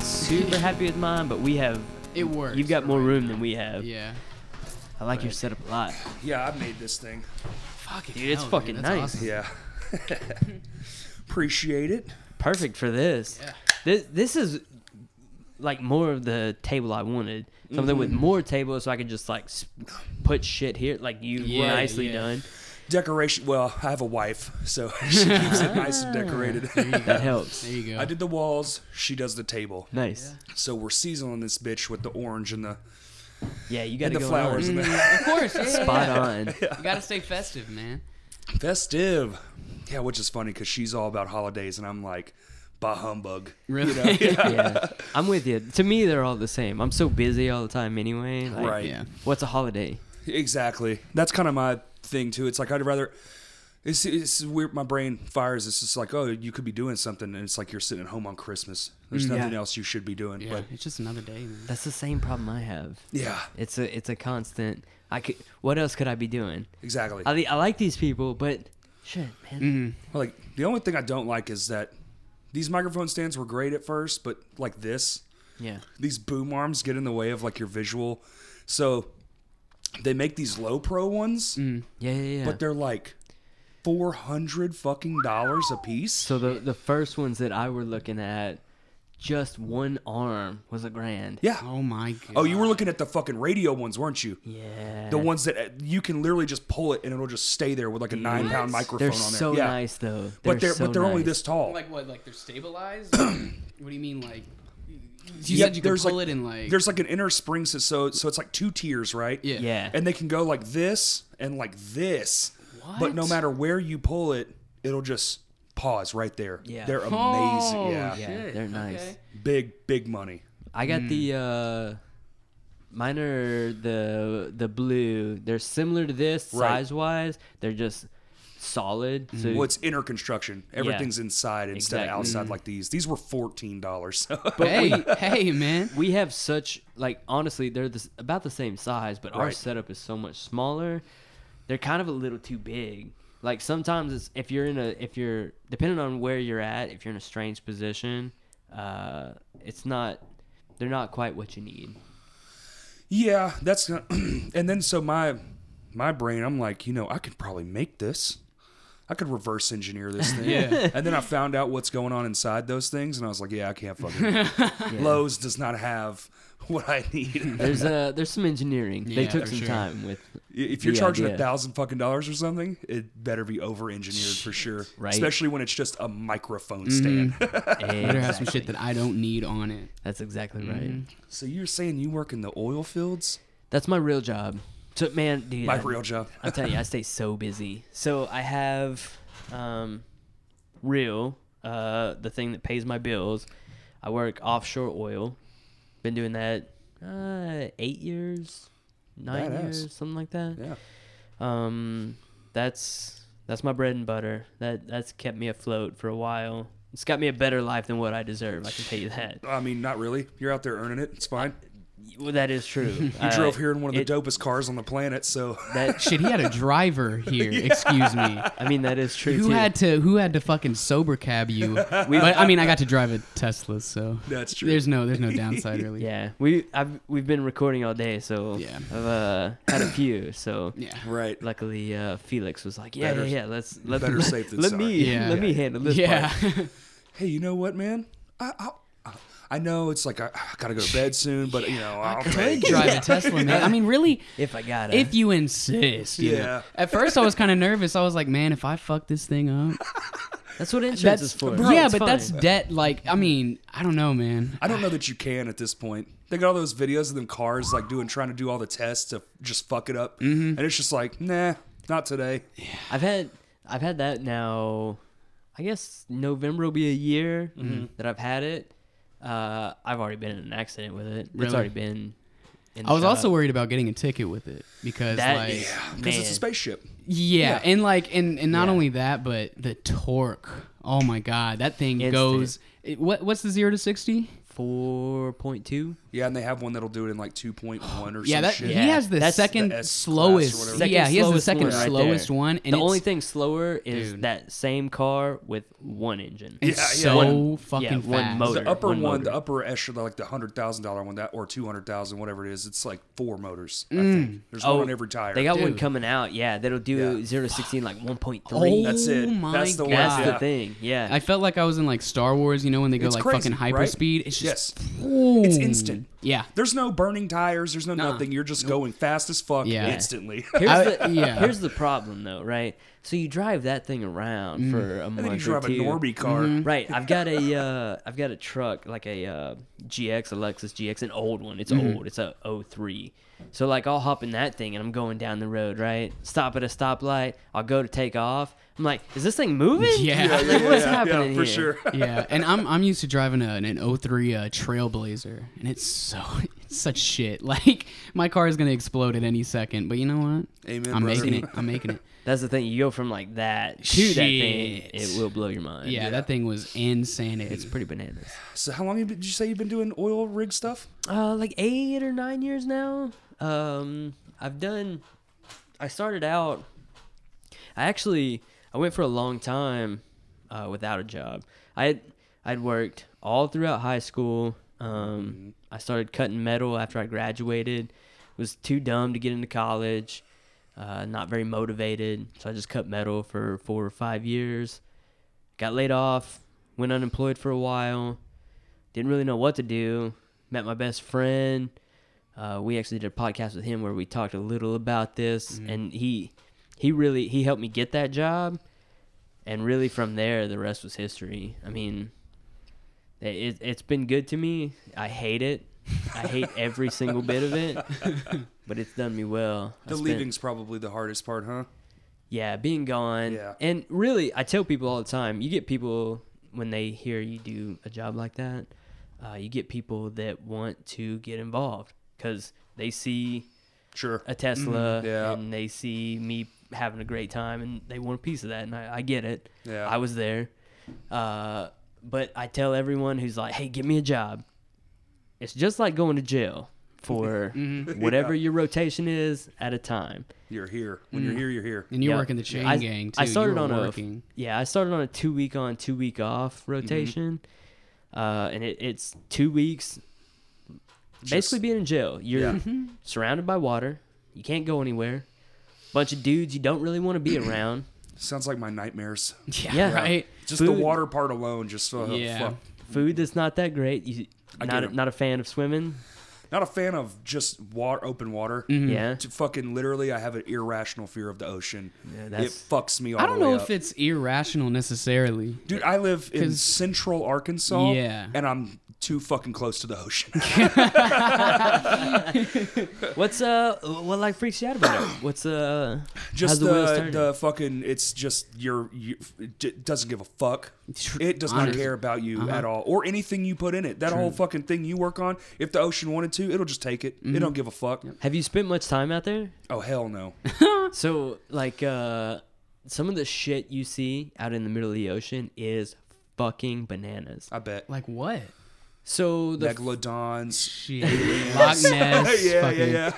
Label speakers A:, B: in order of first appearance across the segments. A: super happy with mine, but we have
B: It works.
A: you've got
B: for
A: more
B: right
A: room
B: now.
A: than we have.
B: Yeah.
A: I like your setup a lot.
C: Yeah, I made this thing.
B: Fucking
A: Dude, it's
B: hell,
A: fucking
B: That's
A: nice.
B: awesome.
C: Yeah. Appreciate it.
A: Perfect for this.
B: Yeah.
A: This this is like more of the table I wanted. Something
C: Mm-hmm.
A: with more tables so I could just like s- put shit here like you
B: Yeah,
A: nicely
B: yeah.
A: done.
C: Decoration. Well, I have a wife, so she keeps it nice and decorated.
A: That helps.
B: There you go.
C: I did the walls. She does the table.
A: Nice.
C: So we're seasoning this bitch with the orange and the
A: Yeah, you got
C: and
A: to
C: the
A: go
C: flowers
A: on.
C: and the
B: Of course. Yeah, yeah,
A: spot
B: yeah.
A: on.
B: You gotta stay festive, man.
C: festive. Yeah, which is funny because she's all about holidays and I'm like, bah humbug.
B: Really?
A: yeah, I'm with you. To me, they're all the same. I'm so busy all the time anyway. Like,
C: Right.
B: yeah.
A: What's a holiday?
C: Exactly. That's kind of my thing too. It's like I'd rather. It's, it's weird. My brain fires. It's just like, oh, you could be doing something, and it's like you're sitting at home on Christmas. There's nothing
A: Mm, Yeah.
C: else you should be doing.
B: Yeah,
C: But
B: it's just another day, man.
A: That's the same problem I have.
C: yeah,
A: It's a it's a constant. I could. What else could I be doing?
C: exactly.
A: I li- I like these people, but shit, man.
C: Mm-hmm. like the only thing I don't like is that these microphone stands were great at first, but like this,
A: Yeah.
C: these boom arms get in the way of like your visual. So they make these low pro ones,
A: Yeah, Mm, yeah, yeah.
C: but they're like four hundred fucking dollars a piece.
A: so the the first ones that I were looking at, just one arm was a grand.
C: yeah.
B: Oh my god.
C: Oh, you were looking at the fucking radio ones, weren't you?
A: Yeah.
C: The ones that uh, you can literally just pull it and it'll just stay there with like a nine pound microphone
A: They're
C: on there.
A: so
C: yeah.
A: nice though.
C: but they're
A: so
C: but they're only
A: nice.
C: this tall.
B: Oh, Like what? Like they're stabilized? what do you mean? Like you
C: Yep,
B: said you could
C: there's
B: pull
C: like-
B: it in like
C: There's like an inner spring so so so it's like two tiers, right?
B: yeah.
A: Yeah.
C: And they can go like this and like this. But no
B: What?
C: matter where you pull it, it'll just pause right there.
A: Yeah.
C: They're amazing.
B: Oh,
C: yeah.
A: Yeah,
B: Shit,
A: they're nice.
B: okay.
C: Big big money.
A: I got the
C: Mm.
A: uh mine are the the blue. They're similar to this
C: Right.
A: size wise. They're just solid. So
C: Well, it's inner construction. Everything's inside instead
A: Exactly.
C: of outside like these. These were fourteen dollars.
B: Hey, hey, man.
A: we have such like honestly they're this, about the same size, but our
C: Right.
A: setup is so much smaller. They're kind of a little too big. Like sometimes it's if you're in a if you're depending on where you're at, if you're in a strange position, uh it's not they're not quite what you need.
C: Yeah, that's not, and then so my my brain, I'm like, you know, I could probably make this. I could reverse engineer this thing.
B: Yeah.
C: And then I found out what's going on inside those things, and I was like, yeah, I can't fucking. Lowe's does not have what I need.
A: There's uh there's some engineering. they
B: Yeah,
A: took
B: for
A: some
B: sure.
A: time with
C: if you're
A: the
C: charging a
A: idea.
C: thousand fucking dollars or something, it better be over engineered for sure.
A: Right.
C: Especially when it's just a microphone stand.
B: Better have some
A: Exactly.
B: shit Mm-hmm. that I don't need on it.
A: That's exactly right.
C: so you're saying you work in the oil fields?
A: That's my real job. So man, dude,
C: My
A: I-
C: real job.
A: I'm telling you, I stay so busy. So I have um, real, uh, the thing that pays my bills. I work offshore oil. Been doing that uh, eight years, nine
C: Badass.
A: years, something like that.
C: Yeah.
A: Um, that's that's my bread and butter. That that's kept me afloat for a while. It's got me a better life than what I deserve. I can tell you that.
C: I mean, not really. You're out there earning it. It's fine.
A: Well, that is true. You
C: I drove here in one of the dopest cars on the planet, so
A: Uh, That
B: Shit, he had a driver here. Excuse me.
A: I mean, that is true.
B: Who
A: too.
B: had to who had to fucking sober cab you? but I mean, I got to drive a Tesla, so
C: That's true.
B: There's no there's no downside really.
A: Yeah, we I've we've been recording all day, so
B: Yeah.
A: I've uh, had a few. So
B: Yeah.
C: right.
A: luckily, uh, Felix was like, "Yeah,
C: Better-
A: yeah, yeah, let's let
C: better
A: let,
C: safe than
A: let
C: sorry.
A: me
B: Yeah.
A: let me handle this."
B: Yeah.
A: part."
C: hey, you know what, man? I I, I- I know it's like I, I gotta go to bed soon, but you know I'll
B: Could
C: take it.
B: drive a Tesla, man. I mean, really,
A: if I got it.
B: if you insist. You
C: Yeah.
B: Know. At first, I was kind of nervous. I was like, man, if I fuck this thing up,
A: That's what insurance
B: that's
A: is for.
B: yeah,
A: It's
B: but
A: fine.
B: that's debt. Like, I mean, I don't know, man.
C: I don't know that you can at this point. They got all those videos of them cars like doing trying to do all the tests to just fuck it up,
A: Mm-hmm.
C: and it's just like nah, not today.
A: I've had I've had that now. I guess November will be a year
B: Mm-hmm.
A: that I've had it. Uh, I've already been in an accident with it.
B: Really?
A: It's already been. In the
B: I was
A: shop.
B: also worried about getting a ticket with it because,
A: That
B: like,
A: is-
B: yeah,
C: Because it's
A: Man.
C: a spaceship.
B: and like, and and not
A: Yeah.
B: only that, but the torque. Oh my god, that thing
A: Instant.
B: goes. it- what what's the zero to sixty?
A: four point two.
C: Yeah, and they have one that'll do it in like 2.1 or
B: Yeah,
C: some
B: that,
C: shit.
A: Yeah.
B: he has the
A: That's the
B: second
C: S class or
B: slowest.
C: whatever.
A: Second
B: yeah, he has the
A: slowest
B: second
A: one right
B: slowest
A: there.
B: one, and
A: the only
B: it's-
A: thing slower is
B: Dude.
A: that same car with one engine.
B: it's
C: Yeah, yeah,
B: so
A: one-
B: fucking
A: yeah, one
B: fast.
A: motor.
C: The upper
A: one
C: one,
A: motor.
C: the upper echelon, like the hundred thousand dollar one, that or two hundred thousand, whatever it is, it's like four motors. I think there's one on every tire.
A: Mm. Oh, They got one
B: Dude.
A: coming out. Yeah, that'll do
C: Yeah.
A: zero to sixteen like one point
B: Oh
A: three.
C: That's it.
B: my
C: That's the one.
A: That's
B: god!
C: Yeah.
A: the thing. Yeah.
B: I felt like I was in like Star Wars, you know, when they go
C: It's
B: like
C: crazy,
B: fucking
C: right?
B: hyperspeed. It's just
C: Yes.
B: boom.
C: It's instant.
B: Yeah.
C: There's no burning tires. There's no nothing. You're just going fast as fuck
B: Yeah.
C: instantly.
A: Here's,
B: I-
A: the,
B: yeah.
A: here's the problem, though, right? So you drive that thing around
B: Mm.
A: for a
C: and
A: month
C: then you
A: or
C: drive a
A: two.
C: normie car.
A: Right, I've got a uh, I've got a truck like a uh, GX, a Lexus GX, an old one. It's
B: Mm-hmm.
A: old. It's a 03. So like I'll hop in that thing and I'm going down the road, right? Stop at a stoplight. I'll go to take off. I'm like, is this thing moving?
B: Yeah.
A: Like, what's happening
C: yeah, for
A: here?
C: sure.
B: yeah, and I'm I'm used to driving a, an 03 uh, Trailblazer, and it's so it's such shit. Like my car is gonna explode at any second, but you know what?
C: Amen,
B: I'm
C: brother.
B: making it. I'm making it.
A: That's the thing. You go from like that to that thing,
B: Shit.
A: it will blow your mind.
B: Yeah, that thing was insanity.
A: it's pretty bananas.
C: So how long have- did you say you've been doing oil rig stuff?
A: uh, like eight or nine years now. Um, I've done. I started out. I actually I went for a long time uh, without a job. I had, I'd worked all throughout high school. Um, I started cutting metal after I graduated. Was too dumb to get into college. Uh, not very motivated, so I just cut metal for four or five years. Got laid off. Went unemployed for a while didn't really know what to do. Met my best friend. Uh, we actually did a podcast with him where we talked a little about this, and he he really he helped me get that job, and really from there the rest was history. I mean, it, it's been good to me. I hate it. I hate every single bit of it, but it's done me well. I
C: The
A: spent-
C: leaving's probably the hardest part, huh?
A: yeah, being gone.
C: Yeah.
A: And really, I tell people all the time, you get people when they hear you do a job like that, uh, you get people that want to get involved because they see
C: Sure.
A: a Tesla
C: Mm-hmm. yeah.
A: and they see me having a great time and they want a piece of that. And I, I get it.
C: Yeah.
A: I was there. Uh, but I tell everyone who's like, hey, give me a job. It's just like going to jail for
C: Mm-hmm.
A: whatever your rotation is at a time.
C: You're here. When you're here, you're here.
B: And you're
A: Mm. Yeah.
B: working the chain
A: I-
B: gang too.
A: I started
B: you were
A: on
B: working. Mm-hmm.
A: a yeah, I started on a two week on, two week off rotation, uh, and it, it's two weeks. basically, being in jail, you're
C: Yeah.
B: Mm-hmm.
A: surrounded by water. You can't go anywhere. Bunch of dudes you don't really want to be around.
C: Sounds like my nightmares.
B: yeah,
A: Yeah.
B: right.
C: Just the
A: Food.
C: water part alone, just uh,
B: Yeah.
C: fuck.
A: Food that's not that great. You,
C: I
A: not
C: get
A: a,
C: 'em.
A: not a fan of swimming.
C: Not a fan of just water, open water.
B: Mm.
A: Yeah,
C: To fucking literally, I have an irrational fear of the ocean. it
A: that's-
C: fucks me all
B: I don't
C: the way
B: know
C: up.
B: if it's irrational necessarily.
C: Dude, I live in
B: 'Cause-
C: central Arkansas.
B: Yeah.
C: And I'm too fucking close to the ocean.
A: what's uh what like freaks you out about it? What's uh
C: just
A: how's
C: the,
A: the, wheels
C: the,
A: turning?
C: fucking, it's just, you're, you, it doesn't give a fuck. It does not
B: Honest.
C: care about you at all or anything you put in it. That whole fucking thing you work on, if the ocean wanted to, it'll just take it. It don't give a fuck.
A: Have you spent much time out there?
C: Oh, hell no.
A: So, like, uh, some of the shit you see out in the middle of the ocean is fucking bananas.
C: I bet.
B: Like what?
A: So the
C: Megalodons.
B: Shit. Loch Ness.
C: yeah, yeah,
B: fucking
C: yeah.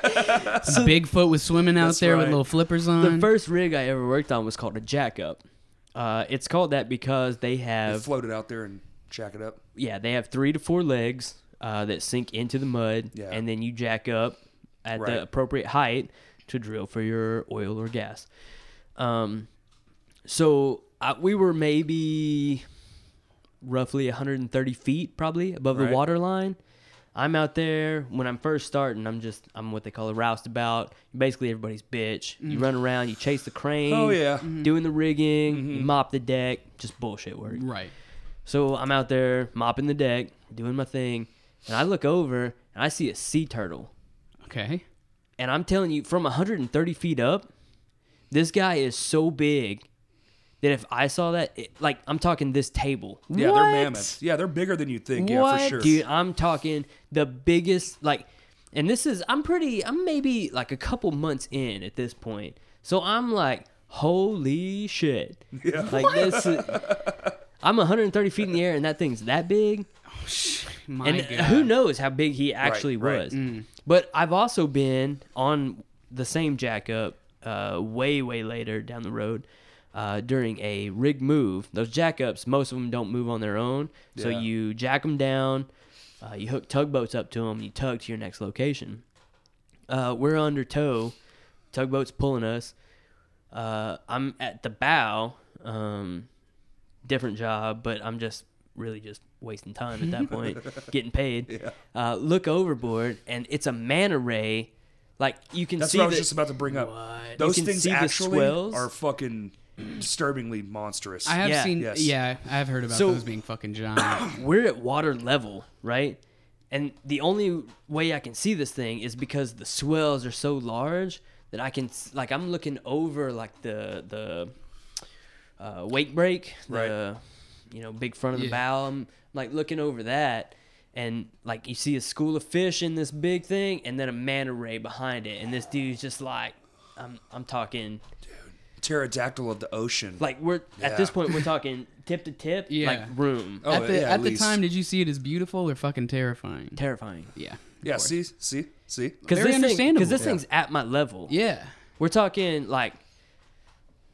B: Bigfoot was swimming out
C: That's
B: there with
C: right.
B: little flippers
A: the
B: on.
A: first rig I ever worked on was called a jackup. Uh, it's called that because they
C: They
A: have
C: floated out there and jack it up.
A: yeah they have three to four legs uh, that sink into the mud,
C: Yeah.
A: and then you jack up at
C: Right.
A: the appropriate height to drill for your oil or gas. Um, so I, we were maybe roughly 130 feet probably above
C: Right.
A: the water line. I'm out there when I'm first starting. I'm just I'm what they call a roustabout. Basically, everybody's bitch. You run around, you chase the crane.
C: Mm. Oh, yeah. Mm-hmm.
A: doing the rigging, you mop the deck, just bullshit work.
B: right.
A: So I'm out there mopping the deck, doing my thing, and I look over and I see a sea turtle.
B: Okay.
A: And I'm telling you, from 130 feet up, this guy is so big that if I saw that, it, like I'm talking this table.
C: Yeah,
B: What?
C: they're mammoths. Yeah, they're bigger than you think. Yeah, for
A: What?
C: sure.
A: Dude, I'm talking the biggest like and this is I'm pretty I'm maybe like a couple months in at this point. So I'm like, holy shit. Like this is, I'm 130 feet in the air and that thing's that big.
B: my
A: and uh,
B: God.
A: who knows how big he actually
C: right. Mm.
A: was. But I've also been on the same jackup uh, way, way later down the road uh, during a rig move. Those jackups, most of them don't move on their own. So
C: Yeah.
A: you jack them down, uh, you hook tugboats up to them, you tug to your next location. Uh, we're under tow, tugboat's pulling us. Uh, I'm at the bow. Um, different job, but I'm just really just wasting time at that point, getting paid. Uh, look overboard, and it's a manta ray. Like you can
C: That's
A: see
C: what I was
A: the-
C: just about to bring up. Those
A: You can
C: things
A: see the
C: actually
A: swells?
C: are fucking disturbingly monstrous.
B: I have
A: Yeah.
B: seen.
C: Yes.
B: Yeah, I've heard about
A: So-
B: those being fucking giant.
A: we're at water level, right? And the only way I can see this thing is because the swells are so large that I can s- like I'm looking over like the the uh, wake break, the you know big front of the
B: Yeah.
A: bow. I'm like looking over that. And like you see a school of fish in this big thing, and then a manta ray behind it, and this dude's just like, I'm I'm talking
C: Pterodactyl of the ocean.
A: like we're at this
C: Yeah.
A: point we're talking tip to tip, like
B: Yeah.
A: room,
C: Oh,
B: at the,
C: yeah,
B: at the
C: least.
B: time, did you see it as beautiful or fucking terrifying?
A: terrifying.
B: yeah.
C: yeah, see, see, see.
A: Because
B: Very
A: this thing,
B: understandable.
A: because this
B: Yeah.
A: thing's at my level.
B: Yeah.
A: We're talking like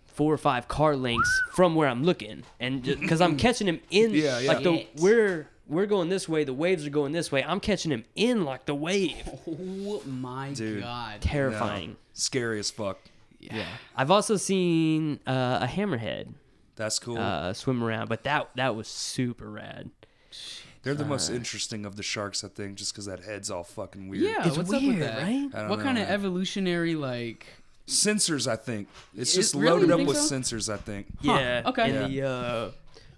A: four or five car lengths from where I'm looking, and because I'm catching him in,
C: Yeah, yeah.
A: like the
B: Shit.
A: we're we're going this way, the waves are going this way. I'm catching him in like the wave.
B: Oh my
C: Dude.
B: god.
C: No.
A: Terrifying.
C: Scary as fuck.
B: yeah.
A: I've also seen uh, a hammerhead
C: That's cool.
A: uh, swim around, but that that was super rad.
C: They're the most interesting of the sharks, I think, just because that head's all fucking weird.
B: Yeah,
A: It's
B: what's up
A: weird,
B: with that?
A: right?
C: I don't
B: What
C: know,
B: kind of
C: man.
B: evolutionary like?
C: Sensors, I think. It's
B: It-
C: just
B: really?
C: loaded
B: You
C: up
B: think
C: with
B: so?
C: sensors, I think.
A: Yeah.
B: okay.
A: In the uh,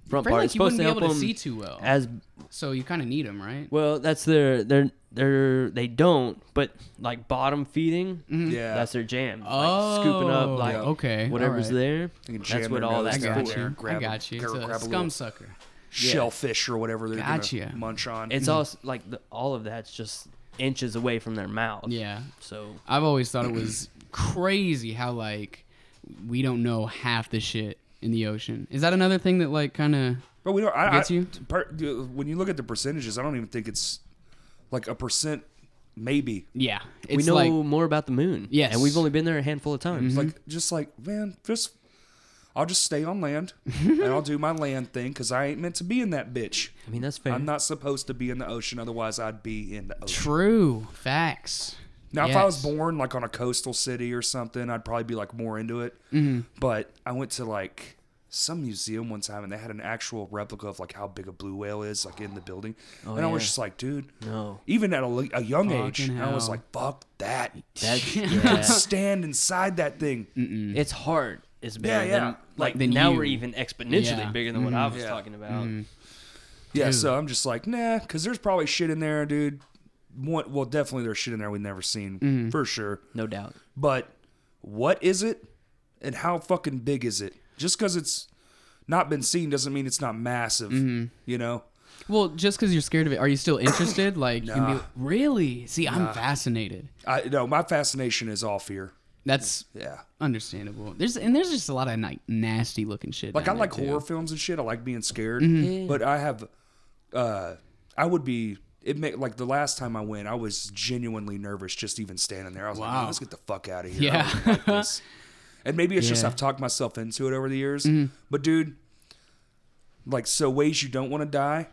A: front part,
B: Pretty like
A: it's
B: you
A: supposed
B: wouldn't be
A: to help
B: able to
A: them
B: see too well.
A: as
B: so you kind of need them, right?
A: Well, that's their their their they don't, but like bottom feeding,
B: Mm-hmm.
C: Yeah.
A: that's their jam. like scooping
B: Oh,
A: up like
B: yeah. okay,
A: whatever's
B: alright.
A: there.
C: You can
A: That's
C: jam
A: what
C: your
A: all
C: nose
A: that
C: down
A: got.
B: got
C: there.
B: you.
C: grab
B: I
C: a-
B: got you.
C: grab-
B: It's a
C: grab a
B: scum
C: little-
B: sucker.
C: Shellfish or whatever they're gonna
B: Gotcha.
C: munch on.
A: It's
B: Mm-hmm.
A: also like the, all of that's just inches away from their mouth.
B: Yeah,
A: So
B: I've always thought it was crazy how like we don't know half the shit in the ocean. Is that another thing that like kind of?
C: But we don't. I,
B: Gets
C: I,
B: you?
C: per- when you look at the percentages, I don't even think it's like a percent, maybe.
B: Yeah, it's
A: we know
B: like
A: more about the moon.
B: Yes.
A: And we've only been there a handful of times.
C: Like just like man, just I'll just stay on land and I'll do my land thing because I ain't meant to be in that bitch.
A: I
B: Mm-hmm.
A: mean that's fair.
C: I'm not supposed to be in the ocean, otherwise I'd be in the ocean.
B: true facts.
C: Now, if I was
B: Yes.
C: born like on a coastal city or something, I'd probably be like more into it. But I went to like some museum one time and they had an actual replica of like how big a blue whale is, like in the building. and I was
A: yeah.
C: just like, dude,
A: No.
C: even at a, li- a young age,
B: Fucking
C: I was
B: hell.
C: like, fuck that.
A: That's
C: Can't
A: yeah.
C: stand inside that thing.
A: it's hard. It's bigger
C: Yeah, yeah.
A: than like
B: Than
A: now
B: you.
A: we're even exponentially
B: Yeah. Mm-hmm.
A: bigger than what I was
C: Yeah.
A: talking about.
C: Yeah, so I'm just like, nah, because there's probably shit in there, dude. One, well, definitely there's shit in there we've never seen for sure.
A: No doubt.
C: But what is it, and how fucking big is it? Just because it's not been seen doesn't mean it's not massive. You know?
B: Well, just because you're scared of it, are you still interested? Like, you can be really? See, I'm fascinated.
C: I no, my fascination is all fear.
B: That's
C: Yeah,
B: understandable. There's and there's just a lot of like nasty looking shit.
C: like I
B: down
C: like
B: there, too. Mm-hmm.
C: horror films and shit. I like being scared, but I have, uh, I would be. It may, like the last time I went, I was genuinely nervous just even standing there. I was like, "Man,
B: Wow.
C: let's get the fuck out of here. I
B: Yeah.
C: don't like this." and maybe it's just
B: Yeah. Mm-hmm.
C: I've talked myself into it over the years. But dude, like so ways you don't want to die,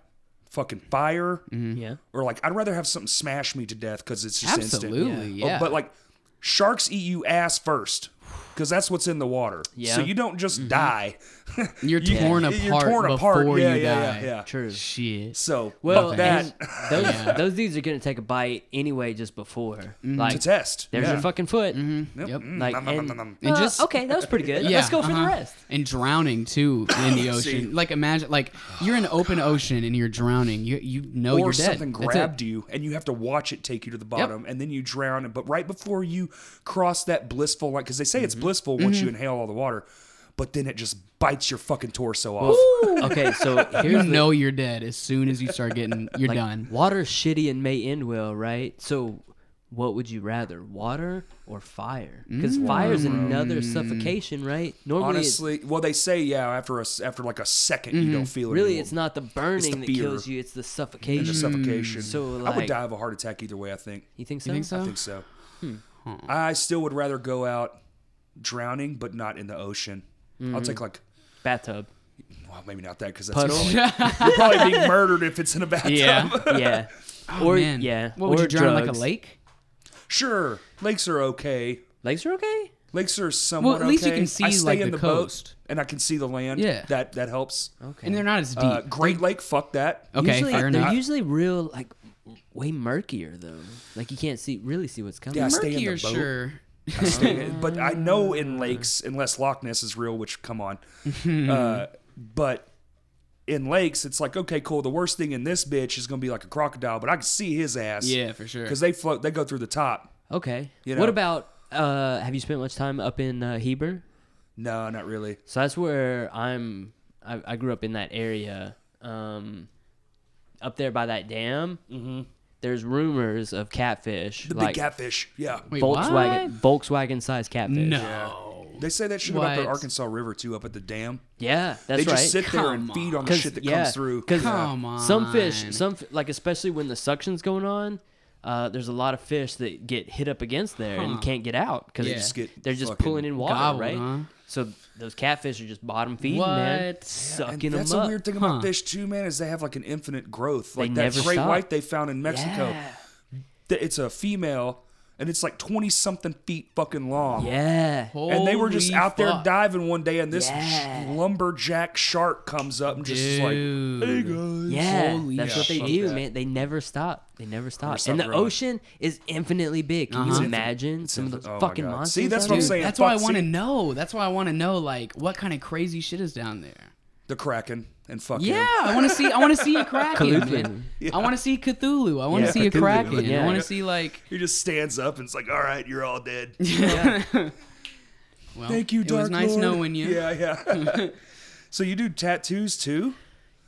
C: fucking fire,
B: Mm-hmm.
A: Yeah.
C: or like I'd rather have something smash me to death because it's just instant. Oh,
B: Absolutely, Yeah. yeah.
C: but like sharks eat you ass first because that's what's in the water.
A: Yeah.
C: So you don't
B: Mm-hmm.
C: just die.
B: You're
C: You-
B: torn apart
C: You're torn apart.
B: before
C: yeah,
B: you
C: yeah,
B: die.
C: yeah, yeah.
A: True.
B: Shit.
C: So
A: Well,
C: fuck that
A: and those those dudes are gonna take a bite anyway, just before.
B: Mm-hmm.
C: to
A: Like,
C: test.
A: there's
C: yeah.
A: your fucking foot.
C: Yep.
B: Yep.
C: Mm,
A: Like,
C: nom, nom,
A: and-
C: nom, nom, nom.
B: And
A: Uh,
B: just-
A: okay, that was pretty good.
B: Yeah,
A: Let's go for the
B: uh-huh.
A: rest.
B: And drowning too in the
C: See.
B: ocean. like imagine, like you're in open ocean and you're drowning. You you know
C: or
B: you're dead.
C: something
B: That's it.
C: grabbed you, and you have to watch it take you to the bottom, and then you drown. But right before you cross that blissful line, because they say it's
A: Mm-hmm.
C: blissful once you inhale all the water, but then it just bites your fucking torso off.
A: okay, so
B: You
A: here's the
B: know you're dead as soon as you start getting. You're done.
A: water's shitty and may end well, right? So what would you rather, water or fire? Because
B: Mm.
A: fire's another suffocation, right? Normally, it's-
C: Honestly, well, they say yeah. After a s after like a 2nd you don't feel it.
A: Mm-hmm. really,
C: anymore.
A: it's not the burning that
C: fear.
A: kills you; it's the
C: And the
A: suffocation.
C: suffocation.
A: So,
C: I would
A: like-
C: die of a heart attack either way. I think.
A: you think so?
B: You think so?
C: I think so.
A: Hmm.
C: I still would rather go out drowning, but not in the ocean. I'll take like,
A: Bathtub.
C: well, maybe not that because
A: Puddle?
C: that's you're probably being murdered if it's in a bathtub.
B: Yeah.
A: yeah.
B: Oh,
A: or
B: man.
A: yeah.
B: What would
A: or
B: you drown like
A: drugs.
B: a lake?
C: Sure, lakes are okay.
A: Legs are okay.
C: Lakes are somewhat
B: at least you
C: okay.
B: can see,
C: I stay
B: like,
C: in
B: the
C: the, boat
B: coast.
C: and I can see the land.
B: Yeah.
C: that that helps.
A: Okay.
B: And they're not as deep.
C: Uh, Great Lake, fuck that.
B: okay,
A: usually,
B: fair
A: they're
B: enough.
A: usually real, like way murkier though. Like you can't see really see what's coming.
C: Yeah, I stay in the
B: Murkier,
C: boat.
B: sure.
C: I stay- but I know in lakes, unless Loch Ness is real, which come on. uh, but in lakes, it's like okay, cool. The worst thing in this bitch is gonna be like a crocodile, but I can see his ass.
B: Yeah, for sure.
C: because they float, they go through the top.
A: Okay.
C: You
A: What
C: know?
A: about? Uh, have you spent much time up in uh, Heber?
C: No, not really.
A: So that's where I'm. I, I grew up in that area. Um, up there by that dam, mm-hmm. there's rumors of catfish,
C: The
A: like
C: big catfish. Yeah,
B: Wait,
A: Volkswagen,
B: what?
A: Volkswagen sized catfish.
B: No.
C: they say that shit about
B: What?
C: the Arkansas River too, up at the dam.
A: Yeah, that's
C: They just
A: right.
C: sit there
B: Come
C: and
B: on.
C: feed on the
A: 'Cause,
C: shit that
A: yeah,
C: comes through.
A: 'cause
B: Come on.
A: Some fish, some f- like especially when the suction's going on, uh, there's a lot of fish that get hit up against there and can't get out because
B: Yeah. Just
C: get
A: they're just
C: fucking
A: pulling in water,
B: gobbled,
A: right?
B: huh?
A: So those catfish are just bottom feeding, man,
B: What?
A: sucking
C: And
A: them
C: that's
A: up.
C: a weird thing about
B: Huh.
C: fish too, man, is they have like an infinite growth. Like that
A: never
C: great
A: stop.
C: white they found in Mexico.
A: Yeah.
C: Th- It's a female and it's like twenty something feet fucking long.
A: yeah.
C: And they were just
B: Holy
C: out there
B: fuck.
C: diving one day, and this sh-
A: Yeah.
C: lumberjack shark comes up and just is like,
B: Dude.
C: "Hey guys,
A: Yeah,
B: Holy
A: that's what they
B: shit.
A: do,
C: Yeah.
A: man. They never stop. They never stop.
C: stop
A: and the
C: growing.
A: ocean is infinitely big. Can you
B: Uh-huh.
A: imagine
C: It's
A: some of
C: infin-
A: those
C: oh my
A: fucking
C: God.
A: monsters?
C: See, that's
A: out
C: what I'm
A: there?
C: saying.
B: That's what I
C: fuck,
B: want to
C: see?
B: know. That's why I want to know, like, what kind of crazy shit is down there.
C: the kraken," and fuck him.
B: Yeah, I want to see. I want to see a kraken.
A: Cthulhu.
B: man. I want to see Cthulhu. I want to
C: Yeah.
B: see a
C: Cthulhu.
B: kraken. I
A: Yeah.
B: want to see like.
C: He just stands up and it's like, "All right, you're all dead."
B: Well,
C: Thank you,
B: It
C: Dark
B: was nice
C: Lord.
B: knowing you.
C: Yeah, yeah. so you do tattoos too?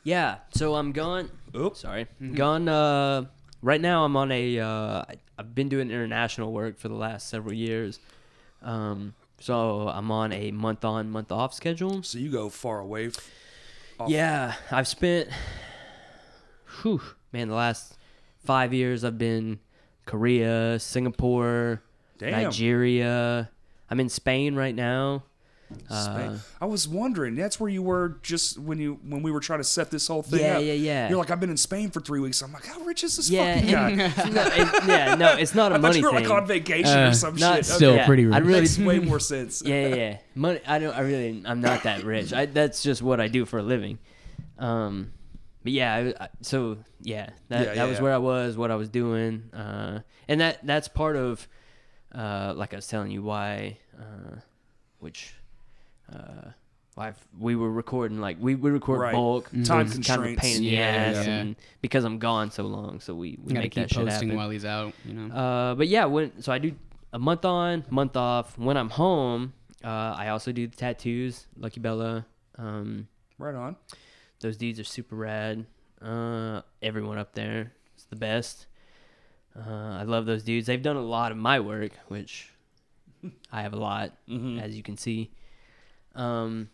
A: Yeah. So I'm gone.
C: Oops.
A: Sorry.
C: Mm-hmm.
A: Gone. Uh, right now I'm on a. Uh, I- I've been doing international work for the last several years. Um, so I'm on a month on, month off schedule.
C: So you go far away. f-
A: Yeah, I've spent. Whew, man, the last five years I've been Korea, Singapore,
C: Damn.
A: Nigeria. I'm in Spain right now. Uh,
C: I was wondering. That's where you were just when you when we were trying to set this whole thing
A: Yeah,
C: up.
A: yeah, yeah.
C: You're like, I've been in Spain for three weeks. I'm like, how rich is this
A: yeah,
C: fucking guy?
A: and- no, it- yeah, no, it's not a
C: I thought
A: money
C: you were
A: thing.
C: like on vacation
B: Uh,
C: or some
A: not
C: shit.
B: still
C: Okay.
B: pretty rich.
A: I really,
C: Makes way more sense.
A: yeah, yeah, yeah. Money. I don't. I really. I'm not that rich. I, that's just what I do for a living. Um, but yeah. I, I- so yeah, that
C: Yeah,
A: that
C: yeah,
A: was
C: yeah.
A: where I was, what I was doing, uh, and that that's part of, uh, like I was telling you why, uh, which, uh, why f- we were recording like we we record
C: Right.
A: bulk
C: Time
A: it's kind of a
C: constraints.
A: pain in the
B: Yeah,
A: ass,
B: yeah.
A: and because I'm gone so long, so we we
B: Gotta
A: make
B: keep
A: that shit
B: posting
A: happen.
B: while he's out. You know.
A: Uh, but yeah, when so I do a month on, month off. When I'm home, uh, I also do the tattoos. Lucky Bella, um,
C: Right on.
A: those dudes are super rad. Uh, everyone up there is the best. Uh, I love those dudes. They've done a lot of my work, which I have a lot, as you can see. Um,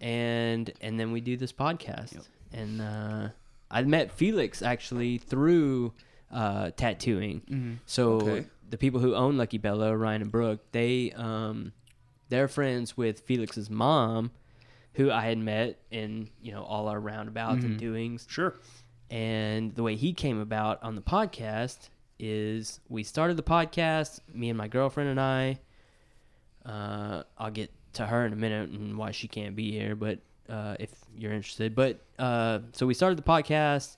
A: and and then we do this podcast. And uh, I met Felix actually through uh, tattooing. So
C: Okay.
A: the people who own Lucky Bella, Ryan and Brooke, they um, they're friends with Felix's mom, who I had met in you know all our roundabouts and doings.
C: Sure.
A: And the way he came about on the podcast is we started the podcast, me and my girlfriend and I. Uh, I'll get to her in a minute and why she can't be here, but uh, if you're interested. But uh, so we started the podcast.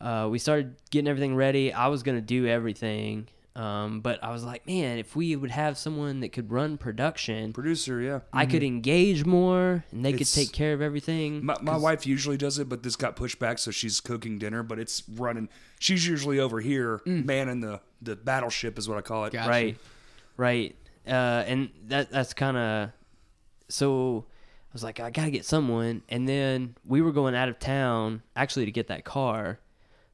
A: Uh, we started getting everything ready. I was going to do everything. Um, but I was like, man, if we would have someone that could run production,
C: Producer, yeah.
A: I could engage more and they could
C: Mm-hmm. It's-
A: take care of everything.
C: My, my wife usually does it, but this got pushed back, so she's cooking dinner. But it's running. She's usually over here,
A: Mm.
C: manning the the battleship is what I call it.
B: Gotcha.
A: right right uh and that that's kind of so i was like i gotta get someone and then we were going out of town actually to get that car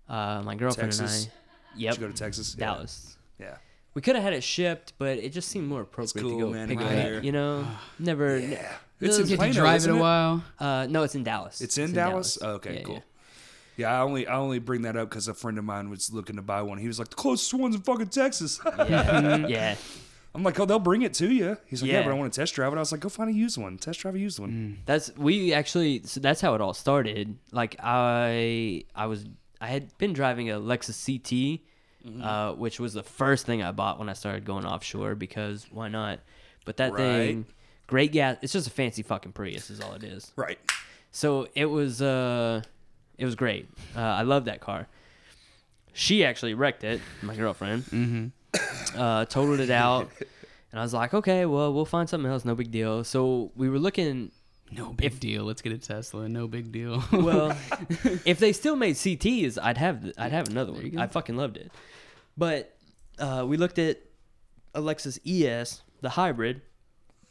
A: uh my girlfriend
C: Texas?
A: and i yep
C: Did you go to Texas? Yeah.
A: dallas
C: Yeah.
A: We could have had it shipped, but it just seemed more appropriate
C: cool,
A: to go
C: man,
A: pick
C: right
A: it
C: here.
A: up. You know, never.
C: Yeah.
B: It's in Plano, drive
C: isn't
B: it a while.
A: Uh, no, it's in Dallas.
C: It's in Dallas? Oh, okay,
A: Yeah,
C: cool.
A: yeah.
C: Yeah, I only I only bring that up because a friend of mine was looking to buy one. He was like, "The closest one's in fucking Texas."
A: Yeah, yeah.
C: I'm like, "Oh, they'll bring it to you." He's like, "Yeah,
A: Yeah.
C: but I want to test drive it." I was like, "Go find a used one. Test drive a used one."
A: That's we actually. So that's how it all started. Like I, I was, I had been driving a Lexus CT, uh, which was the first thing I bought when I started going offshore because why not? But that
C: Right.
A: thing, great gas. It's just a fancy fucking Prius, is all it is.
C: Right.
A: So it was uh it was great. Uh, I love that car. She actually wrecked it, my girlfriend. Mm-hmm. Uh, totaled it out, and I was like, okay, well, we'll find something else. No big deal. So we were looking.
B: No big deal. Let's get a Tesla. No big deal.
A: Well, if they still made CTs, I'd have th- I'd have another one. I fucking loved it. But uh, we looked at Alexis ES, the hybrid,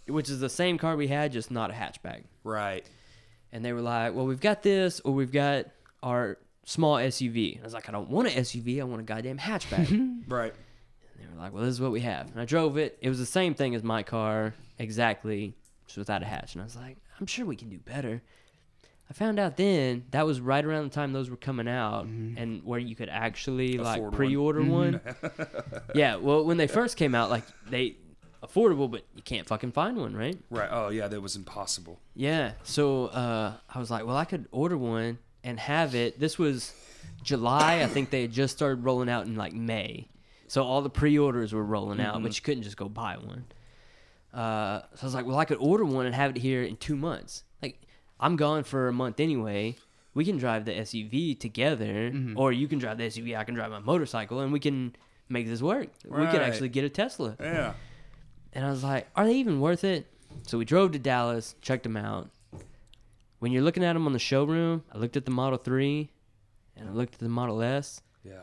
A: which is the same car we had, just not a hatchback.
C: Right.
A: and they were like, "Well, we've got this, or we've got our small SUV." And I was like, "I don't want an SUV. I want a goddamn hatchback." and
C: Right.
A: they were like, "Well, this is what we have." And I drove it. It was the same thing as my car, exactly, just without a hatch. And I was like, "I'm sure we can do better." I found out then that was right around the time those were coming out, and where you could actually
C: Mm-hmm. Afford
A: like
C: one. Mm-hmm.
A: pre-order one. yeah, well, when they first came out, like they affordable, but you can't fucking find one, right?
C: Right. Oh yeah, that was impossible.
A: Yeah. So uh, I was like, well, I could order one and have it. This was July. I think they had just started rolling out in like May. So all the pre orders were rolling out, but you couldn't just go buy one. Uh, so I was like, well, I could order one and have it here in two months. Like, I'm gone for a month anyway. We can drive the SUV together, or you can drive the SUV. I can drive my motorcycle, and we can make this work. We
C: Right.
A: could actually get a Tesla.
C: Yeah.
A: And I was like, are they even worth it? So we drove to Dallas, checked them out. When you're looking at them on the showroom, I looked at the Model 3 and I looked at the Model S.
C: Yeah.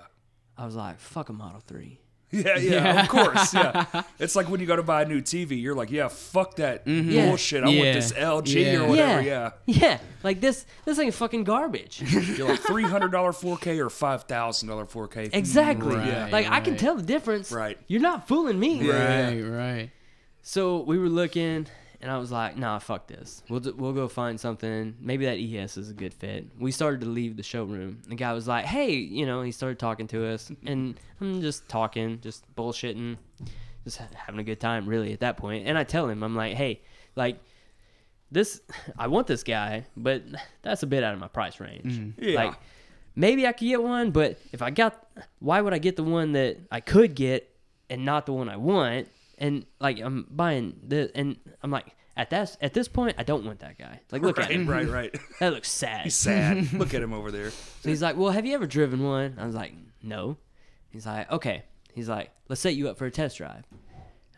A: I was like, fuck a Model 3.
C: Yeah, yeah, of course. Yeah. It's like when you go to buy a new TV, you're like, yeah, fuck that
A: Yeah.
C: bullshit. I
B: Yeah.
C: want this LG
B: Yeah.
C: or whatever. Yeah.
A: Yeah. Like this this ain't fucking garbage.
C: You're like $300 4K or $5,000 4K.
A: exactly.
C: Mm,
B: Right,
A: like I can
B: right.
A: tell the difference.
C: Right.
A: You're not fooling me.
C: Yeah.
B: right, right.
A: So we were looking and I was like, nah, fuck this. We'll, d- we'll go find something. Maybe that ES is a good fit. We started to leave the showroom. The guy was like, hey, you know, he started talking to us. And I'm just talking, just bullshitting, just ha- having a good time, really, at that point. And I tell him, I'm like, hey, like, this, I want this guy, but that's a bit out of my price range.
C: Yeah.
A: Like, maybe I could get one, but if I got, why would I get the one that I could get and not the one I want? And like I'm buying the, and I'm like at that at this point I don't want that guy. Like look
C: right,
A: at him,
C: right, right.
A: that looks sad.
C: He's sad. Look at him over there.
A: So he's like, well, have you ever driven one? I was like, no. He's like, okay. He's like, let's set you up for a test drive.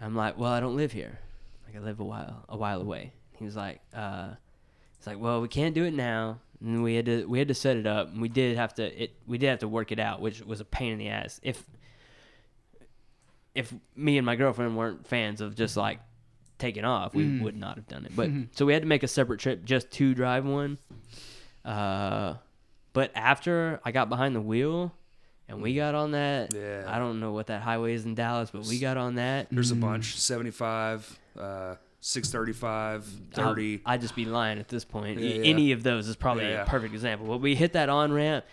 A: I'm like, well, I don't live here. Like I live a while a while away. He was like, uh, he's like, well, we can't do it now. And we had to we had to set it up. And we did have to it we did have to work it out, which was a pain in the ass. If if me and my girlfriend weren't fans of just like taking off, we would not have done it. But so we had to make a separate trip just to drive one. Uh, but after I got behind the wheel and we got on that,
C: Yeah.
A: I don't know what that highway is in Dallas, but we got on that.
C: There's a
B: Mm.
C: bunch 75, uh, 635,
A: I'll-
C: 30.
A: I'd just be lying at this point.
C: Yeah,
A: E-
C: yeah.
A: Any of those is probably
C: Yeah, yeah.
A: a perfect example. But we hit that on ramp,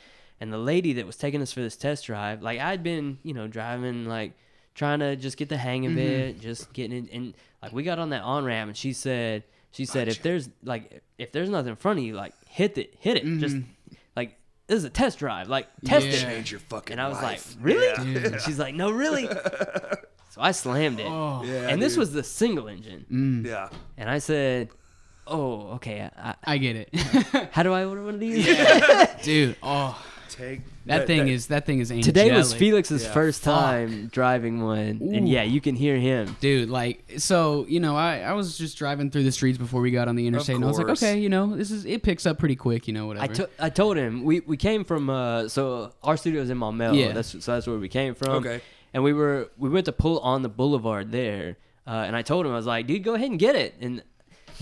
A: and the lady that was taking us for this test drive, like I'd been, you know, driving, like trying to just get the hang of
C: Mm-hmm.
A: it, just getting it. And like we got on that on ramp, and she said, she said, if there's like, if there's nothing in front of you, like hit it, hit it, just
C: Mm-hmm.
A: like this is a test drive, like test
B: Yeah.
A: it.
C: Change your fucking
A: And I was
C: life.
A: like, really? And she's like, no, really. so I slammed it,
B: Oh,
C: Yeah,
A: and this
C: dude.
A: was the single engine.
B: Mm.
C: Yeah.
A: And I said, "Oh, okay. I,
B: I get it,
A: how do I order one of these?"
B: dude. Oh,
C: Take
B: that, thing is that thing is angelic.
A: Today was Felix's
C: Yeah.
A: first time driving one, and
B: Ooh.
A: yeah, you can hear him.
B: dude like so you know I, I was just driving through the streets before we got on the interstate and i was like
C: course.
B: okay you know this is it picks up pretty quick you know whatever
A: I, to- I told him we, we came from uh so our studio's in Maumelle,
B: Yeah.
A: that's so that's where we came from.
C: Okay.
A: And we were we went to pull on the boulevard there, uh, and I told him I was like, "Dude, go ahead and get it." And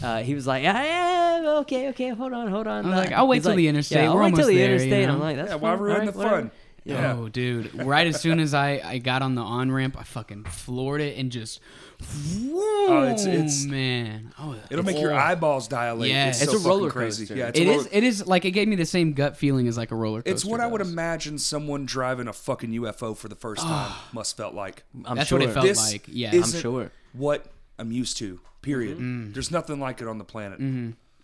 A: uh, he was like, "Ah, okay, okay, hold on, hold on."
B: I'm like,
A: Uh,
B: "I'll wait
A: he's
B: till the interstate.
A: Yeah, I'll
B: We're
A: wait till
B: almost
A: the
B: there, you
A: interstate.
B: know?
A: I'm like, "That's
C: Yeah, why
A: fine,
C: ruin
A: all
C: the
A: whatever."
C: fun? Yeah.
B: Oh, dude! Right as soon as I, I got on the on ramp, I fucking floored it and just, oh,
C: it's- it's-
B: man, oh,
C: It'll make your eyeballs dilate.
B: Yeah.
C: It's,
B: It's
C: so
A: a roller
C: fucking crazy.
A: coaster.
C: Yeah, it's
B: It
C: a
B: is.
C: roller-
B: It is like it gave me the same gut feeling as like a roller coaster.
C: It's what I would
B: does.
C: imagine someone driving a fucking UFO for the first time must felt like.
A: I'm
B: That's
A: sure.
B: what it Ah. felt
C: This
B: like. Yeah,
C: is-
B: I'm- Mm-hmm.
A: I'm sure.
C: What I'm used to. Period. There's nothing like it on the planet.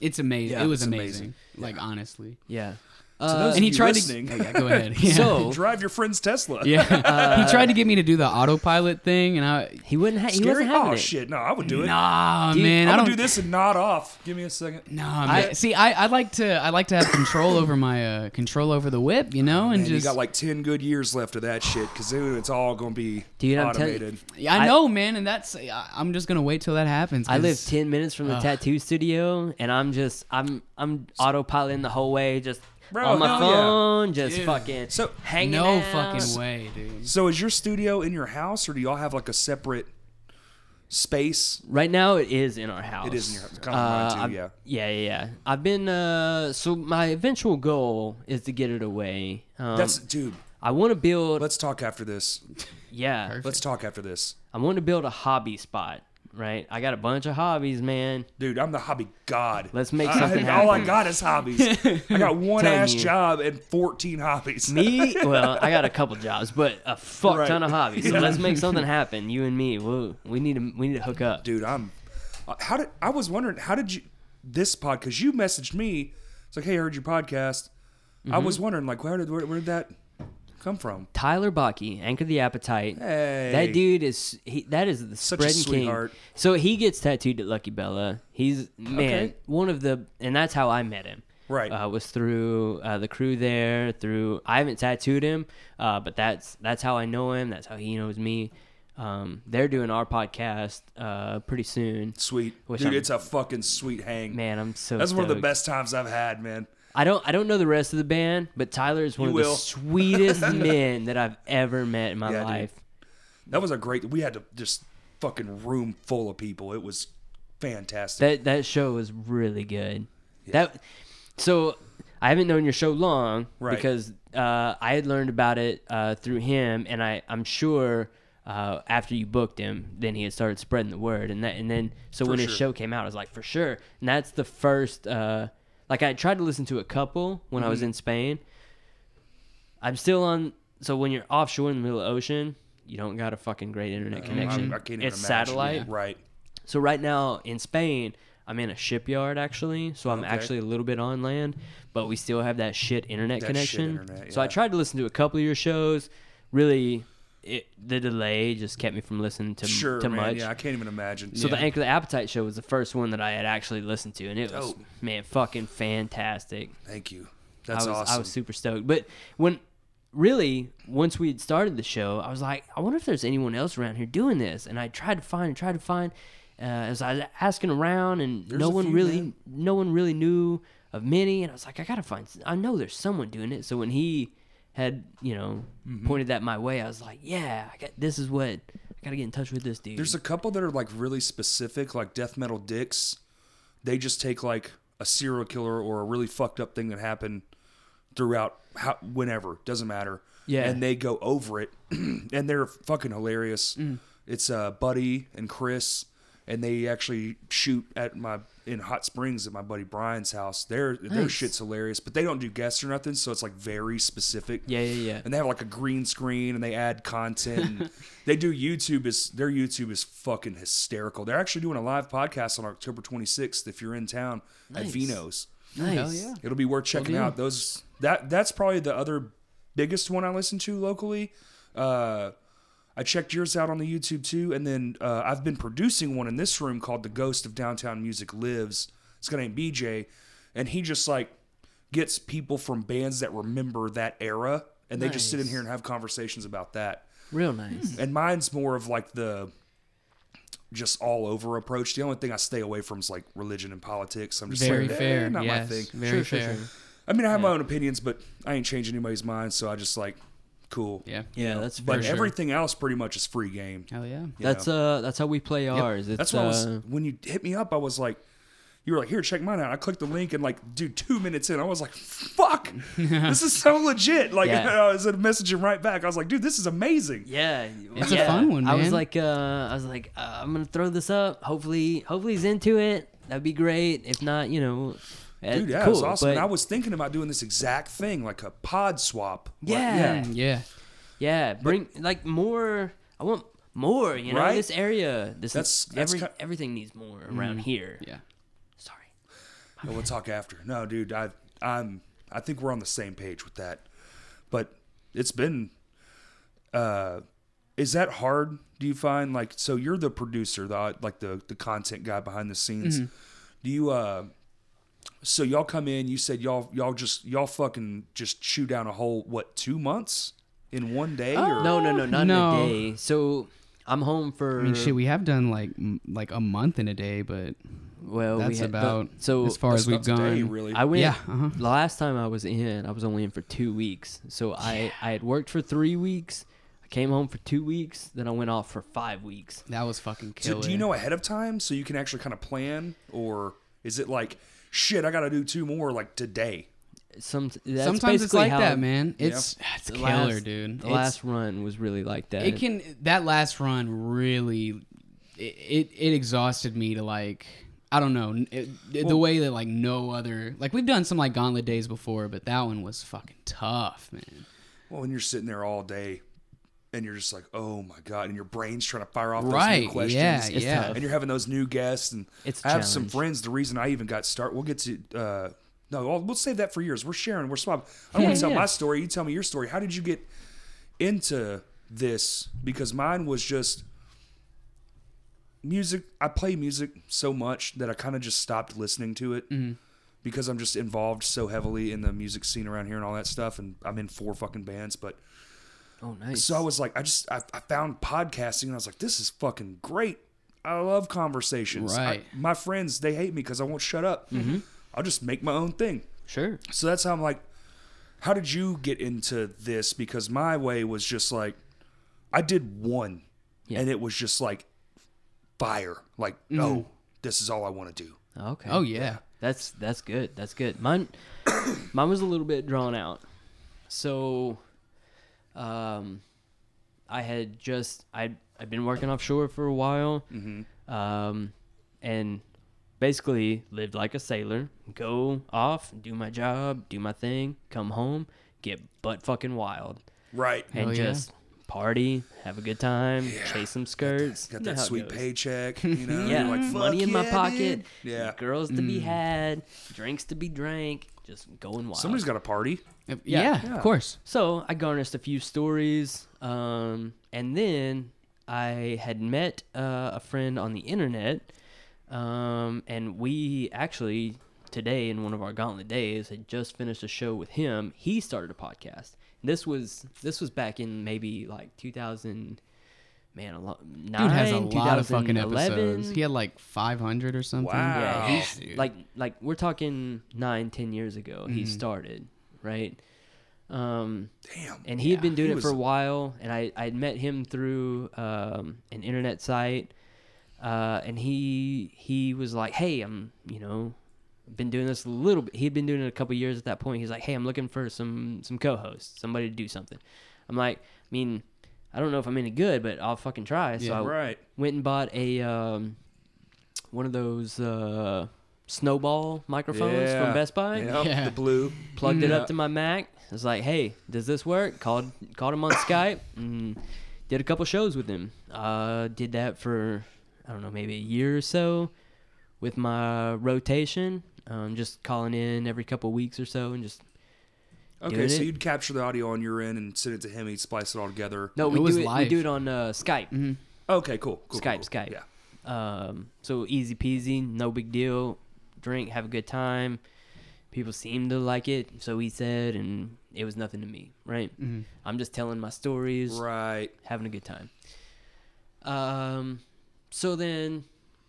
B: it's amazing.
C: Yeah,
B: it was
C: it's
B: amazing.
C: amazing.
B: Like honestly,
A: Yeah.
C: those
B: and he
C: of you
B: tried
C: listening-
B: to. Yeah, go ahead. Yeah.
A: So-
C: Drive your friend's Tesla.
B: yeah, he tried to get me to do the autopilot thing, and I,
A: He wouldn't. Ha- he
C: Scary?
A: wasn't having
C: Oh
A: it.
C: shit! No, I would do it.
B: nah, man,
C: I'm
B: I
C: gonna
B: don't
C: do this and nod off. Give me a second.
B: No, man. see, I, I like to I like to have control over my uh, control over the whip, you know, and
C: And you
B: just
C: got like ten good years left of that shit because it's all gonna be
A: Dude, I'm telling-
C: automated.
B: Yeah, I,
A: I-
B: know, man, and that's I, I'm just gonna wait till that happens.
A: I
B: 'cause-
A: live ten minutes from the tattoo studio, and I'm just I'm I'm autopiloting the whole way, just
C: Bro,
A: on my
C: hell yeah.
A: phone, just
B: Dude.
A: fucking
C: So-
A: hanging
B: no
A: out.
B: fucking way, dude.
C: so is your studio in your house or do y'all have like a separate space?
A: Right now, it is in our house.
C: It is in your house. Kind of mine
A: Uh, I'm-
C: too. Yeah.
A: yeah, yeah, yeah. I've been uh, so my eventual goal is to get it away. Um,
C: That's dude.
A: I want to build.
C: Let's talk after this.
A: yeah,
C: Let's talk after this,
A: I want to build a hobby spot. Right, I got a bunch of hobbies, man.
C: dude. I'm the hobby god.
A: Let's make
C: I-
A: something
C: All I
A: happen.
C: got is hobbies. I got one
A: Telling
C: ass
A: you.
C: job and 14 hobbies.
A: Me, well, I got a couple jobs, but a fuck
C: Right.
A: ton of hobbies. So let's make something happen. You and me, we we need to we need to hook up.
C: dude i'm uh, how did i was wondering how did you this pod because you messaged me it's like hey i heard your podcast i
A: Mm-hmm.
C: was wondering like where did where, where did that come from
A: Tyler Bucky, Anchor the Appetite.
C: Hey.
A: That dude is he, that is the
C: Such a
A: spreading
C: sweetheart.
A: king. So he gets tattooed at Lucky Bella. He's man
C: Okay.
A: one of the and that's how I met him.
C: Right.
A: uh, was through uh, the crew there. Through I haven't tattooed him, uh, but that's that's how I know him. That's how he knows me. Um, they're doing our podcast uh, pretty soon.
C: sweet
A: Wish
C: dude
A: I'm-
C: it's a fucking sweet hang
A: Man, I'm so
C: that's one of the
A: stoked.
C: best times i've had man
A: I don't I don't know the rest of the band, but Tyler is one
C: You
A: of
C: will.
A: the sweetest men that I've ever met in my
C: Yeah, dude.
A: life.
C: that was a great we had to just fucking room full of people it was
A: That
C: fantastic
A: that show was really good. That so I haven't known your show long
C: Right.
A: because uh, I had learned about it uh, through him, and I I'm sure uh, after you booked him, then he had started spreading the word, and that and then so when his
C: sure.
A: show came out, I was like for sure, and that's the first uh, like I tried to listen to a couple when
C: Mm-hmm.
A: I was in Spain. I'm still on. So when you're offshore in the middle of the ocean, you don't got a fucking great internet connection.
C: Mm, I, I can't even
A: it's
C: imagine.
A: satellite.
C: right
A: So right now in Spain, I'm in a shipyard actually, so I'm actually a little bit on land, but we still have that shit internet
C: That shit
A: connection.
C: internet,
A: So I
C: yeah.
A: tried to listen to a couple of your shows. Really, it, the delay just kept me from listening to
C: sure
A: to
C: man
A: much.
C: yeah i can't even imagine
A: So the
B: Yeah.
A: Anchor the Appetite show was the first one that I had actually listened to, and it was
C: Dope.
A: man fucking fantastic.
C: thank you that's
A: I was,
C: awesome
A: I was super stoked. But when really once we had started the show, I was like, I wonder if there's anyone else around here doing this. And I tried to find and tried to find. Uh, as I was asking around, and no
C: a
A: one
C: few,
A: really,
C: man.
A: no one really knew of many, and I was like, I gotta find. s- I know there's someone doing it. So when he had, you know,
C: Mm-hmm.
A: pointed that my way, I was like, yeah, I got, this is what I gotta get in touch with this dude.
C: There's a couple that are like really specific, like death metal dicks. They just take like a serial killer or a really fucked up thing that happened throughout how, whenever doesn't matter.
A: Yeah.
C: and they go over it, and they're fucking hilarious.
A: Mm.
C: It's uh, Buddy and Chris, and they actually shoot at my in Hot Springs at my buddy Brian's house. Their their shit's hilarious, but they don't do guests or nothing, so it's like very specific
A: yeah, yeah, yeah.
C: and they have like a green screen and they add content. and they do YouTube is their YouTube is fucking hysterical. They're actually doing a live podcast on October 26th if you're in town at
A: Nice.
C: Vino's.
B: Hell
A: Nice.
B: yeah.
C: It'll be worth checking out. Those that that's probably the other biggest one I listen to locally. Uh, I checked yours out on the YouTube too, and then uh, I've been producing one in this room called "The Ghost of Downtown Music Lives." It's guy named BJ, and he just like gets people from bands that remember that era, and they just sit in
A: Nice.
C: here and have conversations about that.
A: Real nice.
C: And mine's more of like the just all over approach. The only thing I stay away from is like religion and politics. I'm just
B: Very
C: like, eh,
B: fair.
C: not
B: yes,
C: my thing.
B: Very
A: Sure, sure,
B: fair.
A: sure.
C: I mean, I have my own opinions, but I ain't changing anybody's mind, so I just like, cool.
B: Yeah.
A: Yeah, that's
C: But
A: fair.
B: sure.
C: everything else pretty much is free game.
B: Hell yeah.
A: That's uh, that's how we play ours. It's,
C: That's why I was
A: uh,
C: when you hit me up, I was like, you were like, here, check mine out. I clicked the link and like, dude, two minutes in, I was like, fuck, this is so legit. Like,
A: Yeah.
C: I was messaging right back. I was like, dude, this is amazing.
A: Yeah,
B: It's a
A: yeah.
B: fun one,
A: I was
B: man.
A: like, uh, I was like, uh, I'm gonna throw this up. Hopefully, hopefully he's into it. That'd be great. If not, you know, eh,
C: Dude, yeah,
A: cool.
C: it was awesome.
A: But
C: and I was thinking about doing this exact thing, like a pod swap. Like,
A: Yeah.
B: Mm, Yeah.
A: yeah, bring like more. I want more. You know,
C: Right?
A: this area. This
C: That's-
A: is,
C: that's
A: every,
C: ki-
A: everything needs more around here.
B: Mm. Yeah.
A: Sorry.
C: Yeah, we'll talk after. No, dude, I, I'm, I think we're on the same page with that. But it's been, uh, is that hard? Do you find like so you're the producer, the like the the content guy behind the scenes? Do you uh? So y'all come in. You said y'all y'all just y'all fucking just chew down a whole what two months in one day? or?
A: No, no, no, not
B: No.
A: in a day. So I'm home for.
B: I mean, shit, we have done like m- like a month in a day, but
A: well, we
B: that's
A: had, but-
B: about
A: so
B: as far
C: that's
B: as we've
C: about today,
B: gone.
C: really.
A: I went.
B: Yeah, uh-huh.
A: The last time I was in, I was only in for two weeks. So I I had worked for three weeks. I came home for two weeks. Then I went off for five weeks.
B: That was fucking
C: So
B: killer.
C: do you know ahead of time so you can actually kind of plan, or is it like shit? I got to do two more like today.
A: Some that's
B: Sometimes it's
A: basically
B: like
A: how
B: that, man. It's it's
A: the
B: killer,
A: last-
B: dude.
A: The
B: It's-
A: last run was really like that.
B: it can that last run really it it, it exhausted me to like I don't know it, it- the way that like no other like we've done some like gauntlet days before, but that one was fucking tough, man.
C: Well, when you're sitting there all day and you're just like, oh my God, and your brain's trying to fire off those
B: Right,
C: new questions.
B: yeah,
A: It's
B: yeah.
A: tough.
C: And you're having those new guests. And
A: It's a
C: I have some
A: challenge.
C: friends. The reason I even got started, we'll get to, uh, no, we'll, we'll save that for years. We're sharing, we're swapping. I don't want
A: Yeah,
C: to tell
A: yeah.
C: my story. You tell me your story. How did you get into this? Because mine was just music. I play music so much that I kind of just stopped listening to it.
A: Mm-hmm.
C: Because I'm just involved so heavily in the music scene around here and all that stuff, and I'm in four fucking bands, but
A: oh nice.
C: so I was like, I just I, I found podcasting and I was like, this is fucking great. I love conversations. I-
B: Right.
C: my friends they hate me because I won't shut up.
A: Mm-hmm.
C: I'll just make my own thing.
A: sure.
C: So that's how I'm like, how did you get into this? Because my way was just like, I did one,
A: Yeah. Mm-hmm.
C: and it was just like fire. Like, oh, this is all I want to do.
A: Okay.
B: Oh yeah.
A: That's that's good. That's good. Mine mine was a little bit drawn out. So um I had just I I'd been working offshore for a while.
C: Mm-hmm.
A: Um and basically lived like a sailor. Go off, do my job, do my thing, come home, get butt fucking wild
C: Right.
A: and
B: Hell yeah.
A: just party, have a good time, chase some skirts.
C: Got
A: you know
C: that
A: how it
C: sweet
A: goes.
C: paycheck. You know.
A: Yeah,
C: You're
B: Mm.
C: like,
A: money
C: "Fuck
A: in my
C: yeah,
A: pocket,
C: dude." Yeah.
A: girls to be had, drinks to be drank, just going wild.
C: Somebody's got a party.
B: Yeah,
C: yeah.
B: of course.
A: so I garnished a few stories, um, and then I had met uh, a friend on the internet, um, and we actually today in one of our gauntlet days had just finished a show with him. He started a podcast. This was this was back in maybe like 2000. Man, a lot.
B: Dude has a lot of fucking episodes. He had like 500 or something.
C: Wow.
A: yeah,
C: Oh,
A: he's
B: dude.
A: like like we're talking nine, ten years ago. He started right, um,
C: Damn.
A: and he had been doing
C: he
A: it for
C: was-
A: a while. And I I had met him through um, an internet site, uh, and he he was like, hey, I'm you know been doing this a little bit. He'd been doing it a couple years at that point. He's like, hey, I'm looking for some some co-hosts, somebody to do something. I'm like, I mean, I don't know if I'm any good, but I'll fucking try. So
B: Yeah.
A: I
C: Right.
A: went and bought a um, one of those uh, snowball microphones
C: Yeah.
A: from Best Buy.
C: Yep,
B: Yeah.
C: The blue.
A: Plugged it
C: Yeah.
A: up to my Mac. I was like, "Hey, does this work?" Called called him on Skype and did a couple shows with him. Uh, did that for I don't know, maybe a year or so with my rotation. Um, just calling in every couple weeks or so and just
C: Okay,
A: doing
C: so
A: it.
C: you'd capture the audio on your end and send it to him. He'd splice it all together.
A: no,
B: It
A: we
B: was
A: do it, we
B: live. Mm-hmm.
A: do it on uh, Skype.
C: Okay, cool. cool, cool,
A: Skype,
C: cool.
A: Skype.
C: Yeah.
A: Um, so easy peasy, no big deal. Drink, have a good time. People seem to like it, so he said, and it was nothing to me, right? I'm just telling my stories,
C: Right.
A: having a good time. Um, so then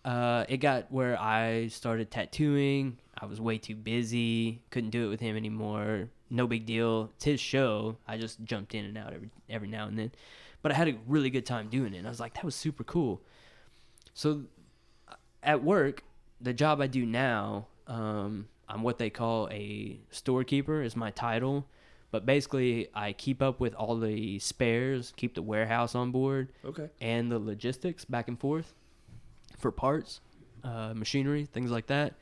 A: uh, it got where I started tattooing. I was way too busy, couldn't do it with him anymore. No big deal. It's his show. I just jumped in and out every every now and then, but I had a really good time doing it. And I was like, that was super cool. So at work, the job I do now, um, I'm what they call a storekeeper is my title, but basically I keep up with all the spares, keep the warehouse on board,
C: Okay.
A: and the logistics back and forth for parts, uh, machinery, things like that.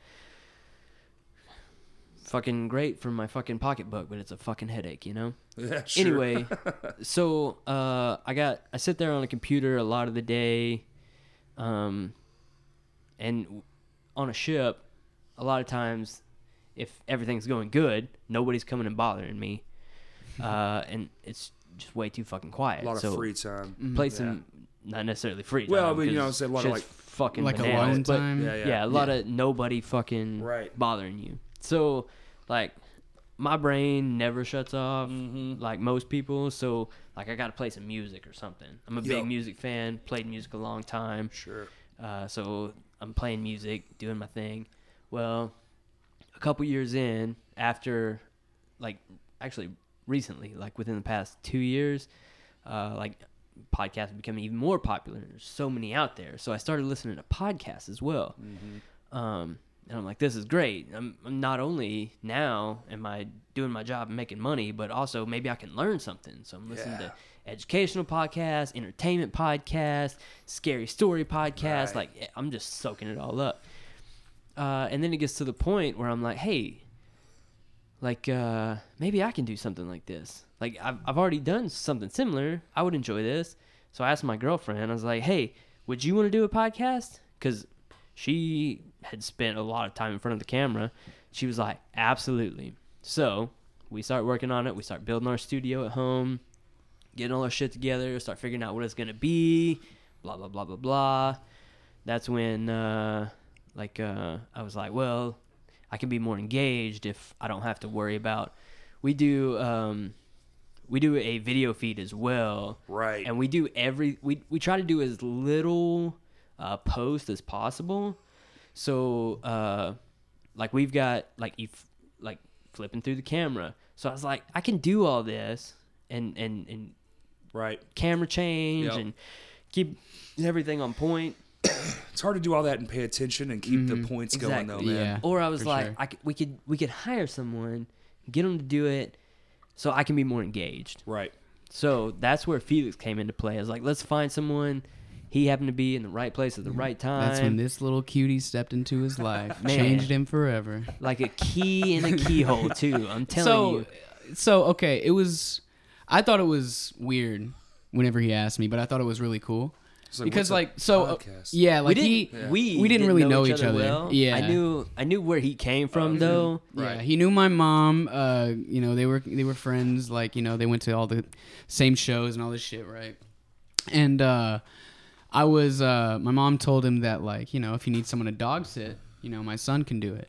A: Fucking great for my fucking pocketbook, but it's a fucking headache, you know.
C: Yeah, sure.
A: Anyway, so uh, I got I sit there on a computer a lot of the day, um, and w- on a ship, a lot of times, if everything's going good, nobody's coming and bothering me, uh, and it's just way too fucking quiet.
C: a lot of
A: so
C: free time.
A: play some not necessarily free.
C: Well,
A: time,
C: but, you know,
A: 'cause
C: say a lot of,
A: shit's
C: like-
A: fucking
B: like
A: bananas,
B: alone
A: but-
B: time.
C: Yeah,
A: yeah.
C: yeah.
A: a lot of nobody fucking
C: Right.
A: bothering you. So, like, my brain never shuts off like most people. So, like, I got to play some music or something. I'm a
C: Yup.
A: big music fan. Played music a long time.
C: Sure.
A: Uh, so I'm playing music, doing my thing. Well, a couple years in, after, like, actually recently, like within the past two years, uh, like podcasts are becoming even more popular. There's so many out there, so I started listening to podcasts as well. Um, and I'm like, this is great. I'm, I'm not only now am I doing my job and making money, but also maybe I can learn something. So I'm listening
C: Yeah.
A: to educational podcasts, entertainment podcasts, scary story podcasts.
C: Right.
A: Like eh, I'm just soaking it all up. Uh, and then it gets to the point where I'm like, hey, like uh, maybe I can do something like this. Like I've I've already done something similar. I would enjoy this. So I asked my girlfriend. I was like, hey, would you want to do a podcast? Because she had spent a lot of time in front of the camera. She was like, absolutely. So we start working on it. We start building our studio at home getting all our shit together, start figuring out what it's gonna be, blah blah blah blah blah. That's when uh, like uh, I was like, well, I can be more engaged if I don't have to worry about. We do um, we do a video feed as well,
C: Right.
A: and we do every we we try to do as little uh, post as possible. So uh, like we've got like you f- like flipping through the camera. So I was like, I can do all this and and and
C: right.
A: camera change
C: Yep.
A: and keep everything on point.
C: It's hard to do all that and pay attention and keep the points going though,
A: Exactly.
C: man.
B: Yeah,
A: or I was
B: for
A: like,
B: sure.
A: I c we could we could hire someone, get them to do it, so I can be more engaged.
C: Right.
A: So that's where Felix came into play. I was like, let's find someone. He happened to be in the right place at the right time.
B: Mm. That's when this little cutie stepped into his life,
A: Man.
B: changed him forever.
A: like a key in a keyhole too. I'm telling
B: so,
A: you.
B: so okay, it was. I thought it was weird whenever he asked me, but I thought it was really cool
C: It's like,
B: because,
C: what's a
B: like, so uh,
C: podcast?
B: yeah, like
A: we
B: he,
A: didn't, we,
B: we didn't really know each other.
A: well.
B: Yeah.
A: I knew I knew where he came from though.
B: yeah,
C: Right.
B: he knew my mom. Uh, you know, they were they were friends. Like, you know, they went to all the same shows and all this shit, right? And uh, I was, uh, my mom told him that, like, you know, if you need someone to dog sit, you know, my son can do it.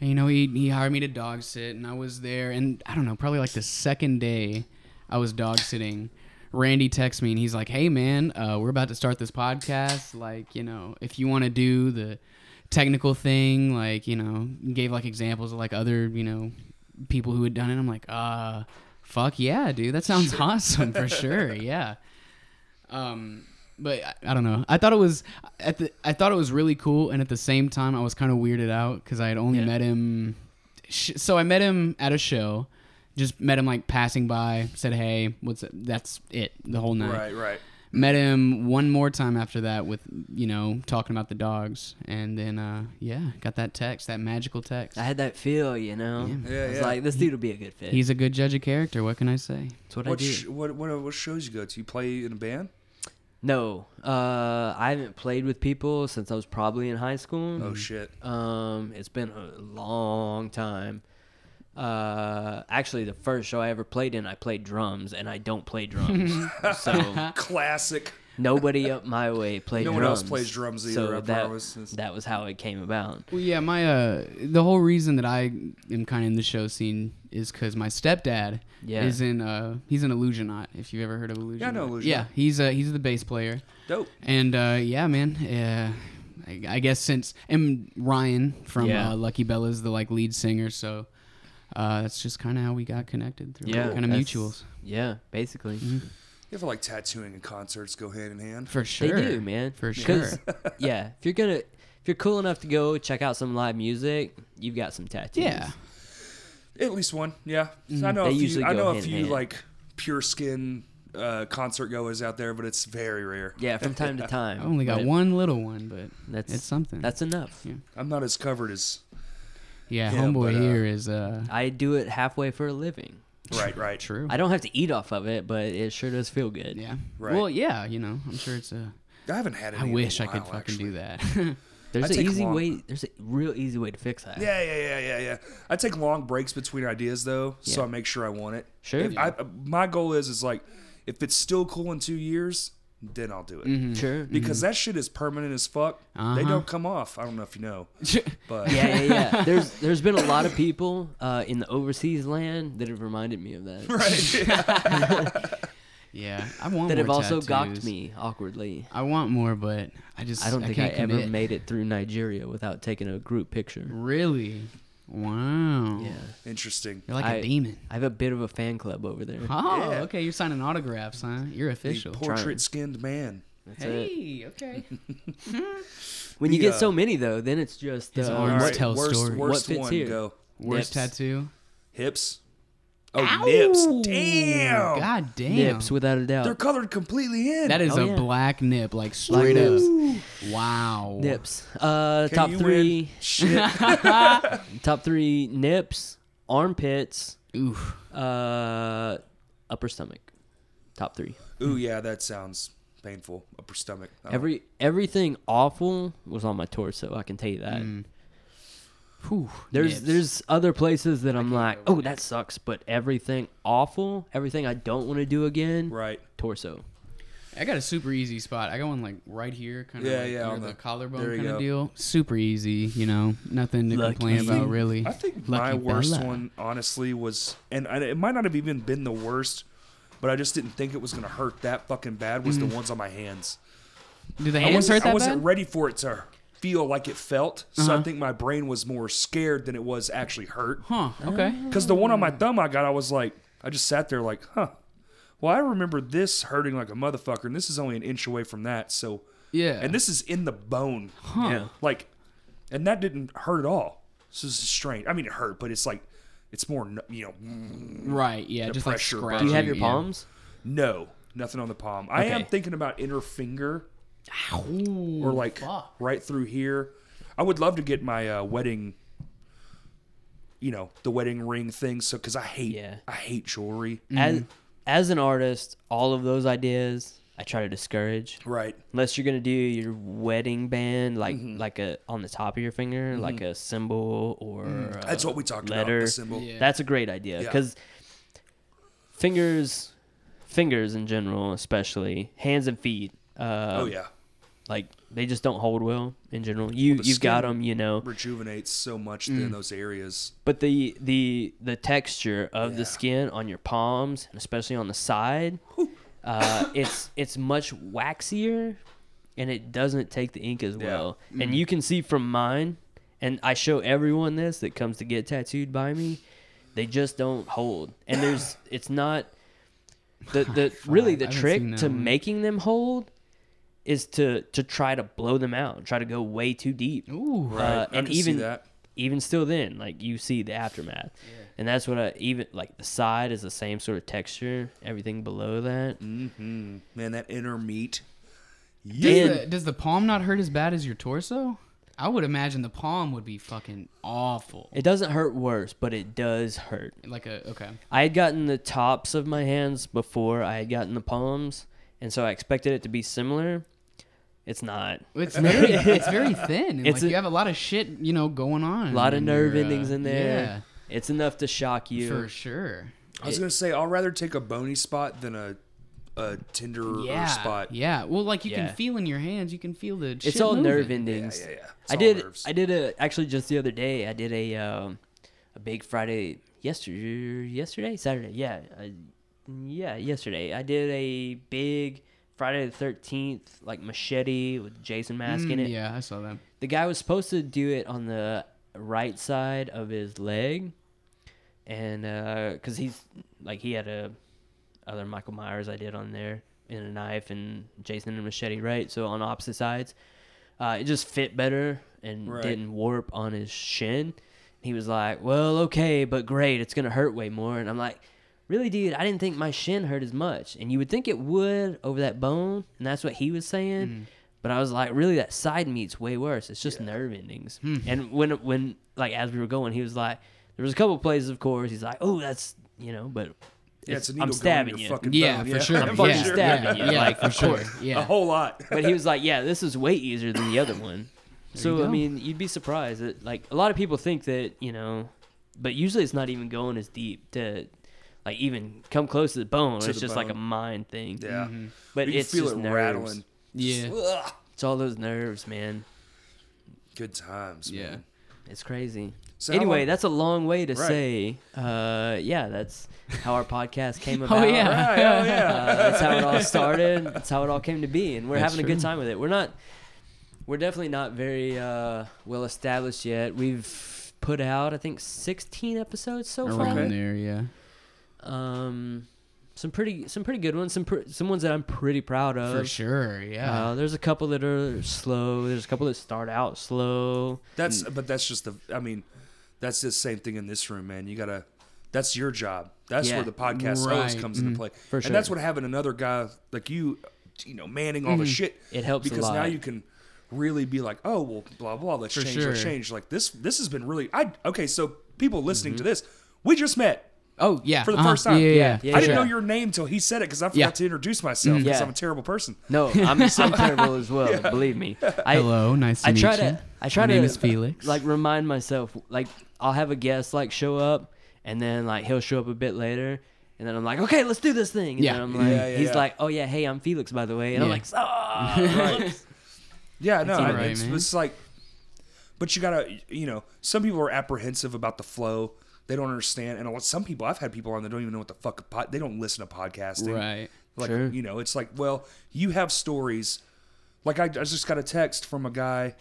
B: And you know, he he hired me to dog sit, and I was there, and I don't know, probably like the second day I was dog sitting. Randy texts me and he's like, "Hey man, uh, we're about to start this podcast. Like, you know, if you want to do the technical thing, like, you know, gave like examples of like other, you know, people who had done it. I'm like, uh, fuck yeah, dude, that sounds awesome for sure. Yeah. Um, but I, I don't know. I thought it was at the I thought it was really cool, and at the same time, I was kind of weirded out because I had only
A: Yeah.
B: met him. Sh- so I met him at a show, just met him like passing by, said hey, what's up? that's it the whole night.
C: Right, right.
B: Met him one more time after that with you know talking about the dogs, and then uh yeah, got that text, that magical text.
A: I had that feel, you know.
C: Yeah,
A: I was
C: yeah.
A: like, this dude will be a good fit.
B: He's a good judge of character. What can I say?
A: That's what, I
C: What,
A: do.
C: sh- what what what shows you go to? You play in a band?
A: No, uh, I haven't played with people since I was probably in high school.
C: Oh shit.
A: Um, it's been a long time. Uh, actually, the first show I ever played in, I played drums, and I don't play drums, so
C: Classic.
A: nobody up my way played.
C: No
A: drums.
C: one else plays drums either
A: So
C: up where I
A: that,
C: was. It's-
A: that was how it came about.
B: Well, yeah, my uh, the whole reason that I am kind of in the show scene is because my stepdad
A: Yeah.
B: is in uh, he's an illusionaut. If you've ever heard of illusion,
C: know Illusionaut.
B: Yeah, he's uh, he's the bass player,
C: Dope.
B: and uh, yeah, man, uh, I, I guess since and Ryan from
A: Yeah.
B: uh, Lucky Bella's the like lead singer, so uh, that's just kind of how we got connected through
A: Yeah,
B: kind of
A: that's-
B: mutuals. Mm-hmm.
A: Yeah, basically.
C: I feel like tattooing and concerts go hand in hand.
B: For sure.
A: They do, man.
B: For
A: 'Cause,
B: sure.
A: yeah, if you're gonna, if you're cool enough to go check out some live music, you've got some tattoos.
B: Yeah.
C: At least one, yeah. I know
A: Mm, They
C: a few.
A: usually
C: I
A: go
C: know a
A: hand in
C: few
A: hand.
C: like pure skin uh, concert goers out there, but it's very rare.
A: Yeah, from time to time.
B: I only got
A: but
B: one little one, but
A: That's
B: it's something.
A: That's enough.
C: I'm not as covered as.
B: yeah,
C: yeah,
B: homeboy
C: but, uh,
B: here is uh
A: I do it halfway for a living.
C: Right, right.
B: true.
A: I don't have to eat off of it, but it sure does feel good.
B: yeah.
C: Right.
B: Well, yeah, you know, I'm sure it's a
C: I haven't had. Any
B: I
C: in a
B: wish I
C: while,
B: could fucking
C: actually.
B: do that.
A: There's
C: I
A: an
C: take
A: easy
C: long-
A: way. There's a real easy way to fix that.
C: Yeah, yeah, yeah, yeah, yeah. I take long breaks between ideas though, so
A: Yeah.
C: I make sure I want it.
A: Sure.
C: If I, uh, my goal is is like, if it's still cool in two years, then I'll do it.
A: Sure.
C: Because that shit is permanent as fuck. They
B: Uh-huh.
C: don't come off. I don't know if you know, but
A: Yeah, yeah, yeah. There's there's been a lot of people uh, in the overseas land that have reminded me of that.
C: right.
B: yeah. I want
A: That
B: more
A: have also
B: tattoos.
A: gawked me awkwardly.
B: I want more, but I just
A: I don't think I,
B: can't
A: ever
B: commit.
A: made it through Nigeria without taking a group picture.
B: Really? Wow.
A: Yeah.
C: Interesting.
B: You're like a
A: I-
B: demon.
A: I have a bit of a fan club over there.
B: Oh,
C: Yeah.
B: okay. You're signing autographs, huh? You're
C: The
B: official.
C: portrait skinned man.
A: That's it.
B: Hey, okay.
A: When you
C: the,
A: get so
C: uh,
A: many though, then it's just
B: His
A: uh,
B: arms
A: what-
C: Alright,
B: tell
C: worst,
B: stories.
C: Worst
A: What fits
C: one
A: here?
C: go.
B: Worst
A: Nips.
B: tattoo.
C: Hips. Oh, nips. Damn.
B: God damn.
A: nips without a doubt.
C: They're colored completely in.
B: That is
A: Oh,
B: a
A: yeah.
B: black nip, like straight up.
A: nips.
B: Wow.
A: Nips. Uh,
C: Okay,
A: top
C: you
A: three.
C: win. Shit.
A: Top three. Nips. Armpits.
B: Oof.
A: Uh, upper stomach. Top three.
C: Ooh, yeah, that sounds painful. Upper stomach. Oh, I don't-
A: Every everything awful was on my torso. I can tell you that.
B: Whew,
A: There's
B: nips.
A: there's other places that I'm like, oh, that sucks. But everything awful, everything I don't want to do again,
C: right.
A: torso.
B: I got a super easy spot. I got one like right here, kind of
C: Yeah,
B: like
C: yeah,
B: near
C: on
B: the,
C: the-
B: collarbone
C: there you
B: kind of
C: go.
B: deal. Super easy, you know, nothing to
A: Lucky
B: complain
A: you.
B: about really.
C: I think
B: Lucky
C: my worst
B: Bella.
C: one, honestly, was, and, and it might not have even been the worst, but I just didn't think it was going to hurt that fucking bad, was the ones on my hands.
B: Do the
C: I
B: Mm. hands
C: wasn't,
B: hurt that
C: I wasn't
B: bad?
C: ready for it to feel like it felt, so I
B: Uh-huh.
C: think my brain was more scared than it was actually hurt.
B: Huh? Okay.
C: Because the one on
B: Hmm.
C: my thumb I got, I was like, I just sat there like, huh. Well, I remember this hurting like a motherfucker, and this is only an inch away from that. So,
B: Yeah.
C: and this is in the bone.
A: Yeah.
C: Like, and that didn't hurt at all. So this is strange. I mean, it hurt, but it's like, it's more, n- you know,
B: right? Yeah. Just like
C: pressure
B: scratch.
C: button.
A: Do you have your
B: yeah.
A: palms?
C: no, nothing on the palm. I am
A: Okay.
C: thinking about inner finger
B: Ooh,
C: or like
B: fuck.
C: right through here. I would love to get my uh, wedding, you know, the wedding ring thing. So, because I hate,
A: Yeah.
C: I hate jewelry.
B: Mm.
A: As as an artist, all of those ideas I try to discourage.
C: Right.
A: Unless you're gonna do your wedding band, like
C: Mm-hmm.
A: like a on the top of your finger, like a symbol or
C: Mm-hmm. That's
A: a
C: what we talked about.
A: letter.
C: The symbol.
B: Yeah.
A: That's a great idea
C: Yeah.
A: because fingers, fingers in general, especially hands and feet. Uh,
C: Oh yeah,
A: like they just don't hold well in general. You
C: the
A: you've got
C: skin-
A: them, you know,
C: rejuvenates so much
A: Mm.
C: in those areas.
A: but the the the texture of
C: Yeah.
A: the skin on your palms, and especially on the side, uh, it's it's much waxier, and it doesn't take the ink as
C: Yeah.
A: well.
B: Mm-hmm.
A: And you can see from mine, and I show everyone this that comes to get tattooed by me, they just don't hold. And there's it's not the the really the
B: I haven't seen
A: trick
B: that
A: to
B: one.
A: making them hold is to to try to blow them out, try to go way too deep.
B: Ooh.
C: Right.
A: Uh,
C: I
A: and
C: can see
A: even
C: that.
A: even still then like you see the aftermath and that's what i even like the side is the same sort of texture everything below that
B: Mm-hmm.
C: Man, that inner meat.
B: Does
A: And-
B: the, does the palm not hurt as bad as your torso? I would imagine the palm would be fucking awful.
A: it doesn't hurt worse but it does hurt
B: Like a okay.
A: i had gotten the tops of my hands before i had gotten the palms and so i expected it to be similar it's not
B: It's very it's very thin. And
A: It's
B: like
A: a-
B: you have a lot of shit, you know, going on.
A: a lot of
B: in
A: nerve
B: your, uh,
A: endings in there it's enough to shock
B: Yeah,
A: you
B: for sure.
C: I was gonna say I'll rather take a bony spot than a a tender
B: Yeah.
C: spot.
B: Yeah. Well, like you
A: Yeah.
B: can feel in your hands, you can feel the.
A: it's
B: shit
A: all nerve
B: moving.
A: endings
C: Yeah, yeah, yeah. It's
A: I
C: all
A: did.
C: nerves.
A: I did a actually just the other day. I did a um, a big Friday yesterday, yesterday Saturday. Yeah, I, yeah, yesterday. I did a big Friday the Thirteenth like machete with Jason mask in
B: Mm,
A: it.
B: Yeah, I saw that.
A: The guy was supposed to do it on the right side uh, of his leg, and because he's like he had a other Michael Myers I did on there, and a knife, and Jason and machete, right? So on opposite sides, uh, it just fit better and
C: Right.
A: didn't warp on his shin. He was like, "Well, okay, but great, it's gonna hurt way more." And I'm like, "Really, dude? I didn't think my shin hurt as much, and you would think it would over that bone, and that's what he was saying." But I was like, "Really, that side meat's way worse. It's just nerve endings." And when when like as we were going, he was like, "There was a couple places, of course." He's like, "Oh, that's you know, but
C: Yeah, it's a needle
A: I'm
C: going in
A: stabbing
C: your
A: you."
C: fucking
B: Yeah,
C: bone.
B: for sure.
A: I'm
B: yeah,
A: fucking stabbing
B: yeah,
A: you,
B: yeah,
A: like,
B: for
A: of
B: sure.
C: A
B: Yeah.
C: whole lot.
A: but he was like, "Yeah, this is way easier than the other one." So I mean, you'd be surprised that like a lot of people think that you know, but usually it's not even going as deep to like even come close to the bone.
C: To
A: it's
C: the
A: just like a
C: bone.
A: mind thing. Mm.
C: Yeah.
A: but
C: You can
A: it's
C: feel
A: just
C: it
A: nerves.
C: rattling.
B: Mm-hmm. Yeah.
C: Ugh.
A: It's all those nerves, man.
C: Good times.
B: Yeah.
C: man.
A: It's crazy.
C: So how
A: anyway,
C: long-
A: that's a long way to
C: Right.
A: say. Uh, yeah, that's how our podcast came
B: Oh
A: about.
B: yeah.
C: Right, hell
A: Uh,
C: yeah.
A: that's how it all started. That's how it all came to be, and we're
B: That's
A: having a
B: true.
A: good time with it. We're not, we're definitely not very uh, well established yet. We've put out, I think, 16 episodes so
B: Around
A: far.
C: Okay.
B: there, yeah.
A: Um, some pretty, some pretty good ones. Some, pr- some ones that I'm pretty proud of.
B: For sure, yeah.
A: Uh, there's a couple that are slow. There's a couple that start out slow.
C: That's but that's just the I mean, that's the same thing in this room, man. You gotta that's your job. That's
A: Yeah. Mm-hmm.
C: where the podcast always
B: Right.
C: comes into play.
A: For
C: and that's
A: sure. Mm-hmm.
C: what having another guy like you, you know, manning all the shit.
A: It helps a
C: because now
A: lot.
C: you can really be like, oh well, blah blah. Let's
B: For
C: change. Let's
B: sure.
C: change. Like this. This has been really. I okay. So people listening to this, we just met.
B: oh yeah.
C: for the
B: uh-huh,
C: first time.
B: Yeah, yeah.
A: Mm-hmm. Yeah,
B: for
A: sure.
C: I didn't
A: Mm-hmm.
C: know your name till he said it because I forgot
B: Yeah.
C: to introduce myself because
A: Yeah.
C: I'm a terrible person.
A: No, I'm, I'm terrible as well. Believe me. I,
B: Hello, nice to
A: I
B: meet
A: try
B: you.
A: to. I try
B: My
A: to. uh,
B: name is Felix.
A: Like remind myself. Like I'll have a guest like show up, and then like he'll show up a bit later, and then I'm like, okay, let's do this thing. And
B: Yeah.
A: then I'm like,
C: Yeah, yeah,
A: he's
C: yeah.
A: like, oh yeah, hey, I'm Felix by the way, and I'm
B: Yeah.
A: like, oh.
C: Right. yeah, no,
B: all
C: I-
B: right,
C: it's,
B: man.
C: it's like, but you gotta, you know, some people are apprehensive about the flow. They don't understand, and a lot- some people I've had people on that don't even know what the fuck a pod. They don't listen to podcasting,
B: Right.
C: Like
A: Sure.
C: you know, it's like, well, you have stories. Like I, I just got a text from a guy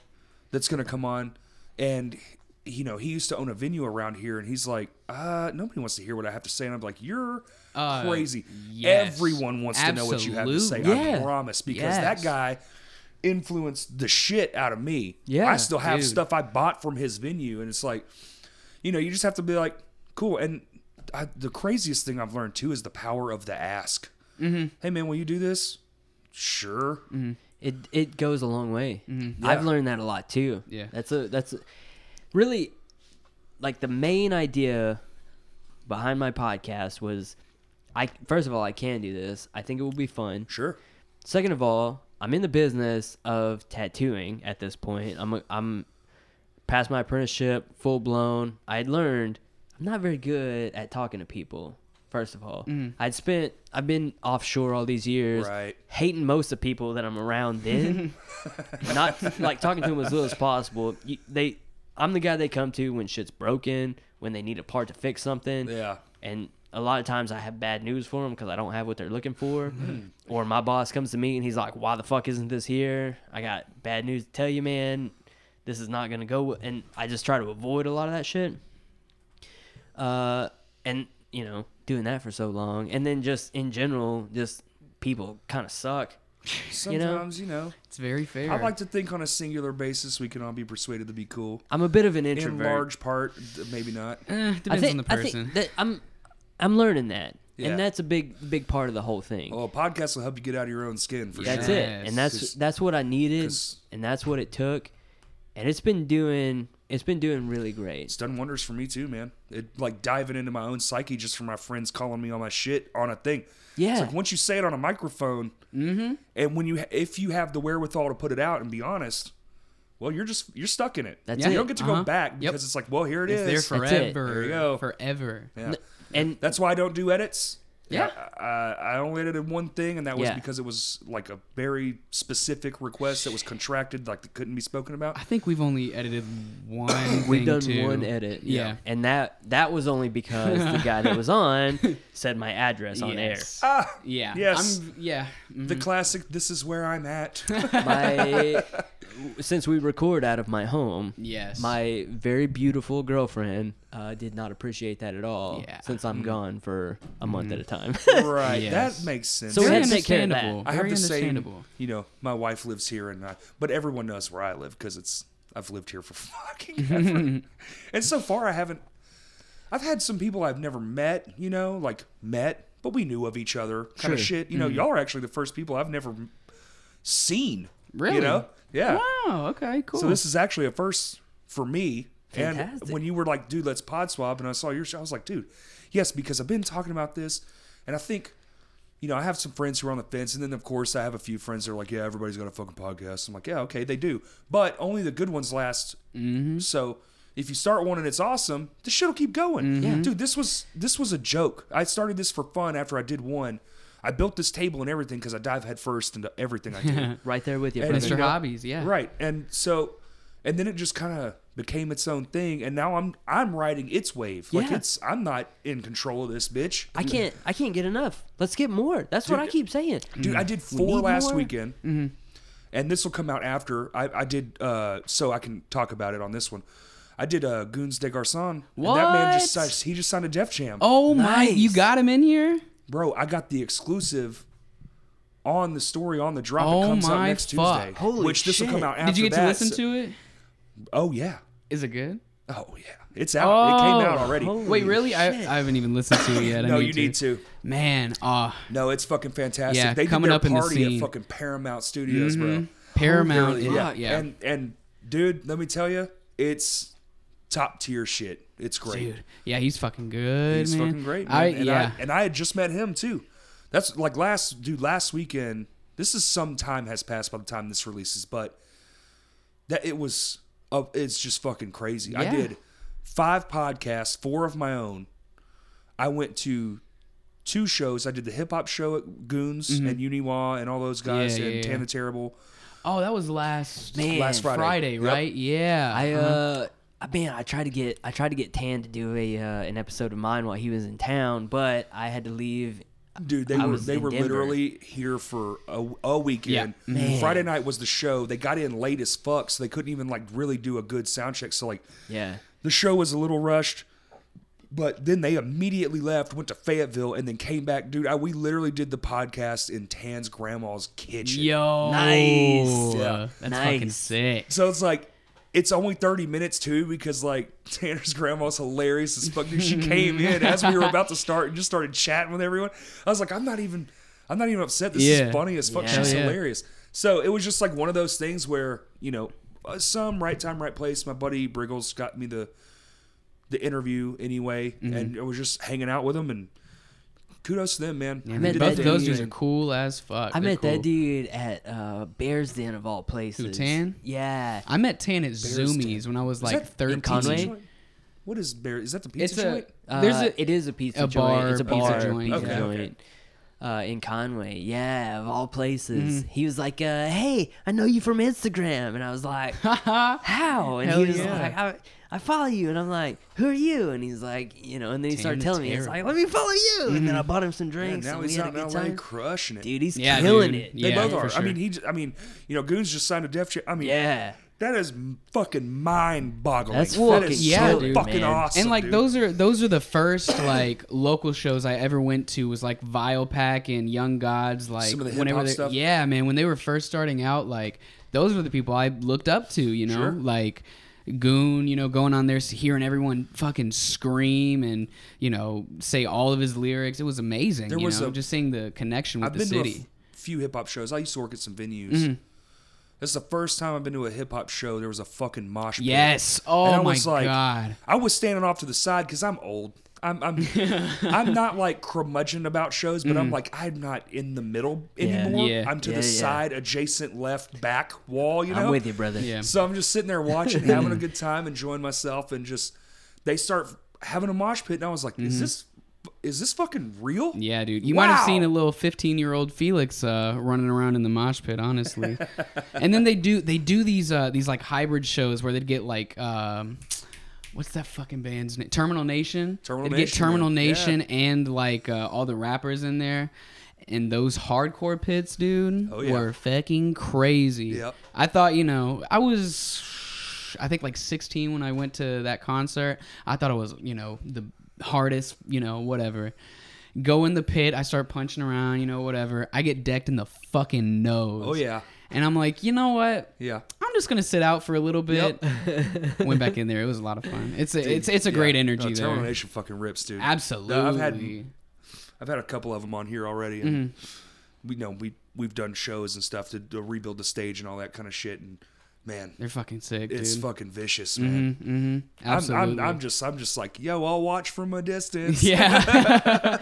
C: that's gonna come on, and you know, he used to own a venue around here, and he's like, uh, nobody wants to hear what I have to say, and I'm like, you're
B: Uh,
C: crazy.
B: yes.
C: Everyone wants to know what you have to say.
A: Absolutely.
C: I
A: Yeah.
C: promise, because
A: Yes.
C: that guy influenced the shit out of me.
A: Yeah,
C: I still have
B: dude.
C: stuff I bought from his venue, and it's like, you know, you just have to be like, cool. And I, the craziest thing I've learned too is the power of the ask. Mm-hmm. Hey man, will you do this? Sure.
A: It it goes a long way. I've
C: Yeah.
A: learned that a lot too.
B: Mm-hmm. Yeah.
A: That's a that's a- really like the main idea behind my podcast was I first of all I can do this. I think it will be fun.
C: Sure.
A: Second of all, I'm in the business of tattooing at this point. I'm a, I'm past my apprenticeship, full blown. I had learned I'm not very good at talking to people. First of all, I'd spent I've been offshore all these years,
C: Right.
A: hating most of the people that I'm around. Then, not like talking to them as little as possible. You, they, I'm the guy they come to when shit's broken, when they need a part to fix something
C: Yeah.
A: and a lot of times I have bad news for them because I don't have what they're looking for, or my boss comes to me and he's like, "Why the fuck isn't this here? I got bad news to tell you, man. This is not gonna go." w-" And I just try to avoid a lot of that shit. Uh, and you know, doing that for so long, and then just in general, just people kind of suck.
C: Sometimes you know,
B: It's very fair.
C: I like to think on a singular basis. We can all be persuaded to be cool.
A: I'm a bit of an
C: In
A: introvert.
C: large part, th- maybe not.
B: Eh, depends on the
A: I
B: person.
A: think that I'm, I'm learning that,
C: Yeah.
A: and that's a big, big part of the whole thing.
C: Well, a podcast will help you get out of your own skin for
A: That's
C: sure.
A: it,
B: Oh, Yes.
A: and that's
C: Just-
A: that's what I needed,
C: 'cause-
A: and that's what it took, and it's been doing it's been doing really great.
C: It's done wonders for me too, man. It like diving into my own psyche just from my friends calling me on my shit on a thing. It's
A: Yeah.
C: like once you say it on a microphone,
B: Mm-hmm.
C: and when you if you have the wherewithal to put it out and be honest, well, you're just you're stuck in it.
A: That's
C: you
A: it.
C: don't get to
B: Uh-huh.
C: go back
B: Yep.
C: because it's like, well, here it
B: it's
C: is.
B: there
A: That's it.
B: forever.
C: There you go.
B: Forever.
C: Yeah.
A: And
C: That's why I don't do edits.
B: Yeah.
C: I, I, I only edited one thing, and that was
A: Yeah.
C: because it was like a very specific request that was contracted, like that couldn't be spoken about.
B: I think we've only edited one.
A: we've
B: thing,
A: done
B: too.
A: one edit,
B: Yeah.
A: and that that was only because the guy that was on said my address on
B: Yes.
C: Ah,
B: Yeah.
C: Yes.
B: I'm, yeah. Mm.
C: the classic. This is where I'm at.
A: air. My since we record out of my home,
B: Yes.
A: my very beautiful girlfriend uh, did not appreciate that at all.
B: Yeah. Mm-hmm.
A: Since I'm gone for a month at a time.
C: right.
B: Yes.
C: That makes sense.
A: So we
B: Very
A: had to take care of that.
B: understandable.
C: I have
B: Very
C: the same.
B: understandable.
C: You know, my wife lives here, and I, but everyone knows where I live because it's I've lived here for fucking ever. and so far, I haven't. I've had some people I've never met. You know, like met, but we knew of each other, kind
A: Sure.
C: of shit.
B: Mm-hmm.
C: You know, y'all are actually the first people I've never m- seen.
B: Really?
C: You know? Yeah.
B: Wow. Okay. Cool.
C: So this is actually a first for me. And
A: Fantastic.
C: when you were like, dude, let's pod swap, and I saw your show, I was like, dude, yes, because I've been talking about this, and I think, you know, I have some friends who are on the fence, and then of course I have a few friends that are like, yeah, everybody's got a fucking podcast. I'm like, yeah, okay, they do, but only the good ones last. So if you start one and it's awesome, the shit'll keep going. dude, this was this was a joke. I started this for fun after I did one. I built this table and everything because I dive headfirst into everything I do.
A: right there with you,
C: And
A: brother.
C: it's
B: Mr.
C: you know-
B: Hobbies. Yeah.
C: Right. And so and then it just kind of became its own thing and now I'm I'm riding its wave. Like
A: Yeah.
C: it's I'm not in control of this bitch.
A: I can't. I can't get enough. Let's get more. That's what I
C: Dude,
A: keep saying.
B: Mm-hmm.
C: Dude, I did
A: need
C: four last
A: more.
C: weekend. And this will come out after I, I did uh so I can talk about it on this one. I did uh Goons de Garcon. And that man just
B: What?
C: signed, he just signed a Def Jam.
B: Oh my!
A: Nice.
B: You got him in here.
C: Bro, I got the exclusive on the story on the drop.
B: Oh
C: it comes out
B: my
C: next
B: fuck.
C: Tuesday.
A: Holy
C: which this will
A: shit.
C: come out after
B: Did you get
C: that,
B: to listen
C: so-
B: to it?
C: Oh yeah.
B: Is it good?
C: Oh yeah. It's out. it came out
B: Oh,
C: already.
A: holy
B: Wait, really? I,
A: shit.
B: I haven't even listened to it yet. I
C: No,
B: need
C: you
B: to.
C: need to.
B: Man, ah,
C: No, it's fucking fantastic.
B: Yeah,
C: they did
B: coming
C: their
B: up in the
C: party
B: scene. Mm-hmm.
C: at fucking Paramount Studios, bro.
B: Paramount.
C: Really,
B: yeah, yeah.
C: And and dude, let me tell you, it's top tier shit. It's great.
B: Dude, yeah, he's fucking good.
C: He's
B: man.
C: fucking great, man.
B: I,
C: and
B: yeah,
C: I, and I had just met him too. That's like last dude last weekend. This is some time has passed by the time this releases, but that it was uh, it's just fucking crazy. I
B: Yeah.
C: did five podcasts, four of my own. I went to two shows. I did the hip hop show at Goons and Uniwa and all those guys
B: Mm-hmm. Yeah,
C: and
B: yeah,
C: Tan
B: yeah.
C: the Terrible.
B: oh, that was last
A: Man,
C: last Friday.
B: Friday,
C: Yep.
B: right? Yeah.
A: I uh, man, I tried to get I tried to get Tan to do a uh, an episode of mine while he was in town, but I had to leave.
C: Dude, they
A: I
C: were
A: was
C: they
A: in
C: were
A: Denver.
C: literally here for a, a weekend.
B: Yeah.
C: Friday night was the show. They got in late as fuck, so they couldn't even like really do a good sound check. So like
A: Yeah,
C: the show was a little rushed, but then they immediately left, went to Fayetteville, and then came back. Dude, I, we literally did the podcast in Tan's grandma's kitchen.
B: Yo,
A: Nice.
C: Yeah.
B: That's fucking
A: Nice.
B: sick.
C: So it's like it's only 30 minutes too because like Tanner's grandma's hilarious as fuck. Dude, she came in as we were about to start and just started chatting with everyone. I was like, I'm not even I'm not even upset. This
B: Yeah.
C: is funny as fuck.
A: Yeah.
C: She's
B: Hell yeah.
C: hilarious. So it was just like one of those things where, you know, uh, some right time, right place. My buddy Briggles got me the the interview anyway,
B: Mm-hmm.
C: and I was just hanging out with him and kudos to them, man.
B: I
C: They
A: met
B: mean,
C: did
B: both
A: that
B: of those
A: dude-
B: dudes are cool as fuck.
A: I
B: They're
A: met
B: cool.
A: that dude at uh, Bears Den of all places.
B: Tan?
A: Yeah,
B: I met Tan at Zoomies when I was like
C: that
B: 13.
C: in
A: Conway?
C: joint? What is bear? Is that the pizza
B: It's a
C: joint?
A: uh,
B: there's a
A: it is a pizza
B: a
A: joint.
B: bar,
A: it's a
B: pizza
A: bar
B: joint.
A: pizza
C: Okay, okay.
A: joint. Uh, in Conway, yeah, of all
B: Mm-hmm.
A: places, he was like, uh, "Hey, I know you from Instagram," and I was like, how? And
B: Hell
A: he was
B: yeah.
A: like, I, I follow you. And I'm like, who are you? And he's like, you know, and then he started
B: the
A: telling me, it's
B: Terrible. Mm-hmm.
A: like, let me follow you. And then I bought him some
C: Man,
A: drinks.
C: now
A: and
C: he's
A: we
C: out
A: had a
C: in
A: good
C: LA
A: time.
C: crushing it.
A: Dude, he's
B: Yeah,
A: killing
B: dude.
A: it.
B: Yeah.
C: They both
B: for
C: are.
B: sure.
C: I mean, he. j- I mean, you know, Goons just signed a def check. I mean,
A: Yeah.
C: that is m- fucking mind boggling.
A: That's fucking-
B: yeah,
C: so
B: dude,
C: fucking
A: man.
C: awesome.
B: and like
C: dude.
B: those are those are the first like local shows I ever went to was like Vile Pack and Young Gods like
C: Some of the hip-hop
B: whenever they
C: stuff?
B: yeah man when they were first starting out like those were the people I looked up to you know
C: Sure.
B: like Goon you know going on there s- hearing everyone fucking scream and you know say all of his lyrics it was amazing
C: There
B: you
C: was
B: know
C: a-
B: just seeing the connection with
C: I've
B: the
C: been
B: city Mm-hmm.
C: to a f- few hip hop shows. I used to work at some venues. That's the first time I've been to a hip hop show. There was a fucking mosh pit.
B: yes
C: And I
B: oh my
C: was like-
B: god
C: I was standing off to the side because I'm old. I'm I'm I'm not like curmudgeon about shows, but I'm like I'm not in the middle anymore.
B: Mm. Yeah.
C: I'm to
A: Yeah,
C: the
A: yeah.
C: side, adjacent left back wall. You know,
A: I'm with you, brother.
B: yeah
C: So I'm just sitting there watching, having a good time, enjoying myself, and just they start having a mosh pit, and I was like, "Is this is this fucking real?"
B: Mm-hmm. Yeah, dude. You might have seen
C: Wow.
B: a little 15-year-old Felix uh, running around in the mosh pit, honestly. and then they do they do these uh, these like hybrid shows where they'd get like um, what's that fucking band's name? Terminal Nation.
C: Terminal
B: they'd
C: Nation,
B: Get Terminal
C: yeah.
B: Nation and like uh, all the rappers in there. And those hardcore pits, dude,
C: Oh, yeah.
B: were fucking crazy.
C: Yep.
B: I thought, you know, I was, I think, like 16 when I went to that concert. I thought it was, you know, the hardest, you know, whatever. Go in the pit. I start punching around, you know, whatever. I get decked in the fucking nose.
C: Oh, yeah.
B: And I'm like, you know what?
C: Yeah.
B: I'm just gonna sit out for a little bit. Went back in there. It was a lot of fun. It's a, it's it's a great
C: Yeah.
B: energy
C: No,
B: there.
C: Termination fucking rips, dude.
B: Absolutely.
C: No, I've had I've had a couple of them on here already, and
B: Mm-hmm.
C: we know we we've done shows and stuff to, to rebuild the stage and all that kind of shit. And man,
B: They're fucking sick,
C: it's
B: dude.
C: fucking vicious, man.
B: mm-hmm.
C: I'm,
B: Absolutely.
C: I'm, I'm just I'm just like yo, I'll watch from a distance.
B: yeah.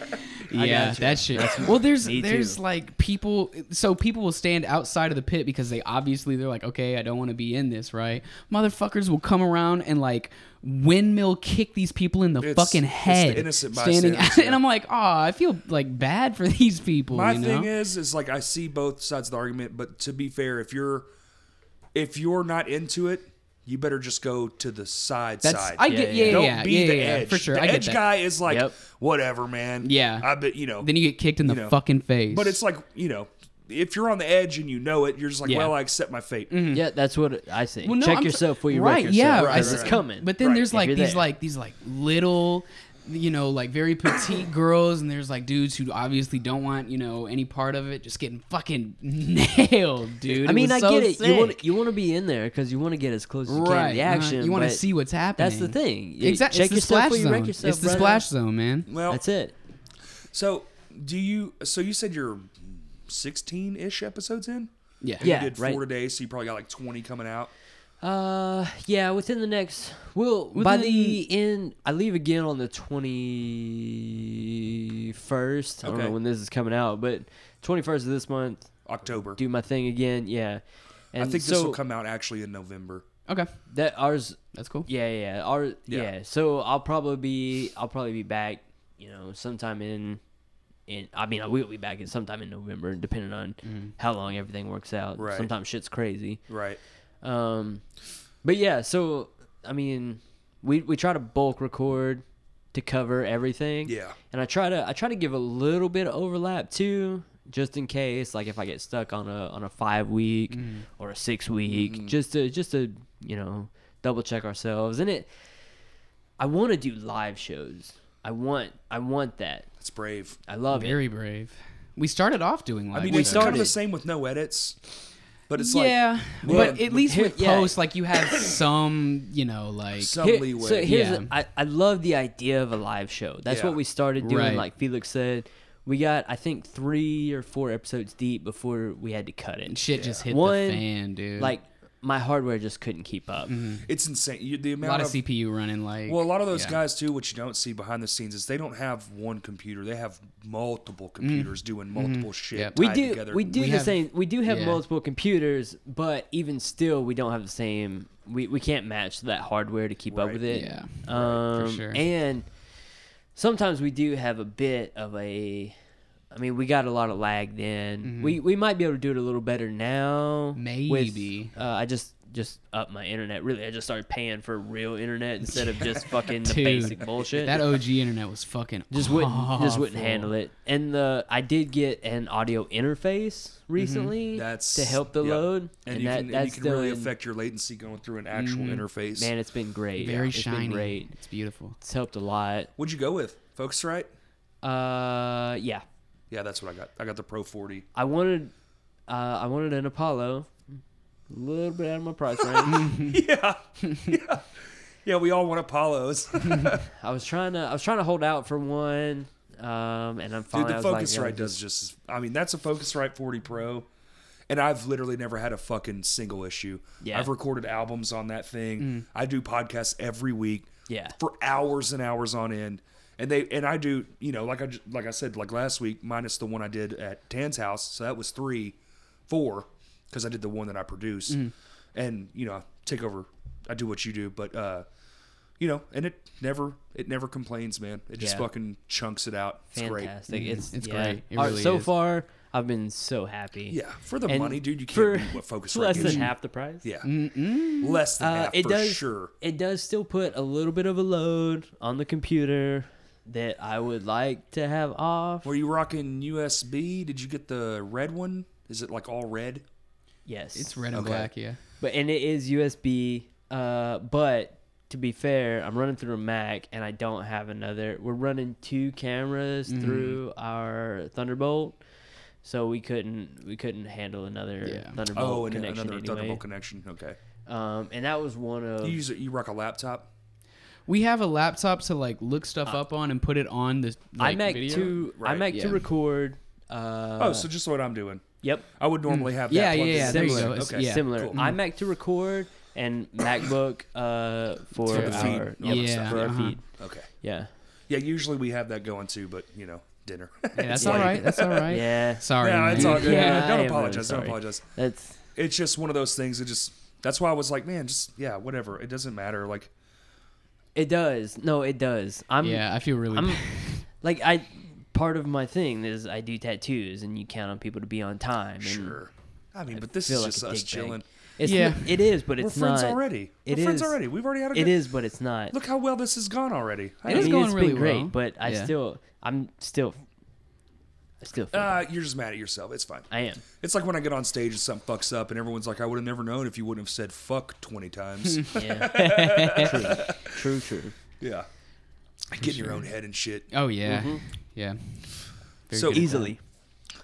B: yeah,
A: gotcha.
B: that shit. Well, there's
A: Me
B: there's
A: too.
B: like people so people will stand outside of the pit because they obviously they're like, "Okay, I don't want to be in this, right?" Motherfuckers will come around and like windmill kick these people in the
C: It's-
B: fucking
C: it's the
B: head
C: innocent
B: standing
C: bystanders,
B: and I'm like, "Oh, I feel like bad for these people,
C: My
B: you know?"
C: thing is, is like I see both sides of the argument, but to be fair, if you're if you're not into it, you better just go to the side
B: That's
C: side.
B: I get
A: Yeah,
B: yeah,
A: yeah.
B: yeah,
C: Don't
B: yeah,
C: be
B: yeah,
C: the
B: yeah, yeah,
C: edge
B: for sure.
C: The
B: I get
C: edge
B: that.
C: guy is like
A: Yep.
C: whatever, man.
B: Yeah.
C: I bet you know.
B: Then you get kicked in the
C: you know.
B: fucking face.
C: But it's like you know, if you're on the edge and you know it, you're just like,
B: Yeah. Mm-hmm.
C: well, I accept my fate.
A: Yeah, that's what I say.
B: Well, no,
A: Check
B: I'm tr-
A: yourself before you
B: right,
A: wreck yourself.
B: Yeah,
C: Right,
B: I
A: it's
C: right, right.
A: coming.
B: But then
C: Right,
B: there's
A: if
B: like
A: you're
B: these
A: there.
B: like these like little, you know, like very petite girls, and there's like dudes who obviously don't want you know any part of it, just getting fucking nailed, dude. It
A: I mean,
B: was
A: I
B: so
A: get it. You want
B: sick.
A: you want to be in there because you want to get as close as you can
B: right?
A: to the action.
B: you want to
A: but
B: see what's happening.
A: That's the thing. You
B: Exactly.
A: Check
B: it's the
A: yourself
B: splash
A: before you
B: zone.
A: wreck yourself.
B: it's the
A: brother.
B: splash zone, man.
C: Well,
A: That's it.
C: so do you? So you said you're 16 ish episodes in.
B: Yeah.
A: Yeah.
C: you did
A: right.
C: four today, so you probably got like 20 coming out.
A: Uh, yeah. Within the next, well, by the end, I leave again on the twenty first. I don't
C: Okay.
A: know when this is coming out, but twenty first of this month,
C: October.
A: do my thing again. Yeah, and
C: I think
A: so
C: this will come out actually in November.
B: Okay.
A: that ours.
B: That's cool.
A: Yeah, yeah, yeah. Our, yeah.
C: Yeah.
A: So I'll probably be I'll probably be back, you know, sometime in in I mean I will be back in sometime in November, depending on how long everything works out.
C: Mm-hmm. Right.
A: Sometimes shit's crazy.
C: Right.
A: Um but yeah, so I mean we we try to bulk record to cover everything.
C: Yeah.
A: And I try to I try to give a little bit of overlap too, just in case, like if I get stuck on a on a five week or a six week, just to just to you know double check ourselves. And it, I want to do live shows. I want I want that.
C: That's brave.
A: I love it.
B: Very brave. We started off doing live.
C: I mean,
A: we
C: it's kind of
A: started-
C: the same with no edits, but it's like
B: yeah, but
C: Yeah.
B: at least
A: Here-
B: with
A: yeah.
B: posts, like you have some, you know, like
C: some
A: Here-
C: leeway.
A: So here's
B: Yeah.
A: I, I love the idea of a live show. That's
C: Yeah.
A: what we started doing.
B: Right.
A: Like Felix said, we got I think three or four episodes deep before we had to cut it.
B: shit just hit
A: One,
B: the fan, dude.
A: Like my hardware just couldn't keep up.
B: Mm-hmm.
C: it's insane. You, the
B: a
C: amount
B: lot of
C: of
B: CPU running, like
C: Well, a lot of those
B: yeah.
C: guys too, what you don't see behind the scenes is they don't have one computer; they have multiple computers doing multiple shit.
A: Mm.
B: Yep.
A: Mm-hmm. we
C: tied
A: do
C: Together.
A: we do
B: We
A: the
B: have-
A: same we do have
B: yeah.
A: multiple computers but even still we don't have the same we, we can't match that hardware to keep up
C: Right.
A: with it
B: Yeah.
A: um,
B: for sure.
A: and sometimes we do have a bit of a I mean, we got a lot of lag then.
B: Mm-hmm.
A: We we might be able to do it a little better now. with,
B: Maybe.
A: uh, I just just up my internet. Really, I just started paying for real internet instead of just fucking the
B: Dude,
A: basic bullshit
B: That OG internet was fucking
A: just wouldn't just wouldn't handle it. And the I did get an audio interface recently
C: Mm-hmm. That's
A: to help the
C: yeah.
A: load,
C: and,
A: and,
C: you
A: that
C: can, and
A: that's
C: you can really
A: done-
C: affect your latency going through an actual interface.
A: Man, it's been great.
B: Very
A: It's
B: shiny.
A: Been great.
B: It's beautiful.
A: It's helped a lot.
C: What'd you go with? Focusrite.
A: Uh, yeah,
C: Yeah, that's what I got. I got the Pro 40.
A: I wanted uh, I wanted an Apollo, a little bit out of my price range.
C: yeah. yeah, yeah. We all want Apollos. Dude,
A: I was trying to I was trying to hold out for one, um, and I'm
C: the
A: finally I was like,
C: Focusrite
A: yeah,
C: does just. as- I mean, that's a Focusrite 40 Pro, and I've literally never had a fucking single issue.
A: Yeah. Mm.
C: I've recorded albums on that thing. I do podcasts every week.
A: Yeah.
C: for hours and hours on end. And they and I do, you know, like I ju- like I said, like last week, minus the one I did at Tan's house, so that was three, four, because I did the one that I produce,
A: Mm.
C: and you know, I take over, I do what you do, but uh, you know, and it never it never complains, man. It just
A: Yeah.
C: fucking chunks it out. It's great.
A: fantastic. It's
B: Mm-hmm. It's
A: yeah.
B: great. It
A: Our-
B: really
A: so
B: is.
A: far, I've been so happy.
C: Yeah, for the
A: And
C: money, dude, you
A: for-
C: can't beat what Focusrite
A: less
C: gives
A: than
C: you.
A: half the price.
C: Yeah, less than
A: Uh,
C: half
A: it
C: for
A: does.
C: sure.
A: It does still put a little bit of a load on the computer. that I would like to have off.
C: Were you rocking USB? Did you get the red one? Is it like all red?
A: Yes,
B: It's red and
C: Okay.
B: black, yeah.
A: But and it is USB. Uh, but to be fair, I'm running through a Mac and I don't have another. We're running two cameras
C: Mm-hmm.
A: through our Thunderbolt, so we couldn't we couldn't handle another
B: Yeah.
A: Thunderbolt
C: Oh, and another
A: connection anyway.
C: Thunderbolt connection. Okay.
A: um, and that was one of
C: You use it, you rock a laptop.
B: We have a laptop to like look stuff up on and put it on the like,
A: iMac
B: video.
A: Uh, two
C: Right,
A: iMac
B: yeah.
A: to record. Uh, mm.
C: oh, so just what I'm doing.
A: yep,
C: I would normally have that.
B: Yeah,
C: plugged
B: yeah,
C: in.
B: yeah, there you
C: Similar.
B: go. It's-
C: Okay.
B: yeah.
A: similar
C: cool.
A: iMac to record and MacBook uh, for,
B: For the feed,
A: our
B: all that
A: yep,
B: stuff.
A: for our
B: Uh-huh.
A: feed.
C: Okay.
A: Yeah,
C: Yeah, usually we have that going too, but you know, dinner.
B: Hey, that's
A: Yeah.
B: all right. That's all right.
A: yeah.
B: Sorry.
C: no, it's
B: man.
C: all good.
A: Yeah, I am
C: don't
A: really
C: apologize.
A: sorry.
C: don't apologize.
A: That's
C: It's just one of those things. It just that's why I was like, man, just yeah, whatever. It doesn't matter. Like,
A: It does. No, it does. I'm
B: Yeah, I feel really.
A: I'm
B: bad.
A: like I part of my thing is I do tattoos and you count on people to be on time. And
C: sure. I mean, but this
A: feel
C: is
A: like
C: just
A: a dick
C: us
A: bag.
C: chilling.
A: It's
B: Yeah.
A: yeah. it is, but
C: We're
A: it's
C: friends
A: not.
C: already.
A: it
C: We're friends
A: is-
C: already. We've already had a
A: It
C: good.
A: is, but it's not.
C: Look how well this has gone already. I
A: I
B: It is
A: mean,
B: going
A: it's
B: really
A: been great,
B: well.
A: but I
B: Yeah.
A: still I'm still I still feel
C: Uh, you're just mad at yourself. It's fine.
A: I am.
C: It's like when I get on stage and something fucks up, and everyone's like, "I would have never known if you wouldn't have said fuck twenty times."
A: Yeah. true. True, true.
C: yeah, get in your own head and shit.
B: oh yeah,
A: Mm-hmm.
B: yeah. Very
C: So
B: good.
A: Easily.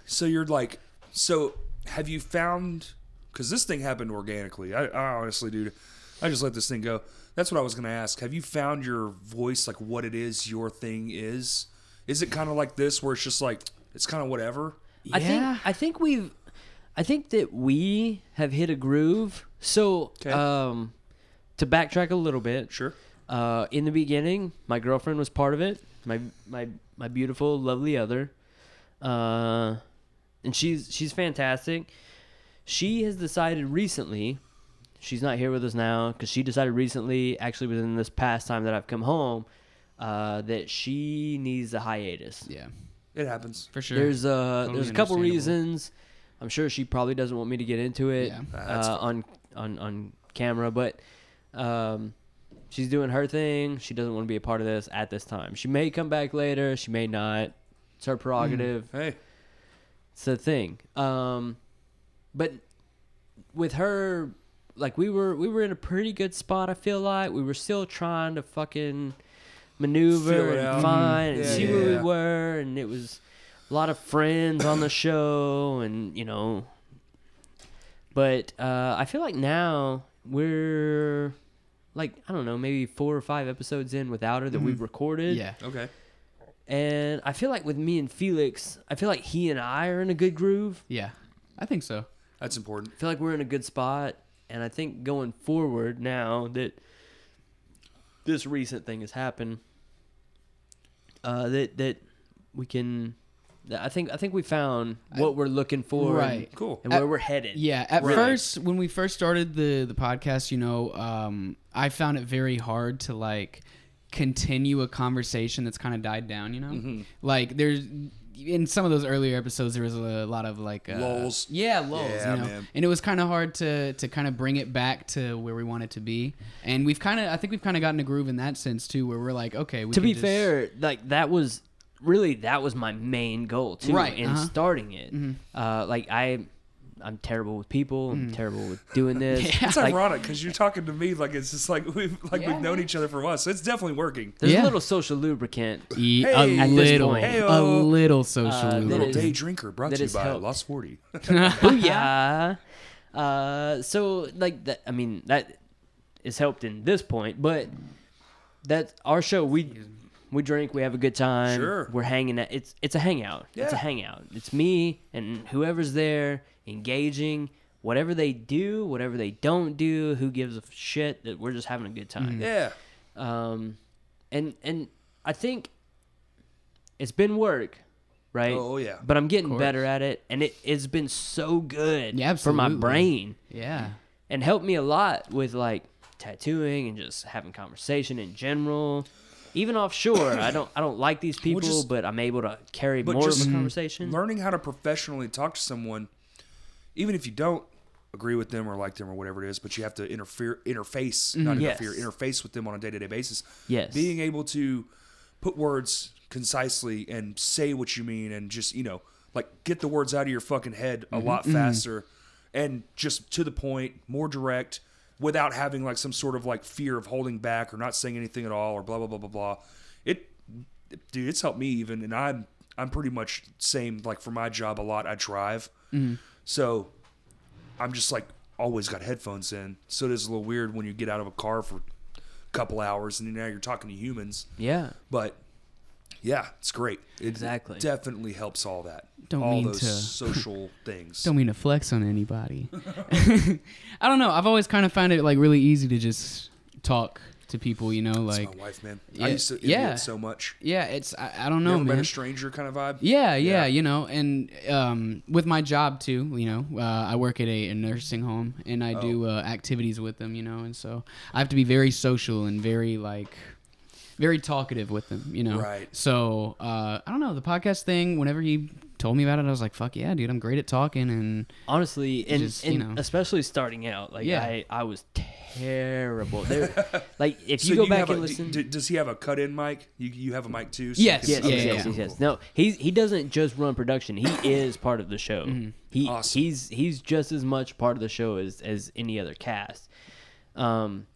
C: So you're like, so have you found? Because this thing happened organically. I, I honestly, dude, I just let this thing go. That's what I was gonna ask. Have you found your voice? Like what it is your thing is? Is it kind of like this, where it's just like it's kind of whatever?
A: I
B: Yeah.
A: think I think we've I think that we have hit a groove. So,
C: 'Kay.
A: um to backtrack a little bit.
C: Sure.
A: Uh, in the beginning, my girlfriend was part of it. My my my beautiful, lovely other, uh, and she's she's fantastic. She has decided recently. She's not here with us now because she decided recently, actually within this past time that I've come home, uh, that she needs a hiatus.
B: Yeah,
C: It happens.
B: for sure.
A: There's uh
B: Totally
A: there's a couple
B: understandable.
A: reasons. I'm sure she probably doesn't want me to get into it
B: Yeah.
C: Ah, that's
A: uh, on on on camera, but um, she's doing her thing. She doesn't want to be a part of this at this time. She may come back later. She may not. It's
B: Hmm.
A: her prerogative.
C: Hey,
A: It's the thing. Um, but with her, like we were we were in a pretty good spot. I feel like we were still trying to fucking
C: Feel
A: maneuver
C: it out.
A: and find and
C: Yeah,
A: see
C: yeah,
A: where
C: yeah.
A: we were, and it was a lot of friends on the show, and you know. But uh, I feel like now we're like I don't know, maybe four or five episodes in without her that we've recorded.
B: yeah,
C: okay.
A: And I feel like with me and Felix, I feel like he and I are in a good groove.
B: yeah. I think so.
C: That's important.
A: I feel like we're in a good spot, and I think going forward now that this recent thing has happened, uh, that that we can, that I think I think we found what we're looking for,
B: Right.
A: and,
C: Cool.
A: and where we're headed.
B: Yeah, at
A: Right.
B: first when we first started the the podcast, you know, um, I found it very hard to like continue a conversation that's kind of died down. You know,
C: Mm-hmm.
B: like there's in some of those earlier episodes there was a lot of like uh,
C: Lulls.
B: Yeah, lulls.
C: Yeah,
B: you know?
C: man.
B: and it was kind of hard to to kind of bring it back to where we want it to be. And we've kind of I think we've kind of gotten a groove in that sense too, where we're like, okay, we
A: To
B: can
A: be
B: just-
A: fair, like that was really that was my main goal too
B: Right,
A: in
B: uh-huh.
A: starting it. Uh, like I, I'm terrible with people. I'm
B: Mm.
A: terrible with doing this.
C: It's
A: Like,
C: ironic because you're talking to me like it's just like we've like
B: Yeah,
C: we've known
B: man.
C: each other for a while, so it's definitely working.
A: there's
B: Yeah.
A: a little social lubricant
B: E-
C: Hey,
B: a
C: at this
B: little,
A: point.
B: a
C: Heyo.
B: little social.
A: Uh, That
B: loop.
C: Little
A: is-
C: day drinker brought
A: that
C: to you
A: has
C: by
A: helped.
C: Lost Forty.
A: Booyah. uh, so like that, I mean that is helped in this point, but that our show we we drink, we have a good time,
C: Sure.
A: we're hanging out. It's it's a hangout. It's a
C: Yeah.
A: hangout. It's me and whoever's there engaging. Whatever they do, whatever they don't do, who gives a shit that we're just having a good time.
C: yeah.
A: Um, and and I think it's been work, right?
C: Oh, yeah.
A: But I'm getting
B: course.
A: better at it, and it it's been so good
B: Yeah,
A: for my
B: absolutely.
A: brain,
B: yeah.
A: and helped me a lot with like tattooing and just having conversation in general. Even offshore, I don't I don't like these people,
C: just-
A: but I'm able to carry
C: but
A: more of
C: just
A: a conversation.
C: learning how to professionally talk to someone, even if you don't agree with them or like them or whatever it is, but you have to interfere, interface, not
A: Yes.
C: interfere, interface with them on a day to day basis.
A: Yes.
C: Being able to put words concisely and say what you mean and just, you know, like get the words out of your fucking head
A: Mm-hmm.
C: a lot faster and just to the point, more direct without having like some sort of like fear of holding back or not saying anything at all or blah blah blah blah blah. It dude, it's helped me even and I'm I'm pretty much same like for my job a lot I drive.
A: Mm-hmm.
C: So I'm just like always got headphones in. So it is a little weird when you get out of a car for a couple hours and now you're talking to humans.
A: Yeah.
C: But yeah, it's great. It
A: Exactly.
C: definitely helps all that.
B: Don't
C: all
B: mean
C: those
B: to-
C: social things.
B: Don't mean to flex on anybody. I don't know. I've always kind of found it like really easy to just talk to people, you know, like
C: my wife, man.
B: Yeah,
C: I used to yeah.
B: yeah.
C: it so much.
B: yeah, it's I, I don't
C: You
B: know,
C: ever met
B: man.
C: a stranger kind of vibe?
B: Yeah, yeah,
C: Yeah.
B: you know, and um, with my job too, you know, uh, I work at a, a nursing home and I
C: Oh.
B: do uh, activities with them, you know, and so I have to be very social and very like very talkative with them, you know.
C: Right.
B: So uh, I don't know the podcast thing. Whenever he told me about it, I was like, "Fuck yeah, dude! I'm great at talking." And
A: Honestly, and,
B: Just, you
A: and
B: know.
A: especially starting out, like
B: Yeah.
A: I, I was terrible. There, like if
C: So
A: you go
C: you
A: back
C: have
A: and
C: a,
A: listen,
C: d- does he have a cut in mic? You, you have a mic too? so you
B: Yes,
C: can-
A: yes,
B: Yeah,
A: yes,
B: yeah,
A: yes,
B: yeah.
A: yes, yes. No, he's he doesn't just run production. He is part of the show.
B: Mm-hmm.
A: He
C: Awesome.
A: he's he's just as much part of the show as as any other cast. Um,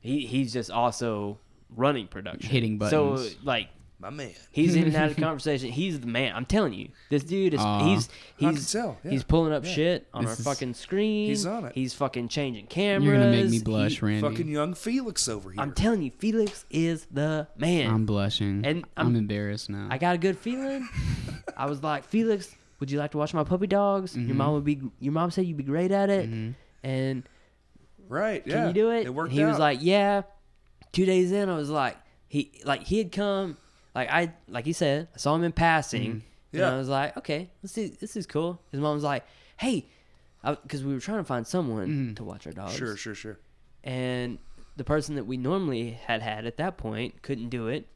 A: he he's just also running production,
B: Hitting
A: So
B: buttons.
A: like
C: My man.
A: he's in and out of conversation. He's the man. I'm telling you, this dude is
B: Aw.
A: he's
C: can
A: he's
C: tell, yeah.
A: he's pulling up shit on
B: This
A: our
B: is-
A: fucking screen.
C: He's on it.
A: He's fucking changing cameras.
B: you're gonna make me
A: He-
B: blush, Randy.
C: Fucking young Felix over here.
A: I'm telling you, Felix is the man.
B: I'm blushing.
A: And
B: I'm,
A: I'm-
B: embarrassed now.
A: I got a good feeling. I was like, Felix, would you like to watch my puppy dogs? Your mom would be. Your mom said you'd be great at it, and
C: right. Yeah.
A: can you do it?
C: It worked
A: he was
C: out.
A: like, yeah. Two days in, I was like, he like he had come, like I like he said, I saw him in passing, and
C: Yeah.
A: I was like, okay, this is this is cool. His mom was like, hey, because we were trying to find someone to watch our dogs,
C: sure, sure, sure.
A: and the person that we normally had had at that point couldn't do it.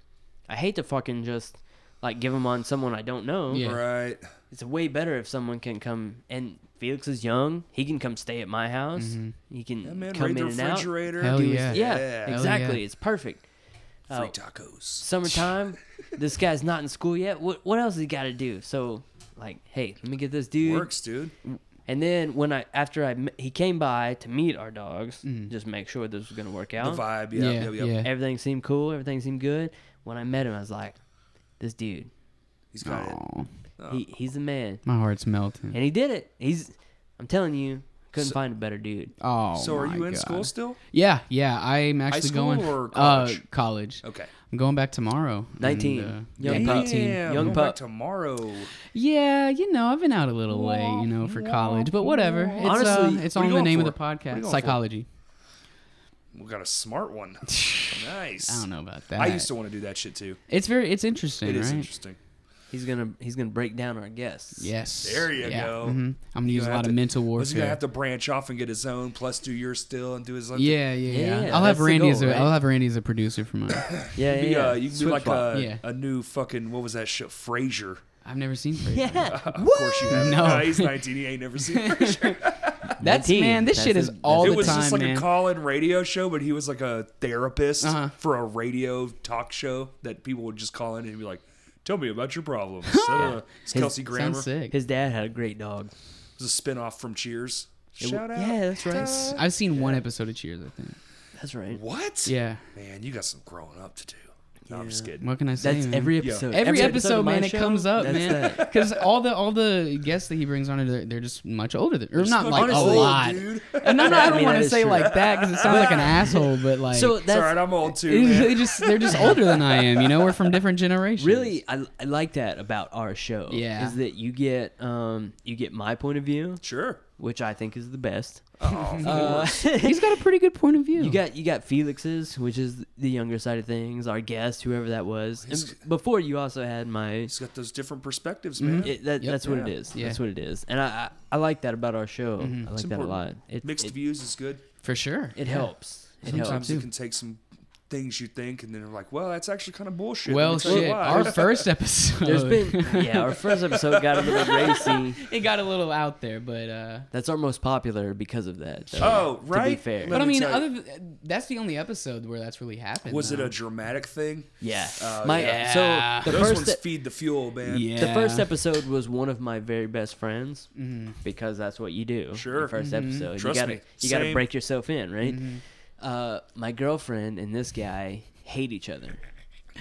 A: I hate to fucking just like give them on someone I don't know.
B: Yeah.
C: Right.
A: It's way better if someone can come and Felix is young. He can come stay at my house. He can
C: That man
A: come
C: raid the
A: in and out. Yeah,
C: refrigerator.
B: Hell
C: do his-
B: Mm-hmm. Oh, yeah.
C: Yeah.
A: exactly.
B: yeah.
A: It's perfect.
C: Free
A: Uh,
B: Oh.
C: tacos.
A: summertime. this guy's not in school yet. What what else he got to do? So like, hey, let me get this dude.
C: Works, dude.
A: And then when I after I m- he came by to meet our dogs,
B: Mm.
A: just make sure this was gonna work
C: The
A: out.
C: vibe. Yeah.
B: yeah,
C: Yeah. yeah.
B: yeah.
A: Everything seemed cool. Everything seemed good. When I met him, I was like, this dude,
C: He's got it.
B: Aw,
C: Oh.
A: he, he's the man.
B: Oh, my heart's melting.
A: And he did it. He's, I'm telling you, couldn't
C: So-
A: find a better dude.
B: Oh,
C: So are
B: my
C: you in
B: God.
C: school still?
B: Yeah, yeah. I'm actually
C: school
B: going
C: or
B: Uh,
C: college? Oh.
B: college.
C: Okay.
B: I'm going back tomorrow.
A: 19.
B: and, uh,
A: Young
B: yeah,
A: pup.
B: 19.
A: Young
C: going
A: pup.
C: back tomorrow.
B: Yeah, you know, I've been out a little late, you know, for college, but whatever. It's, Honestly,
A: Honestly,
B: uh, it's
C: what are
B: on
C: you
B: the
C: going
B: name
C: for?
B: of the
C: What are you
B: podcast,
C: going for?
B: psychology.
C: We got a smart one. nice.
B: I don't know about that.
C: I used to want to do that shit too.
B: It's very. It's interesting,
C: It is
B: right?
C: interesting.
A: He's gonna, he's gonna break down our guests.
B: Yes.
C: There you
B: Yeah.
C: go.
B: Mhm. I'm gonna use a lot
C: gonna have
B: of
C: to-
B: mental
C: Was he gonna
B: warfare.
C: have to branch off and get his own? Plus, do yours still and do his own? thing?
B: yeah, yeah, yeah.
A: Yeah,
B: I'll
A: that's
B: have
A: the
B: Randy
A: goal,
B: as a.
A: right?
B: will have Randy as a producer for mine.
A: yeah, yeah.
C: Be,
A: yeah.
C: uh, you can be
B: Switch
C: like
B: flop,
C: a,
B: yeah.
C: a new fucking what was that shit? Frasier.
B: I've never seen. Frasier.
A: yeah.
C: uh, Of course you have.
B: No.
C: he's nineteen. He ain't never seen Frasier.
B: That's
A: 19.
B: man. This
A: That's
B: shit
A: a-
B: is all
C: it
B: the
C: was
B: time,
C: just like
B: man.
C: a call-in radio show, but he was like a therapist
B: Uh-huh.
C: for a radio talk show that people would just call in and be like, "Tell me about your problems." uh, it's
A: His-
C: Kelsey Grammer.
B: Sounds sick.
A: His dad had a great dog.
C: It was a spinoff from Cheers.
A: It w-
C: Shout out.
A: Yeah, that's right.
B: I've seen one episode of Cheers, I think.
A: That's right.
C: What?
B: Yeah.
C: Man, you got some growing up to do. No, I'm just kidding.
B: What can I say?
A: That's
B: man?
A: every episode.
B: Every, episode,
A: of my
B: man, it
A: show,
B: comes up,
A: that's
B: man.
A: that.
B: Because all the all the guests that he brings on, they're, they're just much older than, or not
C: fucking
B: like
A: old,
B: a lot.
C: dude.
B: Uh, No, no, I
A: I
B: don't
A: mean,
B: want
A: that
B: to
A: is
B: say
A: true.
B: like that because it sounds like an asshole, but like,
A: So
C: It's all
A: that's
C: right. I'm old too, man.
B: they just they're just older than I am. You know, we're from different generations.
A: really I, I like that about our show.
B: Yeah.
A: is that you get um you get my point of view,
C: Sure.
A: which I think is the best.
C: Oh,
A: Uh,
B: he's got a pretty good point of view.
A: You got you got Felix's, which is the younger side of things. Our guest, whoever that
C: Oh,
A: was, and before you also had my.
C: he's got those different perspectives, man.
A: It, that,
B: Yep.
A: that's what
C: Yeah.
A: it is.
B: Yeah.
A: That's what it is, and I I, I like that about our show. I like that a
C: important.
A: lot. It
C: Mixed
A: it,
C: views is good.
B: for sure.
A: it
B: Yeah.
A: helps. It
C: Sometimes
A: helps.
C: it can take some things you think, and then they're like, well, that's actually kind of bullshit.
B: well,
C: Let me tell you
B: shit.
C: why.
B: Our first episode.
A: There's been yeah, our first episode got a little racy.
B: it got a little out there, but uh,
A: That's our most popular because of that. though,
C: Oh,
A: To be
C: right?
A: fair,
C: Let
B: but I
C: me
B: mean,
C: tell you.
B: other th- that's the only episode where that's really happened.
C: was it
B: though.
C: a dramatic thing?
A: yeah.
C: Oh,
A: my
B: yeah.
A: so the
C: Those
A: first e-,
C: ones feed the fuel, man.
B: Yeah. Mm-hmm.
A: the first episode was one of my very best friends because that's what you do.
C: Sure.
A: your 1st episode,
C: Trust
A: you gotta
C: me.
A: you gotta
C: Same.
A: break yourself in, right?
B: Mm-hmm.
A: Uh, my girlfriend and this guy hate each other.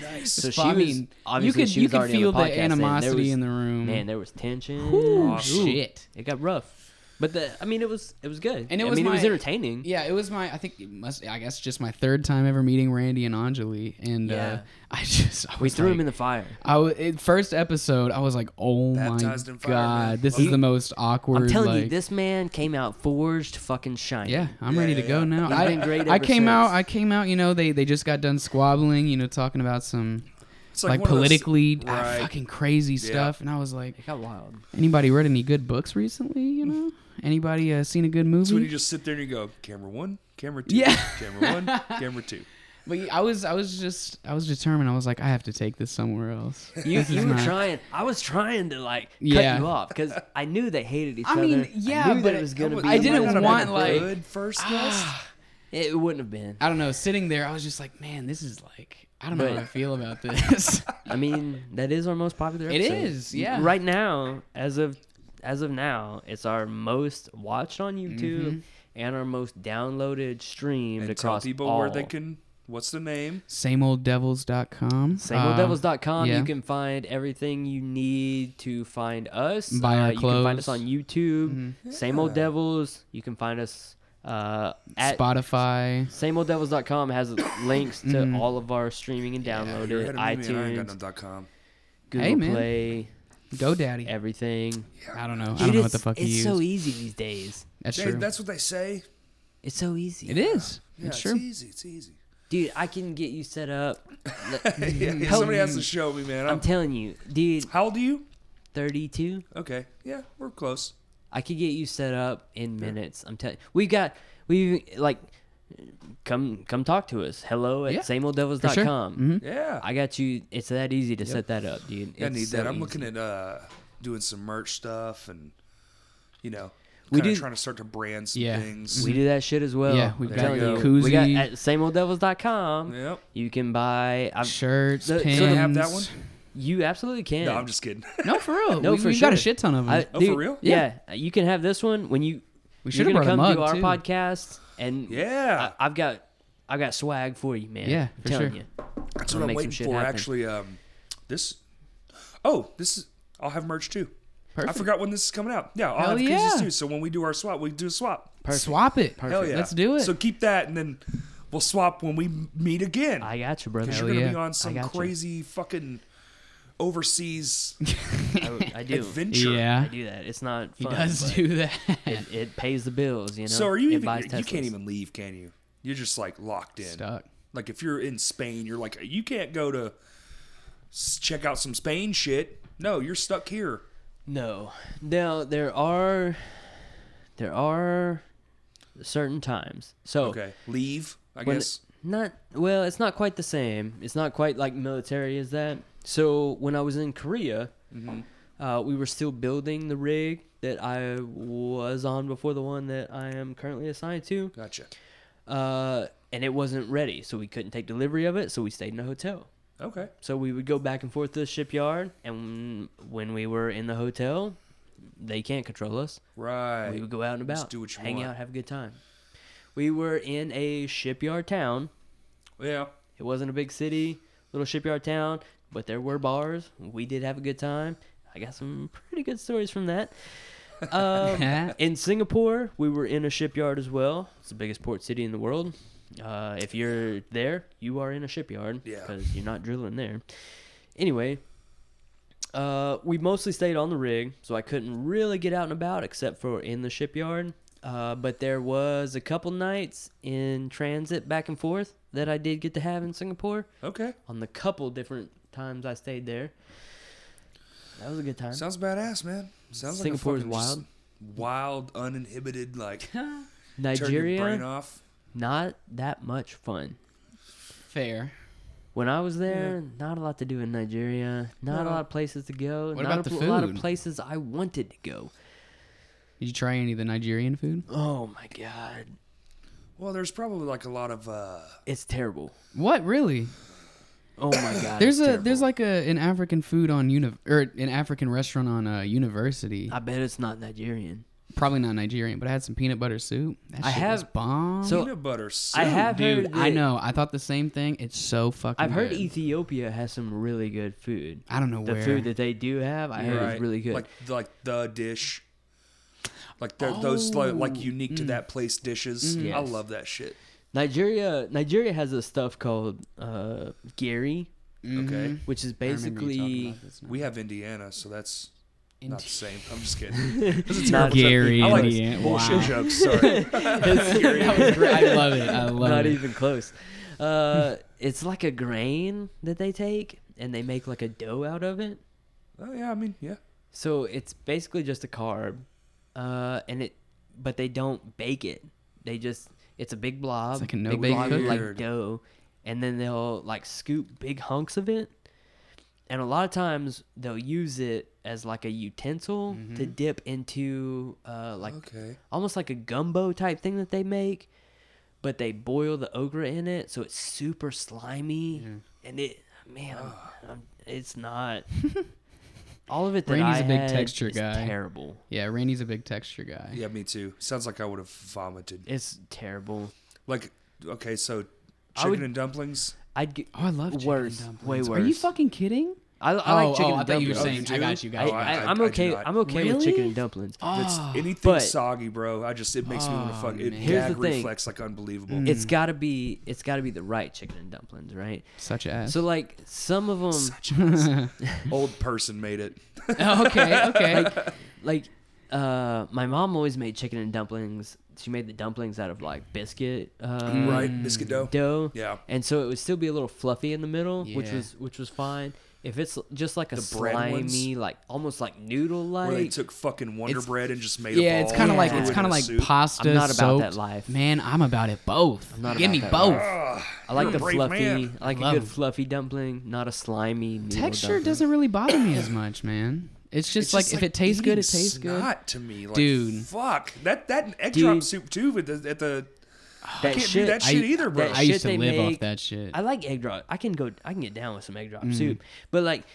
C: Nice.
A: So she
B: Well, I
A: was
B: mean, you
A: obviously
B: could
A: she
B: you
A: was
B: could
A: already on
B: feel
A: the, podcast,
B: the
A: and there
B: animosity
A: was-
B: in the room.
A: Man, there was tension.
B: Ooh,
A: Ooh.
B: shit.
A: It got rough. But the, I mean, it was it was good.
B: And it
A: I
B: was
A: mean, it was
B: my-
A: entertaining.
B: Yeah, it was my. I think it must. I guess just my third time ever meeting Randy and Anjali, and uh,
A: Yeah.
B: I just I
A: we
B: was
A: threw
B: like,
A: him in the fire.
B: I w- it, first episode, I was like, "Oh
C: Baptized
B: my
C: in fire, man.
B: god, this
C: Love
B: is
C: it.
B: the most awkward."
A: I'm telling you,
B: like-
A: this man came out forged, fucking shiny.
B: Yeah, I'm ready to
C: yeah,
B: go
C: yeah.
B: now.
A: He's
B: I,
A: been great
B: I
A: ever
B: came out.
A: since.
B: I came out. You know, they they just got done squabbling. You know, talking about some
C: It's
B: like,
C: one of those-
B: politically ah,
C: right.
B: fucking crazy stuff, and I was like,
A: It got wild.
B: anybody read any good books recently? You know, anybody uh, seen a good
C: It's when
B: movie?
C: you just sit there and you go, camera one, camera two,
B: Yeah.
C: camera one, camera two.
B: but yeah, I was I was just I was determined. I was like, I have to take this somewhere else.
A: You,
B: This is
A: you were
B: not-
A: trying. I was trying to like cut
B: Yeah.
A: you off because I knew they hated each
B: I
A: other.
B: mean, yeah,
A: I knew
B: but
A: that it was gonna
B: I
A: be.
B: I didn't
A: like-
B: want, like- ah.
C: good first guest.
A: It wouldn't have been.
B: I don't know. Sitting there, I was just like, man, this is like I don't know how
A: But-
B: I feel about this.
A: I mean, that is our most popular.
B: It
A: Episode.
B: is, yeah.
A: Right now, as of as of now, it's our most watched on YouTube
B: Mm-hmm.
A: and our most downloaded streamed
C: and tell
A: across
C: people
A: all.
C: where they can. What's the name?
B: SameOldDevils.com. uh,
A: SameOldDevils.com.
B: Um, yeah.
A: You can find everything you need to find us. Uh,
B: Buy our
A: You can find us
B: clothes. Mm-hmm.
A: on YouTube. Same Old Devils. You can find us uh, at
B: Spotify.
A: SameOldDevils.com has links to
B: Mm-hmm.
A: all of our streaming and
C: You're
A: downloaded
C: ahead of me, man. I ain't got
A: iTunes,
C: no dot com.
A: Google
B: Hey, man.
A: Play,
B: GoDaddy.
A: everything.
B: I don't know.
A: Dude,
B: I don't know what
A: it's-
B: the fuck you
A: It's
B: use.
A: so easy these days.
B: That's
C: Hey,
B: true.
C: e- that's what they say.
A: It's so easy.
B: it is.
C: Yeah,
B: it's
C: it's
B: true.
C: easy. It's easy.
A: Dude, I can get you set up.
C: Hey, yeah, yeah, somebody has to show me, man.
A: I'm
C: I'm,
A: telling you, dude,
C: how old are you?
A: 32.
C: Okay, yeah, we're close.
A: I could get you set up in minutes. I'm telling we got we like come come talk to us. Hello at
B: Yeah,
A: sameolddevils.com.
B: sure. Mm-hmm.
C: Yeah, I,
A: I got you. It's that easy to set that up, dude. It's
C: need
A: so
C: that. I'm
A: easy.
C: looking at uh doing some merch stuff and you know,
A: We
C: kind of
A: do-
C: trying to start to brand some
B: Yeah.
C: things.
A: We do that shit as well.
B: Yeah, we've
A: I'm
B: got
A: telling
C: the
A: you. We got
B: koozie.
A: at sameolddevils.com.
C: Yep.
A: You can buy. I've,
B: Shirts,
A: So- so
B: pins.
A: they
C: I have that one.
A: You absolutely can.
C: No, I'm just kidding.
B: No, for real.
A: No,
B: we,
A: for
B: we've got a
A: sure.
B: shit ton of them.
A: I-
C: Oh, for
A: dude,
C: real?
A: Yeah. you can have this one when you.
B: we should
A: You're
B: have
A: gonna
B: brought a
A: come
B: mug
A: do our
B: too.
A: podcast, and
C: Yeah.
A: I, I've got, I've got swag for you, man.
B: Yeah,
A: I'm
B: for
A: telling
B: sure.
A: you.
C: That's
A: We'll
C: what
A: make some
C: I'm waiting
A: shit
C: for.
A: happen.
C: Actually, um, this. Oh, this is. I'll have merch too. I
B: Perfect.
C: forgot when this is coming out. Yeah,
B: Hell
C: I'll have koozies
B: yeah.
C: too. So when we do our swap, we do a swap.
B: Swap it.
C: Hell yeah,
B: Let's do it.
C: So keep that, and then we'll swap when we m- meet again.
A: I got you, brother.
B: Hell
C: You're gonna
B: yeah.
C: be
A: I
C: on some
A: gotcha.
C: crazy fucking overseas
A: I, I do.
C: adventure.
A: I
B: yeah.
A: do that. It's not.
B: He
A: Fun,
B: does
A: but
B: do that.
A: It, it pays the bills, you know.
C: So are you
A: It
C: even?
A: buys
C: You
A: Teslas.
C: can't even leave, can you? You're just like locked in.
B: Stuck.
C: Like if you're in Spain, you're like you can't go to s- check out some Spain shit. No, you're stuck here.
A: No. Now there are, there are, certain times. So
C: Okay, leave. I
A: Oh. when-
C: guess.
A: not well it's not quite the same it's not quite like military as that so when i was in korea
C: Mm-hmm.
A: uh, we were still building the rig that i was on before the one that i am currently assigned to
C: Gotcha.
A: uh, and it wasn't ready so we couldn't take delivery of it so we stayed in a hotel
C: Okay.
A: so we would go back and forth to the shipyard and when we were in the hotel they can't control us
C: Right.
A: we would go out and about,
C: Just do what you
A: hang
C: want.
A: out, have a good time. We were in a shipyard town.
C: Yeah.
A: It wasn't a big city, little shipyard town, but there were bars. We did have a good time. I got some pretty good stories from that. Um, in Singapore, we were in a shipyard as well. It's the biggest port city in the world. Uh, if you're there, you are in a shipyard
C: Yeah.
A: because you're not drilling there. Anyway, uh, we mostly stayed on the rig, so I couldn't really get out and about except for in the shipyard. Uh, but there was a couple nights in transit back and forth that I did get to have in Singapore
C: Okay.
A: on the couple different times I stayed there. That was a good time.
C: Sounds badass, man. Sounds
A: Singapore's
C: like a fucking just wild, uninhibited, like
B: Huh?
C: turn your brain
A: Nigeria,
C: off.
A: not that much fun.
B: Fair.
A: When I was there, not a lot to do in Nigeria. Not a lot of places to go.
B: What
A: not
B: about
A: a
B: the
A: pl- lot of
B: food?
A: places I wanted to go.
B: Did you try any of the Nigerian food?
A: Oh my god,
C: Well, there's probably like a lot of uh,
A: it's terrible.
B: What really?
A: Oh my god,
B: There's
A: it's
B: a
A: terrible.
B: there's like a an African food on uni or an African restaurant on uh, university.
A: I bet it's not Nigerian.
B: Probably not Nigerian, but I had some peanut butter soup. That
A: I
B: shit was
A: have-
B: bomb.
A: so-
C: peanut butter soup.
A: I have
B: dude,
A: heard.
B: I
A: that-
B: know. I thought the same thing. It's so fucking.
A: I've heard
B: good.
A: Ethiopia has some really good food.
B: I don't know
A: The
B: where.
A: food that they do have, I heard, is really good.
C: Like like the dish. Like they're those like, like unique to that place dishes.
A: Oh. Mm.
C: I
A: Mm-hmm. Yes.
C: love that shit.
A: Nigeria, Nigeria has this stuff called uh, Gary,
C: Okay.
A: which is
B: I remember you talking
A: basically
B: about this now.
C: We have Indiana, so that's not the
B: Indi-
C: same. I'm just kidding.
A: not
B: Gary,
C: I like
B: Indiana.
C: bullshit
B: Wow.
C: jokes. Sorry.
B: I love it. I love
A: not
B: it.
A: even close. Uh, it's like a grain that they take and they make like a dough out of it.
C: oh yeah, I mean yeah.
A: So it's basically just a carb, uh, and it, but they don't bake it. They just it's a big blob,
B: like a
A: big
B: no-bake
A: blob of, like
C: Weird.
A: dough, and then they'll like scoop big hunks of it, and a lot of times they'll use it as like a utensil
B: Mm-hmm.
A: to dip into, uh, like
C: Okay.
A: almost like a gumbo type thing that they make, but they boil the okra in it, so it's super slimy, and it man, I'm- I'm- it's not. All of it that
B: Randy's
A: I
B: a big
A: had
B: texture
A: is
B: guy.
A: Terrible.
B: Yeah, Randy's a big texture guy.
C: Yeah, me too. Sounds like I would have vomited.
A: It's terrible.
C: Like okay, so
A: I
C: chicken
A: would-
C: and dumplings.
A: I'd get.
B: Oh, I love chicken
A: Worse.
B: and dumplings.
A: Way
B: Are you
A: worse.
B: fucking kidding?
A: I, I
B: oh,
A: like chicken.
B: oh,
A: and
B: I thought you were
A: dumplings.
B: saying.
C: Oh,
B: I
C: you
B: got
C: do?
A: I,
B: you, got
C: Oh,
B: you.
C: I-
A: I,
C: I-
A: am
C: I do
A: okay.
C: not.
A: I'm okay with
B: Really?
A: chicken and dumplings.
C: It's
B: Oh.
C: anything
A: Ah, But-
C: soggy, bro. I just it makes me want to
B: Oh,
C: fuck. It
B: man.
A: Here's the
C: gag
A: thing.
C: reflex like unbelievable.
A: It's gotta be. It's gotta be the right chicken and dumplings, right?
B: Such ass.
A: So like some of them,
C: Old person made it.
B: okay, okay.
A: like uh my mom always made chicken and dumplings she made the dumplings out of like biscuit uh
B: Mm.
C: right, biscuit dough.
A: dough
C: Yeah.
A: and so it would still be a little fluffy in the middle which
B: Yeah.
A: was which was fine if it's just like a
C: The bread ones?
A: slimy like almost like noodle
C: Where they
A: like
C: took fucking Wonder
B: It's-
C: Bread and just made a
B: yeah, it's
C: ball
B: kind of
C: and
B: like
C: threw
B: it's
C: it
B: kind
C: in
B: of
C: a
B: like
C: soup.
B: pasta.
A: I'm not about
B: soaked.
A: that life.
B: man. I'm about it both.
A: not
B: Give
A: about
B: me
A: that
B: both.
A: i like
C: You're a
A: the
C: brave
A: fluffy
C: man.
A: i like a
B: Love
A: good
B: 'em.
A: fluffy dumpling not a slimy noodle
B: Texture
A: dumpling.
B: doesn't really bother me as much, man. It's just
C: It's
B: like
C: just
B: if it tastes good, it
C: eating
B: tastes good.
C: snot to me, like,
B: Dude.
C: Fuck that that egg
A: Dude.
C: drop soup too. But the, at the
A: that
C: can't
A: shit
C: do that shit either, bro.
A: that
B: I
A: shit
B: used to
A: they
B: live off
A: make-
B: that shit.
A: I like egg drop. I can go. I can get down with some egg
B: Mm-hmm.
A: drop soup. But like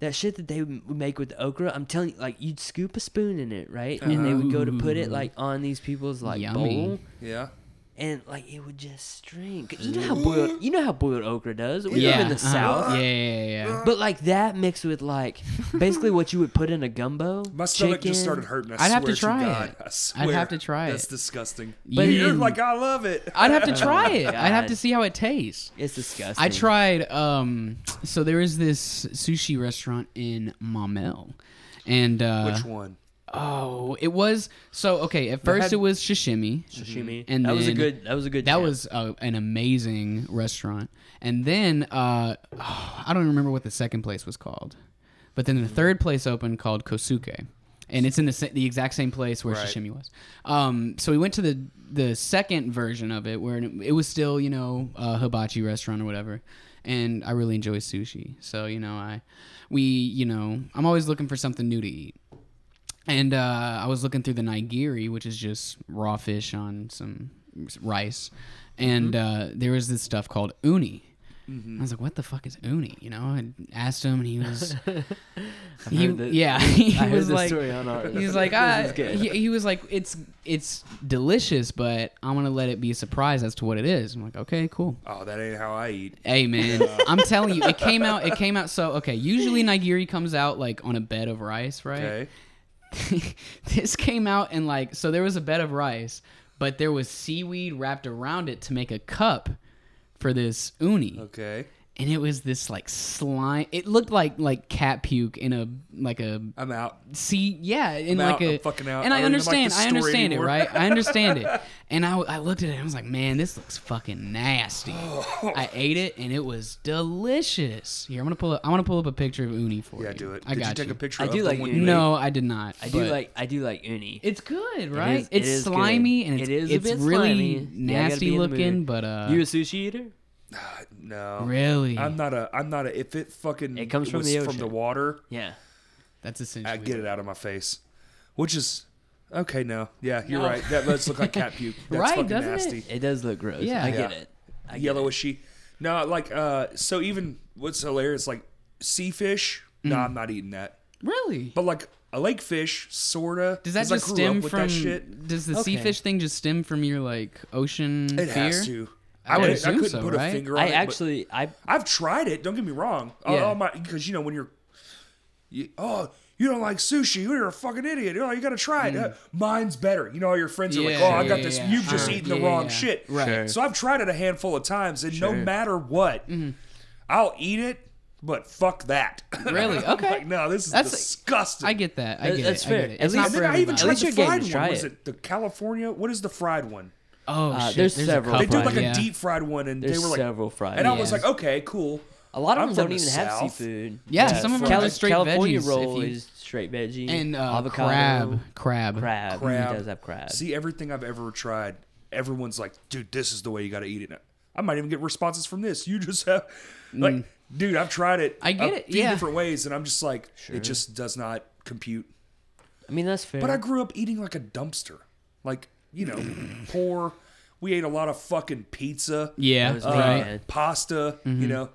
A: that shit that they would make with the okra, I'm telling you, like you'd scoop a spoon in it, right? And they would go to put it like on these people's like
B: Uh-huh. Yummy.
A: bowl,
C: yeah,
A: and like it would just string. 'Cause You know how boiled. You know how boiled okra does. We live in the
B: uh-huh.
A: south.
B: Mm-hmm. Yeah, yeah, yeah, yeah.
A: But like that mixed with like basically what you would put in a gumbo.
C: my stomach just
A: chicken.
C: started hurting. I
B: I'd have to
C: swear
B: try
C: God,
B: it.
C: I
B: I'd
C: swear.
B: have to try
C: That's
B: it.
C: disgusting.
B: You- Uh,
C: you're like, I love it.
B: I'd have to try it. I'd have
A: God.
B: to see how it tastes.
A: It's disgusting.
B: I tried. Um, so there is this sushi restaurant in Maumelle, and uh,
C: Which one?
B: oh, it was so okay. At first,
C: had-
B: it was sashimi.
A: sashimi.
B: Mm-hmm. And
A: that was a
B: then-
A: good. That was a good.
B: That
A: chat.
B: was uh, an amazing restaurant. And then uh, oh, I don't remember what the second place was called, but then the third place opened called Kosuke, and it's in the sa- the exact same place where
C: Right.
B: Shishimi was. Um, so we went to the the second version of it where it, it was still you know a hibachi restaurant or whatever. And I really enjoy sushi, so you know I, we you know I'm always looking for something new to eat. And uh, I was looking through the nigiri, which is just raw fish on some rice, and
A: Mm-hmm.
B: uh, there was this stuff called uni. I was like, "What the fuck is uni?" You know, I asked him, and he was, he,
A: heard that-
B: yeah, he
A: I heard
B: was
A: this
B: like,
A: story on ours.
B: he was like,
A: This
B: ah,
A: is good.
B: he, he was like, it's it's delicious, but I'm gonna let it be a surprise as to what it is. I'm like, okay, cool.
C: Oh, that ain't how I eat.
B: Hey man, I'm telling you, it came out. It came out so okay. Usually nigiri comes out like on a bed of rice, right?
C: Okay,
B: this came out and like so there was a bed of rice, but there was seaweed wrapped around it to make a cup for this uni.
C: okay.
B: And it was this like slime it looked like like cat puke in a like a
C: I'm out.
B: see yeah in
C: I'm
B: like
C: out.
B: a
C: I'm fucking out.
B: and
C: I
B: i
C: don't even like
B: understand
C: this
B: i
C: story
B: understand it
C: anymore.
B: right i understand it and I, I looked at it and i was like man this looks fucking nasty i ate it and it was delicious here i'm gonna pull up i want to pull up a picture of uni for you
C: Yeah, do it.
B: i
C: Did
B: got
C: you take a picture?
A: I
C: of
A: do
C: the
A: like
C: one
A: you.
C: made?
B: no i did not
A: I do
B: but-
A: like. I do like uni.
B: it's good, right?
A: is- it
B: it's
A: is good.
B: slimy and it's,
A: It is a
B: it's
A: bit
B: really
A: slimy. Yeah, I gotta be
B: nasty
A: in the
B: looking,
A: mood.
B: but uh,
A: you a sushi eater?
C: No,
B: Really?
C: I'm not a. I'm not a. If it fucking
A: It comes from
C: was
A: the
C: from the
A: ocean.
C: water,
A: Yeah.
B: That's essentially.
C: I get it out of my face, which is okay. No, yeah, you're right. That does look like cat puke. That's
B: Right,
C: fucking
B: doesn't it?
C: nasty.
A: It does look gross.
B: Yeah.
A: I get
C: Yeah.
A: it. I get it.
C: Yellowishy. No, like uh. So even what's hilarious, like sea fish. No,
A: Mm.
C: I'm not eating that.
B: Really?
C: But like a lake fish, sorta.
B: Does that
C: 'cause I
B: just
C: grew
B: stem
C: up with
B: from?
C: that shit?
B: Does the sea
A: Okay.
B: fish thing just stem from your like ocean
C: It
B: fear?
C: has to.
B: I
C: I, would. I
B: assume
C: couldn't
B: so,
C: put
B: right?
C: a finger on
A: I
C: it. but-
A: actually, I
C: I've tried it. Don't get me wrong.
B: Yeah.
C: Oh, my, because you know when you're, you, oh, you don't like sushi. You're a fucking idiot. Oh, you got to try it.
A: Mm.
C: Uh, mine's better. You know, all your friends are like,
B: Yeah,
C: oh, I
B: yeah,
C: got this.
B: yeah,
C: You've just
B: sure.
C: eaten the
B: Yeah,
C: wrong
B: yeah.
C: shit.
B: Right. Sure.
C: So I've tried it a handful of times, and no
A: Sure. Mm-hmm.
C: matter what, I'll eat it. But fuck that.
B: Really?
C: I'm
B: Okay.
C: like, no, this is
B: That's-
C: disgusting.
B: I get that. I
A: That-
B: get
A: that's
B: it. I
A: fair.
B: get it.
A: At
B: It's not
A: least-
C: and
B: for
C: then I even
B: everybody.
C: tried
A: least
C: the
A: you're getting
C: fried
A: to
C: one.
A: try
C: Was
A: it.
C: it the California? What is the fried one?
B: Oh
A: Uh,
B: shit!
A: there's
B: a
A: several
B: couple.
C: They do like
B: Yeah.
C: a deep fried one, and
A: there's
C: they were like,
A: several fried.
C: and I was
B: Yeah.
C: like, okay, cool.
A: a lot of
C: I'm
A: them
C: from
A: don't
C: the
A: even have
C: South.
A: seafood.
B: Yeah, some of them are
A: Cali-
B: just straight
A: California
B: veggies if
A: roll
B: you-
A: is straight veggie
B: and uh,
A: avocado,
B: crab, crab,
A: crab.
C: crab.
A: He does have crab.
C: See, everything I've ever tried, everyone's like, dude, this is the way you got to eat it. I might even get responses from this. You just have,
A: Mm.
C: like, dude, I've tried it.
B: I get
C: a
B: it,
C: Few
B: yeah.
C: different ways, and I'm just like, it just does not compute.
A: I mean, that's fair.
C: But I grew up eating like a dumpster, like you know, poor. We ate a lot of fucking pizza,
B: Yeah,
A: That was
C: uh,
A: right. Mm-hmm. Yeah.
C: pasta. You know,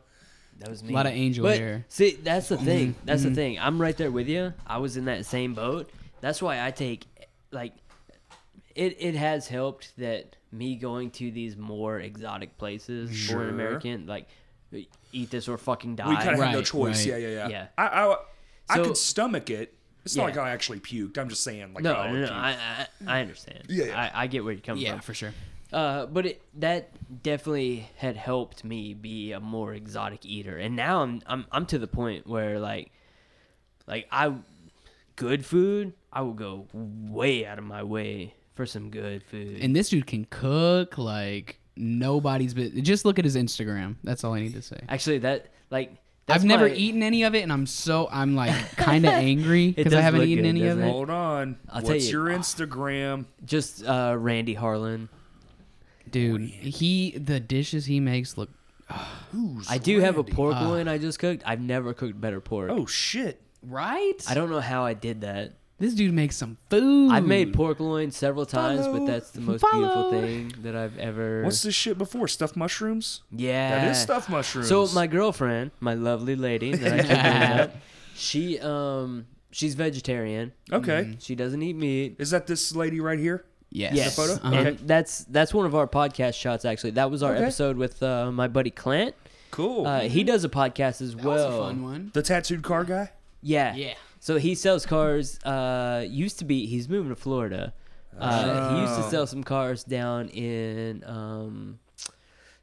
A: that was
B: A
A: me.
B: lot of angel
A: But
B: hair. Mm-hmm.
A: see, that's the thing. That's the thing. I'm right there with you. I was in that same boat. That's why I take like it. It has helped that me going to these more exotic places for
C: Sure.
A: an American, like eat this or fucking die.
C: we kind of had no
B: Right,
C: choice.
B: right.
C: Yeah, yeah, yeah.
A: Yeah.
C: I, I, I
A: So-
C: could stomach it. It's
A: Yeah.
C: not like I actually puked. I'm just saying, like, oh,
A: no,
C: I
A: no,
C: would
A: no.
C: puke.
A: I, I I understand.
C: Yeah, yeah.
A: I, I get where you're coming
B: Yeah,
A: from.
B: for sure.
A: Uh, but it, that definitely had helped me be a more exotic eater, and now I'm I'm I'm to the point where like, like I, good food, I will go way out of my way for some good food.
B: And this dude can cook like nobody's. But just look at his Instagram. That's all I need to say.
A: Actually, that like that's
B: I've never
A: my-
B: eaten any of it, and I'm so I'm like kind of angry because I
A: does
B: haven't
A: look
B: eaten
A: good,
B: any of
A: doesn't
B: it.
A: it?
C: Hold on.
A: I'll tell
C: What's
A: you-
C: your Instagram?
A: just uh, Randy Harlan. Oh,
B: Dude, he the dishes he makes look.
C: Who's
A: I do have a
C: Randy?
A: pork
B: Uh.
A: loin I just cooked. I've never cooked better pork.
C: Oh shit!
B: Right?
A: I don't know how I did that.
B: this dude makes some food.
A: I've made pork loin several times,
C: Hmm. Follow.
A: but that's the most beautiful
B: Follow.
A: thing that I've ever.
C: What's this shit before stuffed mushrooms?
A: Yeah,
C: That is stuffed mushrooms.
A: uh, So my girlfriend, my lovely lady that I keep bringing up, she um she's vegetarian.
C: okay,
A: She doesn't eat meat.
C: Hmm. is that this lady right here?
B: Yes.
A: Yes,
C: photo?
B: Uh-huh.
A: and that's that's one of our podcast shots. Actually, that was our
C: Okay.
A: episode with uh, my buddy Clint.
C: Cool.
A: Uh, he does a podcast as well.
B: one.
C: the tattooed car guy.
A: Yeah,
B: Yeah.
A: So he sells cars. Uh, used to be he's moving to Florida. Uh, He used to
C: Oh.
A: sell some cars down in um,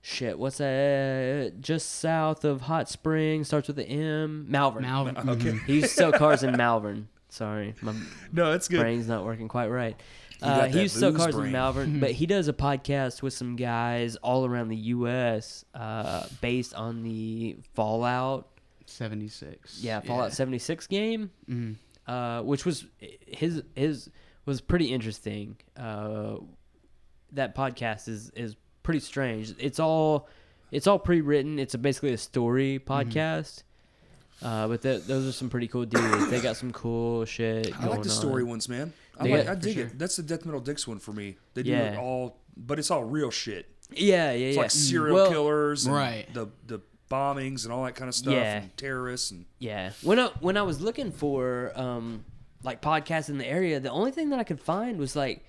A: shit. What's that? Just south of Hot Springs, starts with the M. Malvern.
B: Malvin.
C: Okay.
A: He used to sell cars in Malvern. Sorry, my
C: No, that's good.
A: brain's not working quite right.
C: got
A: Uh,
C: that
A: he used to sell
C: booze
A: cars
C: brain.
A: in Malvern, but he does a podcast with some guys all around the U.S. Uh, based on the Fallout,
B: Seventy six.
A: yeah, Fallout 76 game,
C: Mm-hmm.
A: uh, which was his his was pretty interesting. Uh, that podcast is is pretty strange. It's all it's all pre written. It's a, basically a story
C: Mm-hmm.
A: podcast. Uh, but th- those are some pretty cool dudes. They got some cool shit.
C: I like
A: going
C: the story
A: on.
C: ones, man. I,
A: Yeah,
C: like, I
A: for
C: dig
B: sure.
C: it. That's the death metal dicks one for me. They do
A: Yeah.
C: it all, but it's all real shit.
A: Yeah, yeah,
C: It's
A: yeah.
C: like serial
A: Well,
C: killers, and
B: Right.
C: The the bombings and all that kind of stuff,
A: Yeah.
C: and terrorists, and
A: Yeah. When I when I was looking for um like podcasts in the area, the only thing that I could find was like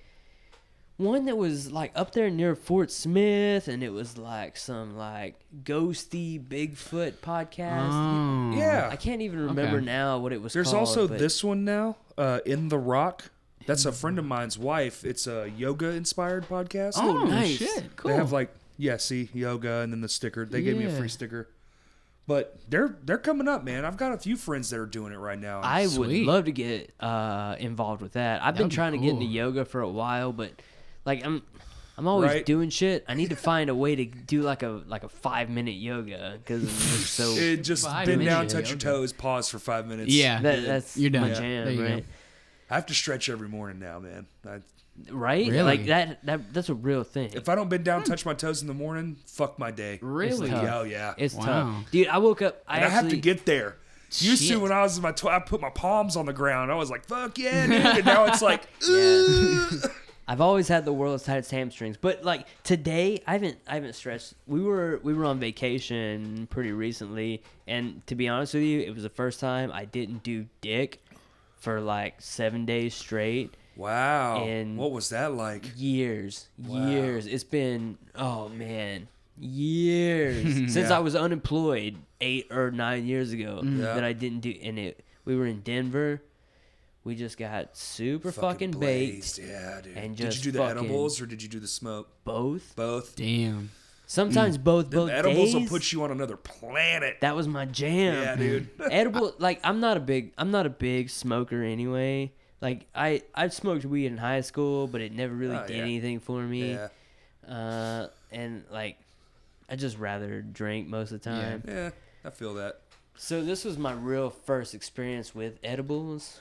A: one that was like up there near Fort Smith and it was like some like ghosty Bigfoot podcast.
B: Oh.
C: yeah.
A: I can't even remember
B: Okay.
A: now what it was
C: There's
A: called,
C: also
A: Oh, but-
C: this one now, uh, in the rock. That's a friend of mine's wife. It's a yoga inspired podcast.
B: Oh,
A: nice.
B: shit. Cool.
C: They have like yeah, see yoga and then the sticker. They gave me a
B: Yeah.
C: free sticker. But they're they're coming up, man. I've got a few friends that are doing it right now.
A: I would
B: Sweet.
A: love to get uh, involved with that. I've
B: That'd
A: been
B: be
A: trying to get into
B: cool.
A: yoga for a while, but like I'm, I'm always
C: Right.
A: doing shit. I need to find a way to do like a like a five minute yoga because I'm just so
C: it just
B: Five
C: bend down,
B: minutes
C: touch your
B: yoga.
C: toes, pause for five minutes.
B: Yeah.
A: that, that's
B: You're done.
A: my
B: Yeah. There
A: jam,
B: you go.
A: right?
C: I have to stretch every morning now, man. I,
A: right?
B: Really?
A: Like that that that's a real thing.
C: If I don't bend down, touch my toes in the morning, fuck my day.
B: Hmm. Really?
A: tough.
C: Yeah, oh, yeah.
A: It's
B: Wow.
A: tough, dude. I woke up. I,
C: and I have
A: actually,
C: to get there. Used
A: Shit.
C: to when I was in my, tw- I put my palms on the ground. I was like, "Fuck yeah, dude!" And now it's like, "Ooh."
A: I've always had the world's tightest hamstrings, but like today, I haven't. I haven't stretched. We were we were on vacation pretty recently, and to be honest with you, it was the first time I didn't do dick for like seven days straight.
C: wow.
A: And-
C: what was that like?
A: Years, years. It's been oh man, years since
C: Yeah. Mm-hmm.
A: I was unemployed eight or nine years ago
C: Yeah.
A: that I didn't do. And it we were in Denver. We just got super fucking, baked.
C: blazed. Yeah, dude.
A: and
C: did
A: just
C: you do the
A: fucking-
C: edibles or did you do the smoke?
A: Both.
C: Both.
B: Damn.
A: Sometimes both. Both
C: The Mm. edibles will
A: days.
C: put you on another planet.
A: That was my jam.
C: Yeah, dude.
A: Edible like I'm not a big I'm not a big smoker anyway. Like I I smoked weed in high school, but it never really
C: Oh,
A: did
C: yeah.
A: anything for me.
C: yeah.
A: Uh and like I just rather drink most of the
B: Yeah.
A: time.
C: Yeah, I feel that.
A: So this was my real first experience with edibles.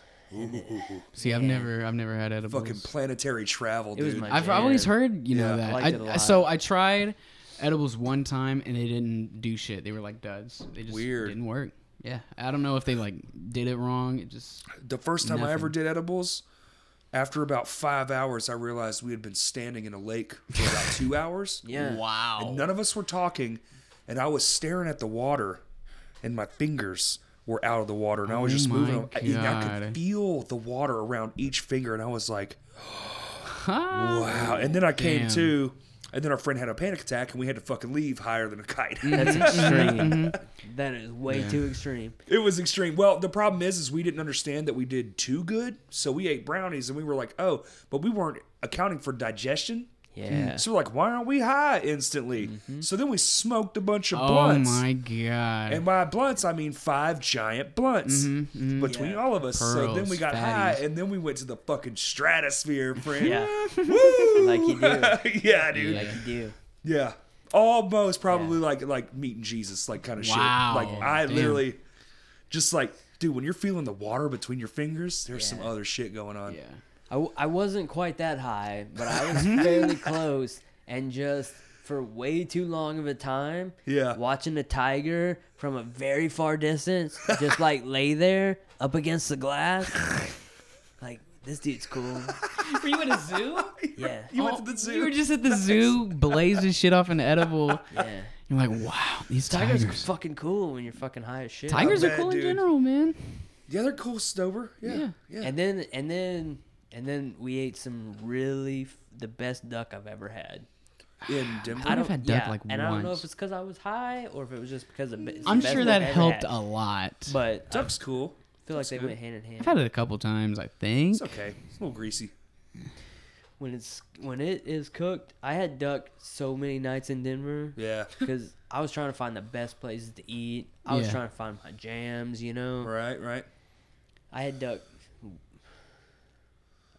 B: See, I've
A: Yeah.
B: never, I've never had edibles.
C: Fucking planetary travel,
A: It was
C: dude.
A: my-
B: I've always
A: jam.
B: heard, you know
C: Yeah, I
B: that.
A: liked
B: I
A: it a lot.
B: So I tried edibles one time and they didn't do shit. They were like duds. They just
C: Weird.
B: didn't work. Yeah, I don't know if they like did it wrong. It just
C: the first time I
B: Nothing.
C: ever did edibles, after about five hours, I realized we had been standing in a lake for about two hours.
A: Yeah.
B: wow.
C: And none of us were talking, and I was staring at the water, and my fingers were out of the water, and I was
B: Oh
C: just
B: my
C: moving. I, and I
B: God.
C: could feel the water around each finger, and I was like, wow. And then I came
B: Damn.
C: to, and then our friend had a panic attack, and we had to fucking leave higher than a kite.
B: Mm.
A: That's extreme. that is way too extreme.
C: It was extreme. Well, the problem is, is we didn't understand that we did too good, so we ate brownies and we were like, oh, but we weren't accounting for digestion.
A: Yeah.
C: So we're like, why aren't we high instantly? So then we smoked a bunch of
B: Mm-hmm. Oh
C: blunts,
B: my god.
C: and by blunts I mean five giant blunts
A: Mm-hmm,
C: between
A: Yeah.
C: all of us. so then
B: Pearls,
C: we got high,
B: fatties.
C: and then we went to the fucking stratosphere, friend.
A: Yeah.
C: Woo!
A: Like you do.
C: yeah, dude.
A: Like you do.
C: Yeah. Almost probably
A: Yeah.
C: like like meeting Jesus like kind of
B: Wow.
C: shit. Like I
B: Damn.
C: literally just like dude, when you're feeling the water between your fingers, there's some other shit going on.
B: yeah.
A: I, w- I wasn't quite that high, but I was fairly close. And just for way too long of a time,
C: Yeah.
A: watching a tiger from a very far distance just like lay there up against the glass, like this dude's cool.
B: Were you at a zoo?
A: Yeah,
C: You went to the zoo.
B: You were just at the zoo, blazing shit off an edible.
A: yeah.
B: You're like, wow, these
A: Tigers,
B: tigers.
A: are fucking cool when you're fucking high as shit.
B: Tigers are
C: bad,
B: cool in
C: dude.
B: general, man.
C: yeah, they're cool sober. Yeah. Yeah.
B: Yeah.
A: And then and then and then we ate some really f- the best duck I've ever had.
C: In Denver.
A: I
B: I've
A: don't
B: had duck,
A: yeah,
B: like,
A: and I don't know
B: once.
A: if it's because I was high or if it was just because of. it's the
B: I'm
A: best
B: sure
A: duck
B: that
A: I've ever
B: helped
A: had.
B: a lot.
A: But I
C: Duck's cool.
A: feel like they
C: good.
A: went hand in hand.
B: I've had it a couple times, I think.
C: It's okay. It's a little greasy.
A: when it's when it is cooked. I had duck so many nights in Denver
C: Yeah.
A: because I was trying to find the best places to eat. I was
B: Yeah.
A: trying to find my jams, you know.
C: Right, right.
A: I had duck.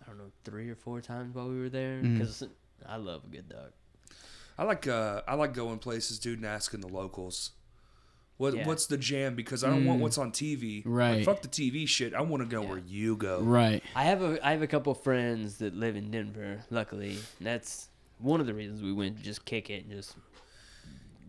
A: I don't know three or four times while we were there
C: Mm.
B: Mhm.
A: because I love a good duck.
C: I like uh I like going places, dude, and asking the locals. What
A: Yeah.
C: what's the jam? Because I don't want what's on TV. Like,
B: Mm. Right.
C: fuck the TV shit. I want to go where you go.
B: Right.
A: I have a I have a couple friends that live in Denver. Luckily, that's one of the reasons we went to just kick it and just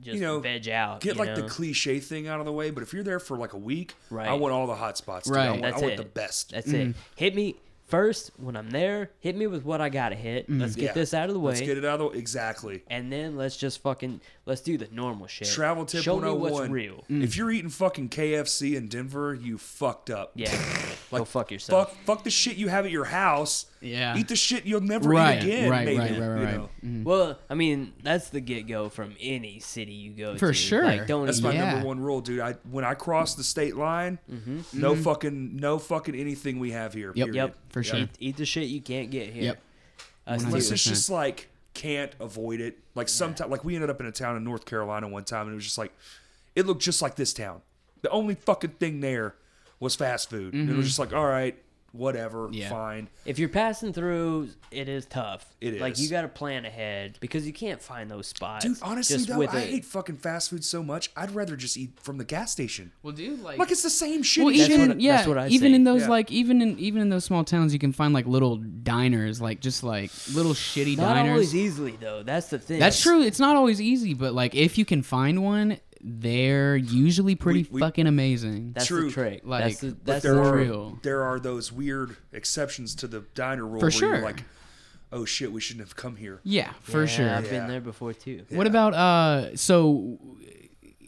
A: just
C: know,
A: veg out.
C: get
A: you
C: like
A: know?
C: the cliche thing out of the way. But if you're there for like a week,
A: Right.
C: I want all the hot spots. Dude.
B: Right.
C: I want,
A: That's
C: I want
A: it.
C: the best.
A: That's
B: Mm.
A: it. Hit me first when I'm there. Hit me with what I gotta hit.
B: Mm.
A: Let's get
C: Yeah.
A: this out of the way,
C: Let's get it out of the exactly.
A: and then let's just fucking let's do the normal shit.
C: Travel tip
A: Show me
C: 101.
A: what's real.
C: If you're eating fucking KFC in Denver, you fucked up.
A: Yeah, go fuck yourself.
C: Fuck, fuck the shit you have at your house.
B: Yeah.
C: Eat the shit you'll never
B: Right,
C: eat again.
B: right,
C: maybe,
B: right, right, right,
C: you
B: right.
C: know?
A: Well, I mean that's the get go from any city you go
B: For
A: to.
B: sure.
A: Like, don't
C: That's
A: eat
C: my
B: Yeah. Mm-hmm.
C: number one rule, dude. I when I cross the state line, no fucking no fucking anything we have here.
B: Yep.
C: period.
A: Yep,
B: For sure.
A: Eat, eat the shit you can't get here.
B: Yep.
A: Us
C: Unless
A: too.
C: it's
B: 100%.
C: just like can't avoid it. Like sometimes, like we ended up in a town in North Carolina one time, and it was just like it looked just like this town. The only fucking thing there was fast food. And it was just like, all right, whatever,
B: Mm-hmm. Yeah.
C: fine.
A: If you're passing through, it is tough.
C: It
A: Like
C: is.
A: you got to plan ahead because you can't find those spots.
C: Dude, honestly
A: just
C: though,
A: with
C: I
A: it.
C: hate fucking fast food so much. I'd rather just eat from the gas station.
B: Well, dude, like,
C: Like it's the same shit.
B: well,
A: That's
B: even
A: what I-
B: yeah,
A: that's what I
B: even
A: say.
B: in those
C: Yeah.
B: like even in even in those small towns, you can find like little diners, like just like little shitty
A: Not
B: diners.
A: always easily though. That's the thing.
B: That's true. It's not always easy, but like if you can find one, they're usually pretty
C: we-
B: fucking amazing.
A: That's
C: True.
A: the trick.
B: Like,
A: that's the,
B: but
A: that's
C: there
A: the
C: are
A: trick.
B: True.
C: there are those weird exceptions to the diner rule
B: For
C: where you're
B: sure.
C: like, oh shit, we shouldn't have come here.
B: yeah, for
A: Yeah,
B: sure.
A: I've
C: Yeah.
A: been there before too.
B: What about uh? So,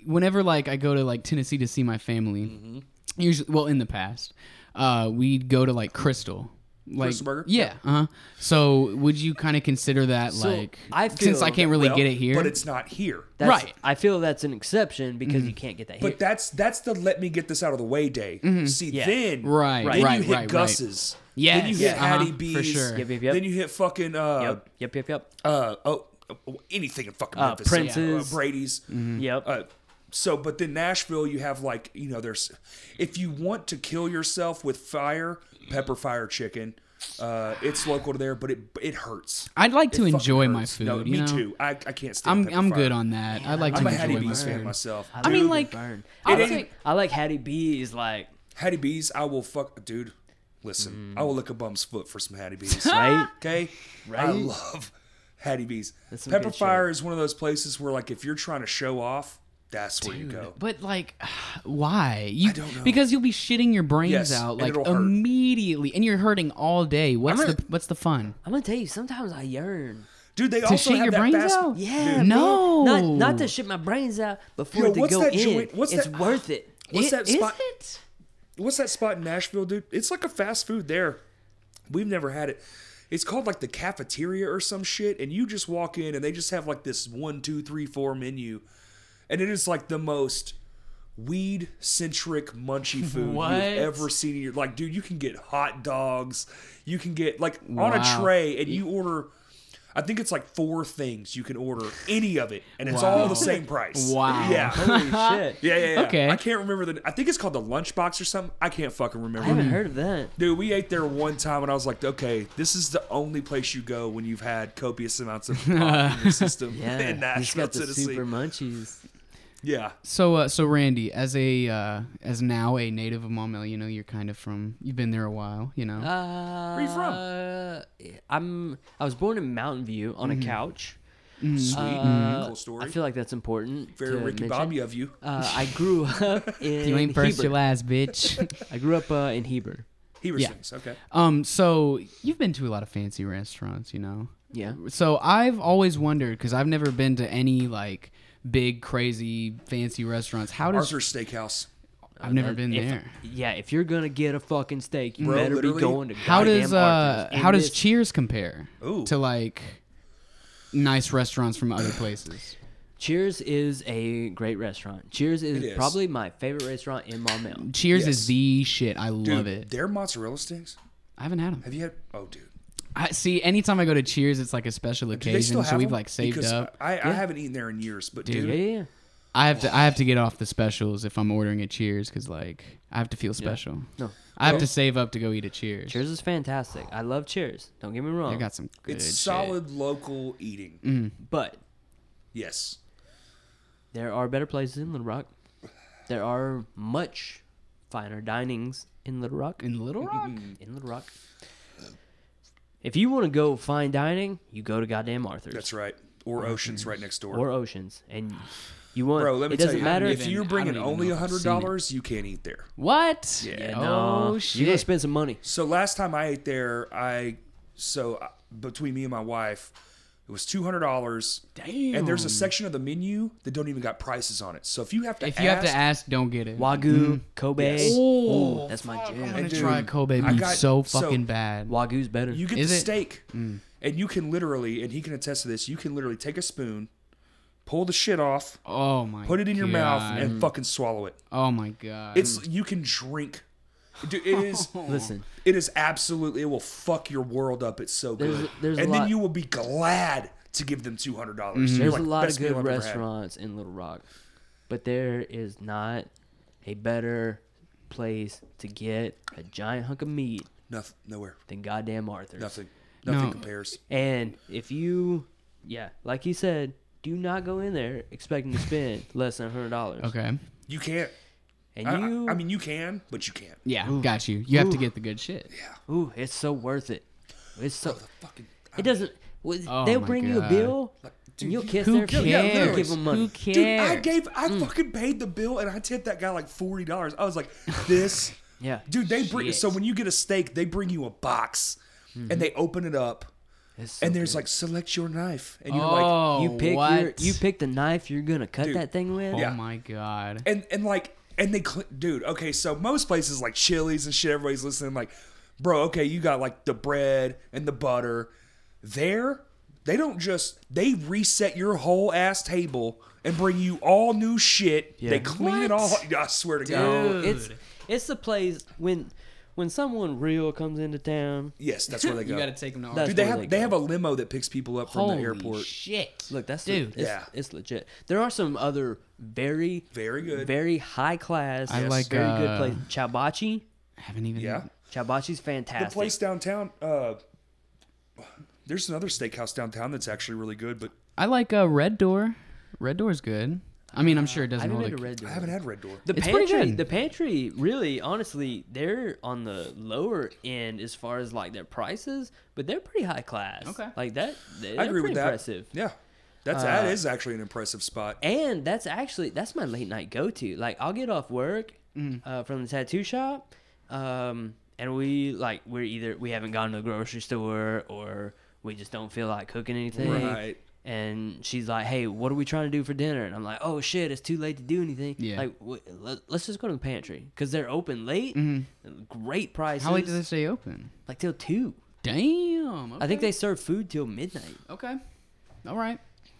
B: whenever like I go to like Tennessee to see my family,
C: Mm-hmm.
B: usually well in the past, uh, we'd go to like Crystal. Like,
C: Crystal Burger?
B: Yeah. Uh huh. So would you kind of consider that
A: So,
B: like
A: I
B: since I
A: feel
B: can't really
C: Well,
B: get it here?
C: But it's not here.
A: That's,
B: Right. Mm.
A: I feel that's an exception because you can't get that here.
C: But that's that's the let me get this out of the way day. See, then
B: Mm-hmm. Right,
C: then
B: right,
C: you hit
B: right, right.
C: Gus's.
B: Yes,
C: Then you hit
B: yeah,
C: Hattie
B: uh-huh, for
C: B's.
B: sure.
A: Yep, yep, yep.
C: Then you hit fucking uh
A: yep. Yep. Yep. Yep.
C: uh oh oh, anything in fucking
A: Uh,
C: Memphis.
A: Prince's.
C: uh, Brady's.
B: Mm-hmm.
A: Yep.
C: Uh, so, but then Nashville, you have like you know, there's if you want to kill yourself with fire, pepper fire chicken. Uh, it's local to there, but it it hurts.
B: I'd like to
C: It fucking
B: enjoy my
C: hurts.
B: food.
C: No,
B: you
C: me
B: know?
C: too. I, I can't stand.
B: I'm
C: pepper
B: I'm
C: fire.
B: good on that. I'd like
A: I'm
B: to
C: I'm a
A: Dude,
B: enjoy
C: Hattie
B: my
C: B's fan
B: food.
C: myself.
B: I mean,
A: love
B: like,
A: burn.
B: I
A: I
B: would
A: like
B: say-
A: I like Hattie B's like
C: Hattie B's, I will fuck, dude. Listen, I will lick a bum's foot for some Hattie B's.
B: Ah!
A: right.
C: Okay, I
A: Right?
C: love Hattie B's.
A: That's some
C: Pepper
A: good shit.
C: Fire is one of those places where, like, if you're trying to show off, that's where you go.
B: But like, why? You
C: don't know.
B: because you'll be shitting your brains
C: Yes,
B: out
C: and
B: like
C: it'll hurt.
B: immediately, and you're hurting all day. What's
A: gonna-
B: the what's the fun?
A: I'm gonna tell you. Sometimes I yearn.
C: Dude, they
B: To
C: also
B: shit
C: have
B: your
C: that
B: brains
C: fast.
B: out?
A: Yeah.
B: Dude. No.
A: man. Not not to shit my brains out, but for
C: Yo,
A: it to
C: what's
A: go
C: that
A: in.
C: joint- what's
A: it's
C: that-
A: worth it.
C: What's that
B: Is
C: spot?
B: it?
C: What's that spot in Nashville, dude? It's like a fast food there. We've never had it. It's called like the cafeteria or some shit, and you just walk in and they just have like this one, two, three, four menu, and it is like the most weed centric munchy food you've
B: What?
C: ever seen in your like, dude. You can get hot dogs, you can get like on a
B: Wow.
C: tray, and you order. I think it's like four things you can order, any of it, and it's all
B: Wow.
C: the same price.
B: Wow.
C: Yeah.
A: Holy shit.
C: Yeah, yeah, yeah.
B: Okay.
C: I can't remember the. I think it's called the lunchbox or something. I can't fucking remember.
A: I haven't heard of that.
C: Dude, we ate there one time, and I was like, "Okay, this is the only place you go when you've had copious amounts of pot in your system
A: Yeah.
C: in
A: he's
C: Nashville,
A: got the
C: Tennessee."
A: super munchies.
C: Yeah,
B: So uh, so Randy, as a uh, as now a native of Maumelle, you know you're kind of from you've been there a while, you know.
A: Uh, Where
C: you from?
A: Uh, I'm. I was born in Mountain View on a couch.
B: Mm-hmm.
C: sweet,
A: Uh,
C: Mm-hmm. cool story.
A: I feel like that's important.
C: Very
A: to
C: Ricky
A: mention.
C: Bobby of you,
A: Uh, I grew up in.
B: you ain't first,
A: Heber.
B: your last, bitch.
A: I grew up uh, in Heber.
C: Heber
B: yeah.
C: sings. Okay,
B: um, so you've been to a lot of fancy restaurants, you know.
A: Yeah.
B: So I've always wondered because I've never been to any like big crazy fancy restaurants. How does
C: Arthur's Steakhouse.
B: I've never
A: Uh,
B: been
A: if-
B: there.
A: Yeah, if you're gonna get a fucking steak, you
C: Bro,
A: better be
C: literally-
A: going to.
B: How
A: goddamn Arthur's
B: does uh
A: in
B: how does
A: this-
B: Cheers compare
C: Ooh.
B: to like nice restaurants from other places?
A: Cheers is a great restaurant. Cheers is,
C: is.
A: probably my favorite restaurant in Maumelle.
B: Cheers
C: Yes.
B: is the shit. I
C: Dude,
B: love it.
C: Their mozzarella sticks.
B: I haven't had them.
C: Have you had? Oh, dude.
B: I see. Anytime I go to Cheers, it's like a special
C: Do they
B: occasion.
C: still have
B: So we've
C: them?
B: like saved
C: Because
B: up.
C: I, I haven't eaten there in years, but dude,
A: Yeah, yeah, yeah.
B: I have to. I have to get off the specials if I'm ordering at Cheers because like I have to feel special.
A: No,
B: I have to save up to go eat at Cheers.
A: Cheers is fantastic. I love Cheers. Don't get me wrong.
B: I got some good.
C: it's
B: shit. Mm-hmm.
C: solid local eating.
A: but
C: Yes,
A: there are better places in Little Rock. There are much finer dinings in Little Rock.
B: in Little Rock.
C: Mm.
A: in Little Rock. If you want to go fine dining, you go to goddamn Arthur's
C: that's right. Or
B: Oh,
C: Ocean's right next door.
A: or Ocean's, and you want.
C: Bro, let me
A: it
C: tell
A: doesn't
C: you,
A: matter
C: if
B: even-
A: you.
B: I
C: you're
B: don't
C: bringing
B: even
C: only
B: know if I've
C: hundred dollars, you can't eat there.
B: What?
A: Yeah,
B: oh
A: uh, nah.
B: shit.
A: You gonna spend some money?
C: So last time I ate there, I so uh, between me and my wife, it was two hundred dollars.
B: Damn.
C: And there's a section of the menu that don't even got prices on it. So if you have to,
B: if you have to ask, don't get it.
A: Wagyu, Kobe.
C: Mm. Yes.
A: Ooh, that's my
B: I
A: jam.
B: want
C: And
B: to try
C: dude,
B: Kobe
C: I
B: beef
C: got-
B: so
C: so-
B: fucking bad.
A: Wagyu's better.
C: you get
B: Is
C: the
B: it- Mm.
C: steak, and you can literally, and he can attest to this, you can literally take a spoon, pull the shit off,
B: Oh my.
C: put it in your
B: god.
C: mouth, and fucking swallow it.
B: oh my god.
C: It's you can drink. Dude, it is.
A: Listen,
C: It is absolutely. It will fuck your world up. It's so good.
A: There's- there's a
C: and then
A: lot- Mm-hmm.
C: you will be glad to give them two hundred dollars.
A: there's a lot of good restaurants in Little Rock, but there is not a better place to get a giant hunk of meat
C: Nothing. Nowhere.
A: than goddamn Arthur's.
C: Nothing. Nothing
B: No.
C: compares.
A: And if you, yeah, like he said, do not go in there expecting to spend less than hundred dollars.
B: Okay.
C: You can't.
A: And
C: I, I-
A: you,
C: I mean, you can, but you can't.
B: Yeah, got you. You have to get the good shit.
A: ooh, it's so worth it. It's so.
C: The fucking.
A: It doesn't. well,
B: Oh
A: they'll
B: my
A: bring you a
B: God.
A: bill,
C: dude,
A: and you'll
C: you-
A: kiss Mm.
B: Who
A: their feet. and
B: cares?
A: Give them money.
B: Who cares?
C: Dude, I gave. I fucking paid the bill, and I tipped that guy like forty dollars. I was like, this.
A: Yeah.
C: Dude, they bring.
A: Shit. Mm-hmm.
C: So when you get a steak, they bring you a box, and they open it up,
A: It's so
C: and there's
A: good.
C: like select your knife, and you're like,
B: oh,
A: you pick
B: what?
A: your, you pick the knife you're gonna cut
C: Dude.
A: that thing with.
B: Oh
C: Yeah.
B: my god.
C: and and like and they cl- dude okay so most places like chili's and shit everybody's listening like bro okay you got like the bread and the butter there they don't just they reset your whole ass table and bring you all new shit they clean it all i swear to god
A: No, it's it's the place when when someone real comes into town.
C: yes that's where they
B: You
C: go
B: gotta take them to
A: That's
C: dude
B: Arthur's.
C: they
A: where
C: have
A: they
C: they,
A: go.
C: have a limo that picks people up from
B: Holy
C: the airport
B: shit.
A: Look, that's
B: dude.
A: dude. it's,
C: Yeah.
A: it's legit. There are some other very,
C: Very good.
A: very high class,
B: I like,
A: very good
B: uh,
A: place. Chabachi,
B: I haven't even.
C: yeah
A: Chabachi's fantastic.
C: the place downtown uh there's another steakhouse downtown that's actually really good but
B: I like uh, Red Door. Red Door's good. I mean, I'm sure it
A: I
B: doesn't
A: haven't
B: hold.
A: been
B: a-
A: to Red Door.
C: i haven't had red door
A: The
B: It's pretty
A: pantry,
B: good.
A: the pantry, really, honestly, they're on the lower end as far as like their prices, but they're pretty high class.
B: Okay.
A: like that, they're
C: I agree
A: pretty
C: with that.
A: impressive. Uh,
C: Yeah, that's that is actually an impressive spot.
A: And that's actually that's my late night go to. Like I'll get off work
B: Mm.
A: uh, from the tattoo shop, um, and we like we're either we haven't gone to the grocery store or we just don't feel like cooking anything.
C: Right.
A: And she's like, "Hey, what are we trying to do for dinner?" And I'm like, "Oh shit, it's too late to do anything.
B: Yeah.
A: Like, w- let- let's just go to the pantry because they're open late. Great prices.
B: Mm-hmm. How late do they stay open?
A: Like till two.
B: Damn.
A: I think they serve food till midnight.
B: Okay. All right.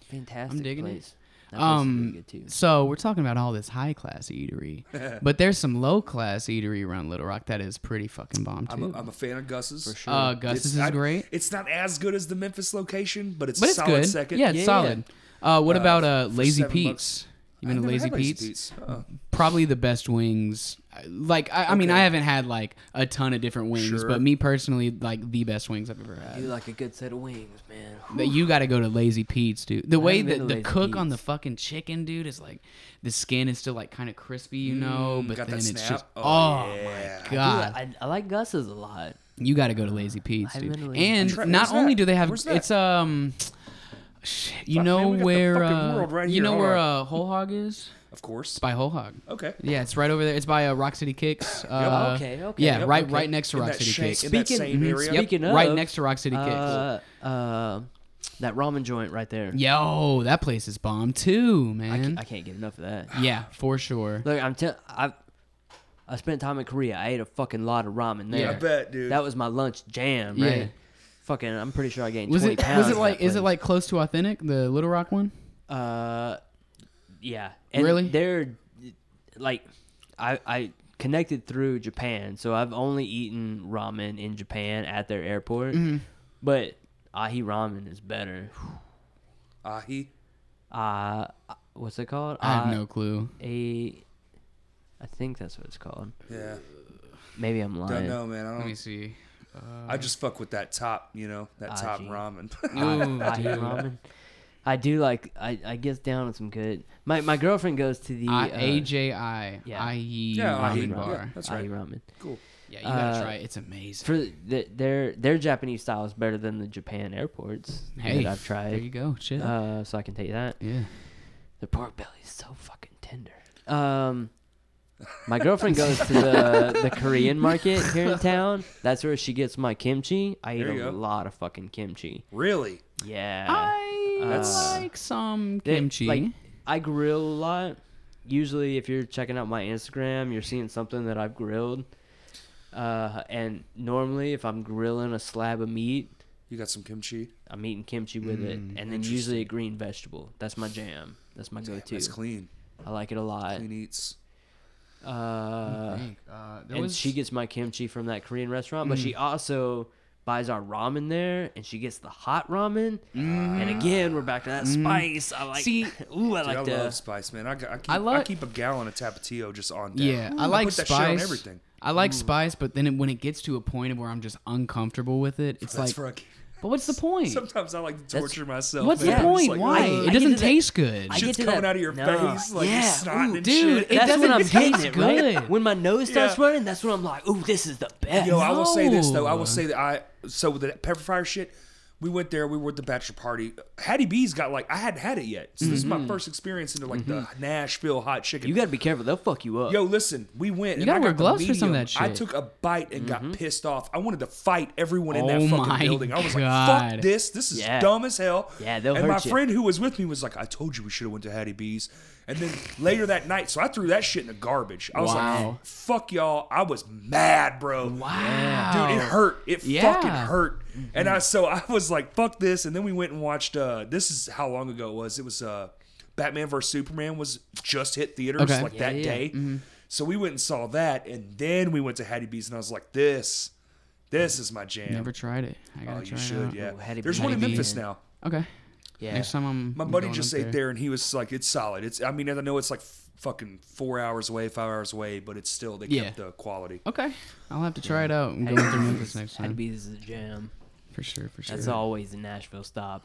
A: Fantastic
B: digging it.
A: place. That place is really
B: Um.
A: good too.
B: So we're talking about all this high class eatery, but there's some low class eatery around Little Rock that is pretty fucking bomb
C: I'm
B: too.
C: a, I'm a fan of Gus's. For sure.
B: uh, Gus's is great.
C: It's not as good as the Memphis location, but it's,
B: but it's
C: solid
B: good.
C: second.
B: Yeah, it's
A: Yeah,
B: solid. Uh, what about uh, Lazy
C: seven
B: Pete's?
C: bucks.
B: You been to
C: I've never
B: Lazy
C: had Lazy
B: Pete's? Uh,
C: Pete's. Uh-uh.
B: Probably the best wings. Like I, I mean,
C: Okay.
B: I haven't had like a ton of different wings,
C: Sure.
B: but me personally, like the best wings I've ever
A: You
B: had.
A: like a good set of wings, man.
B: That you got to go to Lazy Pete's, dude. The way
A: haven't been
B: that
A: to
B: the
A: Lazy
B: cook on the
A: Pete's.
B: fucking chicken, dude, is like the skin is still like kind of crispy, you know, but
C: got
B: then
C: that
B: it's
C: snap?
B: just oh,
C: Oh, yeah.
B: my
A: Ooh,
B: god,
A: I, I like Gus's a lot.
B: you got to go to Lazy Pete's,
A: haven't been
B: dude.
A: to Lazy
B: And
C: Pete's.
B: not
C: Where's that?
B: only do they have
C: Where's that?
B: it's um, shit, you
C: Fuck, man,
B: know
C: we got the
B: where
C: fucking
B: uh,
C: world right
B: you
C: here.
B: know
C: Hold
B: where
C: on.
B: uh, Whole Hog is.
C: Of course.
B: It's by Whole Hog.
C: Okay.
B: Yeah, it's right over there. It's by uh, Rock City Kicks. Uh,
A: Oh, Okay, okay,
B: Yeah,
A: yep,
B: right,
A: okay.
B: right next to
C: In
B: Rock
C: that
B: City
C: shank-
B: Kicks.
C: in that same
A: Mhm,
C: area.
A: Speaking of,
B: right next to Rock City Kicks.
A: uh, uh, that ramen joint right there.
B: Yo, that place is bomb too,
A: I
B: man.
A: can't, I can't get enough of that.
B: yeah, for sure.
A: Look, I'm tell I I spent time in Korea. I ate a fucking lot of ramen there.
B: Yeah.
C: I bet, dude.
A: That was my lunch jam,
B: Yeah.
A: right? Fucking, I'm pretty sure I gained
B: Was
A: 20
B: it
A: pounds.
B: was it
A: at
B: like
A: that
B: is it
A: place.
B: like close to authentic the Little Rock one?
A: Uh, yeah. And
B: Really?
A: They're like, I I connected through Japan, so I've only eaten ramen in Japan at their airport.
B: Mm-hmm.
A: But ahi ramen is better.
C: Ahi.
A: Uh, what's it called?
B: I have
A: Ah-
B: no clue.
A: a I think that's what it's called.
C: Yeah.
A: Maybe I'm
C: Don't
A: lying.
C: know, man. I
B: Let me
C: don't.
B: see.
C: I just fuck with that top. You know, that top
A: Ahi.
C: ramen.
B: Ooh,
A: I,
B: dude.
A: ramen. I do like I, I get down on some good. My my girlfriend goes to the
B: I-
A: uh,
B: AJI
A: yeah.
B: IE
C: Yeah,
B: ramen
C: IE,
B: E bar.
C: yeah. that's
A: Ahi
C: right.
A: ramen.
C: cool.
B: Yeah, you gotta
A: Uh,
B: try it. It's amazing.
A: For the, their their Japanese style is better than the Japan airports
B: Hey,
A: that I've
B: There you
A: tried.
B: go. Shit.
A: Uh, so I can tell you that
B: yeah.
A: the pork belly is so fucking tender. Um, my girlfriend goes to the the Korean market here in town. That's where she gets my kimchi. I eat
C: There
A: a
C: you go.
A: lot of fucking kimchi.
C: Really?
A: Yeah.
B: I
A: That's-
B: like some
A: Uh, They-
B: kimchi.
A: Like, I grill a lot. Usually, if you're checking out my Instagram, you're seeing something that I've grilled. Uh, and normally, if I'm grilling a slab of meat,
C: You got some kimchi?
A: I'm eating kimchi with it, and then usually a green vegetable. That's my jam. That's my
C: Damn,
A: go-to.
C: that's clean.
A: I like it a lot.
C: Clean eats.
A: Uh,
B: Think, uh, there
A: and
B: was-
A: she gets my kimchi from that Korean restaurant, but she also buys our ramen there, and she gets the hot ramen. And again, we're back to that spice. I like.
B: See,
A: ooh, I
C: Dude, I
A: like
C: love
A: that.
C: spice, man. I, got- I keep,
B: I
C: I,
B: like-
C: keep a gallon of Tapatio just on deck.
B: Yeah, I
C: I
B: like
C: put that
B: spice.
C: shit on everything.
B: I like spice, but then it, when it gets to a point of where I'm just uncomfortable with it, it's
C: That's
B: like,
C: fucking.
B: but what's the point?
C: Sometimes I like to torture myself.
B: What's
C: man.
B: the
C: It's
B: point?
C: like,
B: Why?
A: I- I
B: it
A: get
B: doesn't
A: to that-
B: taste good.
A: I-
C: Shit's
A: get to
C: coming
A: that-
C: out of your
A: No.
C: face, like
B: Yeah,
C: you're snotting
B: ooh,
C: and
B: dude,
C: shit.
B: it-
A: that's when
B: doesn't
A: I'm hating
B: taste
A: it, right?
B: good.
A: When my nose starts
C: Yeah.
A: running, that's when I'm like, "Ooh, this is the best."
C: Yo, I will say this though. I
B: No.
C: will say that I so with the pepper fire shit. We went there. We were at the bachelor party. Hattie B's got like I hadn't had it yet, so this is
B: Mm-hmm.
C: my first experience into like the Nashville hot chicken.
A: you got to be careful; they'll fuck you up.
C: Yo, listen, we went. You
B: gotta
C: I
B: wear
C: got the
B: gloves for some of that
C: medium. I
B: shit. Mm-hmm.
C: took a bite and got pissed off. I wanted to fight everyone in that
B: Oh
C: fucking
B: my
C: building. I was like,
B: God.
C: "Fuck this! This is
A: Yeah.
C: dumb as hell."
A: Yeah, they'll
C: And my
A: hurt you.
C: friend who was with me was like, "I told you we should have went to Hattie B's." And then later that night, so I threw that shit in the garbage. I was
B: Wow.
C: like, "Fuck y'all!" I was mad, bro.
B: Wow.
C: dude, it hurt. It
B: Yeah. Mm-hmm.
C: fucking hurt. And I so I was like, "Fuck this!" And then we went and watched. uh This is how long ago it was. It was uh Batman vs Superman was just hit theaters
B: Okay.
C: like that
A: yeah.
C: day. So we went and saw that, and then we went to Hattie B's, and I was like, "This, this is my jam."
B: Never tried it. I gotta
C: oh, you
B: try it.
C: should,
B: out.
C: yeah.
A: Ooh, Hattie
C: There's
A: B's.
C: one in
B: Hattie
C: Memphis
A: B's.
C: now.
B: Okay.
A: yeah.
B: Next time I'm.
C: My
B: I'm
C: buddy
B: going
C: just
B: up
C: ate there, and he was like, "It's solid. It's. I mean, I know it's like f- fucking four hours away, five hours away, but it's still they
B: Yeah.
C: kept the quality."
B: Okay. I'll have to try it out. I'm going through Memphis next
A: Had to
B: time.
A: be this is the jam.
B: For sure. For sure.
A: That's always the Nashville stop.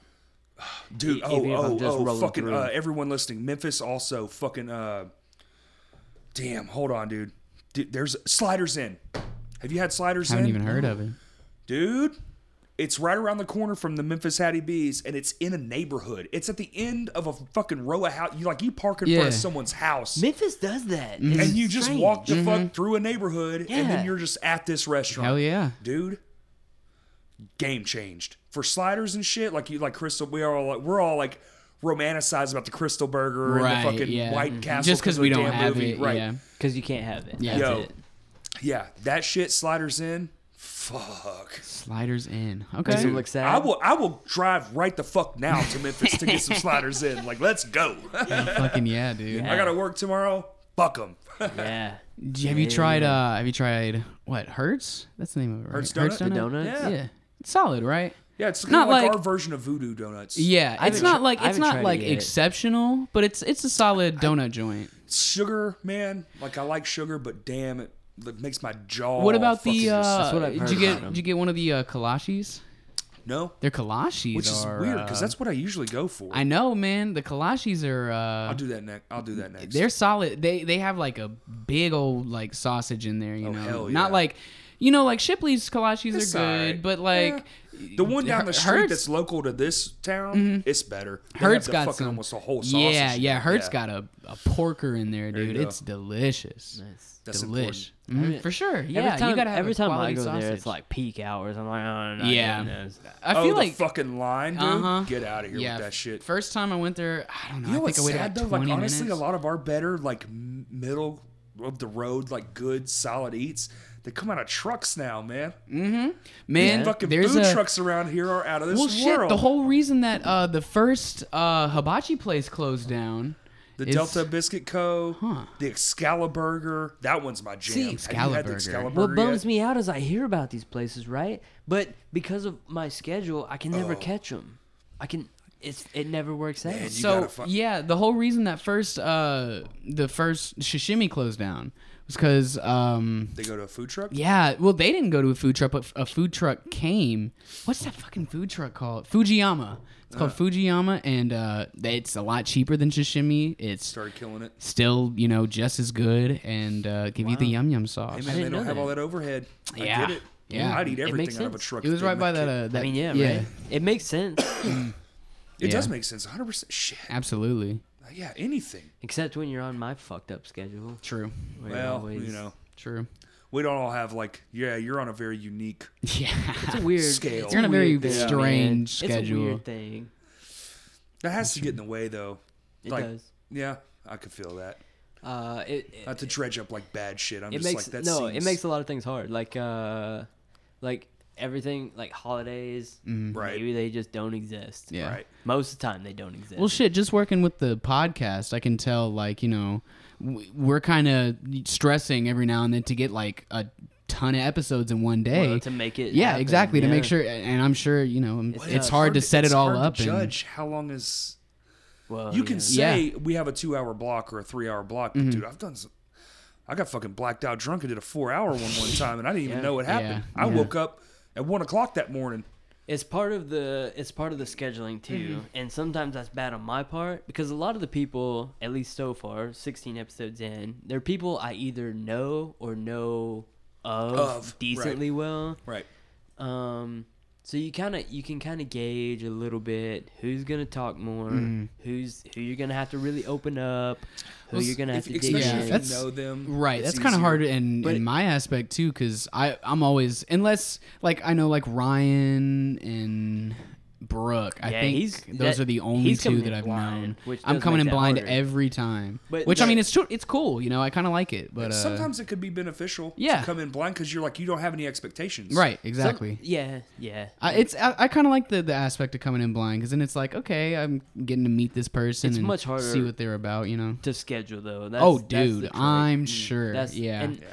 C: Dude,
A: If-
C: oh,
A: if I'm
C: oh,
A: just
C: oh,
A: rolling
C: fucking
A: through.
C: uh, everyone listening, Memphis also fucking. uh Damn, hold on, dude. dude. There's sliders in. Have you had sliders
B: I haven't
C: in?
B: even heard of it.
C: dude. It's right around the corner from the Memphis Hattie B's, and it's in a neighborhood. It's at the end of a fucking row of house. You like you park in front of
B: Yeah.
C: someone's house,
A: Memphis does that,
C: and you just walk the fuck through a neighborhood, and
A: Yeah.
C: then you're just at this
B: Mm-hmm.
C: restaurant
B: Hell yeah.
C: dude game changed for sliders and shit like you like crystal we are all like we're all like romanticized about the crystal burger
B: Right,
C: and the fucking
B: yeah.
C: white
B: Mhm.
C: castle
B: Just because
C: of
B: we
C: the
B: don't
C: damn
B: have
C: movie.
B: it.
C: right
B: Yeah.
A: because you can't have it.
B: Yeah.
A: That's
C: Yo.
A: it.
C: yeah that shit sliders in fuck
B: Sliders in.
A: Makes
B: Okay.
A: him look sad.
C: i will i will drive right the fuck now to memphis to get some sliders in like let's go
B: Fucking yeah, dude.
C: i gotta work tomorrow fuck them
A: Yeah.
B: D- Have you tried? uh Have you tried what? Hertz? That's the name of it. Right?
C: Hertz donut?
A: The donuts.
C: yeah.
B: Yeah.
C: yeah
B: It's solid, right?
C: it's
B: Not
C: not like,
B: like-
C: our version of voodoo donuts
B: Yeah.
A: I
B: It's
A: haven't
B: not
A: tr-
B: like
A: I
B: it's
A: haven't tried
B: not
A: it
B: like
A: yet.
B: exceptional, but it's it's a solid donut joint.
C: sugar man like i like sugar but damn it it makes my
A: Oh,
C: jaw
B: What about
C: fucking
B: the?
C: just-
B: uh
A: what I've
B: Did
A: heard
B: you get?
A: about 'em.
B: Did you get one of the uh, kalashis?
C: no
B: They're kalashis,
C: which is
B: are,
C: weird because
B: uh,
C: that's what I usually go for.
B: I know, man. The kalashis are.
C: I'll
B: uh
C: do that next. I'll do that next.
B: They're solid. They they have like a big old like sausage in there. You know,
C: Oh, hell
B: not
C: yeah.
B: like. You know, like Shipley's kalashis
C: It's
B: are
C: all
B: good,
C: right.
B: but like
C: the one down the
B: Her-
C: street
B: Hertz-
C: that's local to this town, it's better. They
B: Hertz
C: have the
B: Mm-hmm. got
C: fucking
B: some-
C: almost a whole sausage.
B: Yeah, yeah. Hertz
C: Hertz
B: got a, a porker in there,
C: you
B: dude.
C: go.
B: it's delicious.
C: That's
B: Delish.
C: important.
B: Mhm, for sure. Yeah,
A: every time,
B: you gotta have
A: every
B: a
A: time I
B: quality
A: go
B: sausage.
A: there, it's like peak hours. I'm like, oh, no, no,
B: Yeah.
A: no, no.
B: I
C: Oh,
B: feel
C: the
B: like
C: fucking line, dude.
B: Uh-huh.
C: Get out of here
B: yeah,
C: with that shit.
B: First time I went there, I don't know. I
C: you know
B: think
C: what's
B: I waited
C: sad
B: like
C: though?
B: 20
C: Like honestly,
B: minutes.
C: a lot of our better, like m- middle of the road, like good solid eats, they come out of trucks now, man.
B: Man,
C: Fucking
B: there's
C: food
B: a
C: trucks around here are out of this
B: well, shit.
C: world.
B: The whole reason that uh, the first uh, hibachi place closed down.
C: The
B: is-
C: Delta Biscuit Co.
B: Huh.
C: The Excalibur Burger. That one's my jam.
B: See,
C: Have you had the
B: Excalibur.
C: Excalibur
A: What bums me out is I hear about these places, right? But because of my schedule, I can never catch them. I can. It's it never works out.
C: Oh. Man, you
B: so
C: gotta fu-
B: yeah, the whole reason that first uh, the first sashimi closed down was because um,
C: They go to a food truck?
B: Yeah, well, they didn't go to a food truck, but a food truck came. What's that fucking food truck called? Fujiyama. It's called Fujiyama, and uh, it's a lot cheaper than sashimi. It's
C: Started killing it.
B: still, you know, just as good, and uh, give you the yum yum sauce.
C: Hey man, they
A: didn't
C: don't
A: know
C: have all
A: that.
C: that overhead. I
B: Yeah.
C: get it.
B: Yeah.
C: I'd eat
A: It
C: everything
A: makes
C: out of a
A: sense.
C: truck.
B: it was
C: if they
B: right by
C: make
B: that, uh, that.
A: I mean, yeah, right. It makes sense,
C: It does
B: uh, yeah.
C: make sense, 100. percent Shit.
B: Absolutely.
C: Yeah, anything.
A: except when you're on my fucked up schedule.
B: True.
A: where it
C: Well,
A: always-
C: you know,
B: True.
C: we don't all have like. Yeah, you're on a very unique.
B: Yeah.
A: it's a weird
C: Scale.
A: It's
C: You're
B: on a very
A: weird thing,
B: strange
A: man. It's a
B: schedule.
A: weird thing.
C: That has to get in the way though.
A: It
C: Like-
A: does.
C: Yeah, I could feel that.
A: Uh, it it,
C: Not to dredge up like bad shit. I'm
A: it
C: just
A: makes
C: like that.
A: no. It
C: seems-
A: makes a lot of things hard. Like uh, like everything like holidays.
C: Right.
A: Maybe they just don't exist.
B: Mm-hmm. Yeah.
C: right.
A: Most of the time they don't exist.
B: Well, shit, just working with the podcast, I can tell, like, you know, w- we're kind of stressing every now and then to get, like, a ton of episodes in one day.
A: Well, to make it.
B: yeah,
A: happen,
B: exactly. To make
A: yeah.
B: sure, and I'm sure, you know, it's,
A: yeah, it's
B: hard to set it
C: it's
B: all
C: hard to
B: up. and,
C: judge how long is.
A: Well,
C: You can
A: Oh, yeah.
B: Mm-hmm.
C: say we have a two hour block or a three hour block, but dude, I've done. Some, I got fucking blacked out drunk and did a four hour one one time, and I didn't even know what happened.
B: Yeah.
C: I
B: Yeah.
C: woke up at one o'clock that morning.
A: It's part of the it's part of the scheduling too,
C: Mm-hmm.
A: and sometimes that's bad on my part because a lot of the people, at least so far, sixteen episodes in, they're people I either know or know of,
C: Of, right.
A: decently well.
C: Right.
A: Um, so you kind of you can kind of gauge a little bit who's gonna talk more,
B: Mm-hmm.
A: who's who you're gonna have to really open up, who
B: Well,
A: you're gonna have to
C: If,
A: dig
C: especially
B: Yeah,
A: in.
C: if
B: that's-
C: you know them.
B: Right,
C: it's
B: that's kind of
C: easier.
B: hard in,
A: But-
B: in my aspect too, because I I'm always unless like I know like Ryan and Brooke. I
A: Yeah,
B: think
A: he's-
B: those
A: that-
B: are the only
A: he's
B: two
A: coming
B: that
A: in
B: I've
A: blind,
B: known.
A: which
B: I'm
A: does
B: coming
A: make
B: in
A: that
B: blind
A: harder.
B: every time,
A: But
B: which I
A: that-
B: mean it's true- it's cool. You know, I kind of like it, but uh,
C: Sometimes it could be beneficial
B: yeah.
C: to come in blind because you're like you don't have any expectations.
B: right
A: Some-
B: exactly.
A: yeah, yeah.
B: I, it's I, I kind of like the, the aspect of coming in blind because then it's like okay I'm getting to meet this person
A: It's
B: and
A: much harder
B: see what they're about you know
A: to schedule though. That's,
B: oh
A: that's the
B: dude
A: trick.
B: I'm
A: Mm,
B: sure
A: That's
B: yeah
A: and
C: Yeah.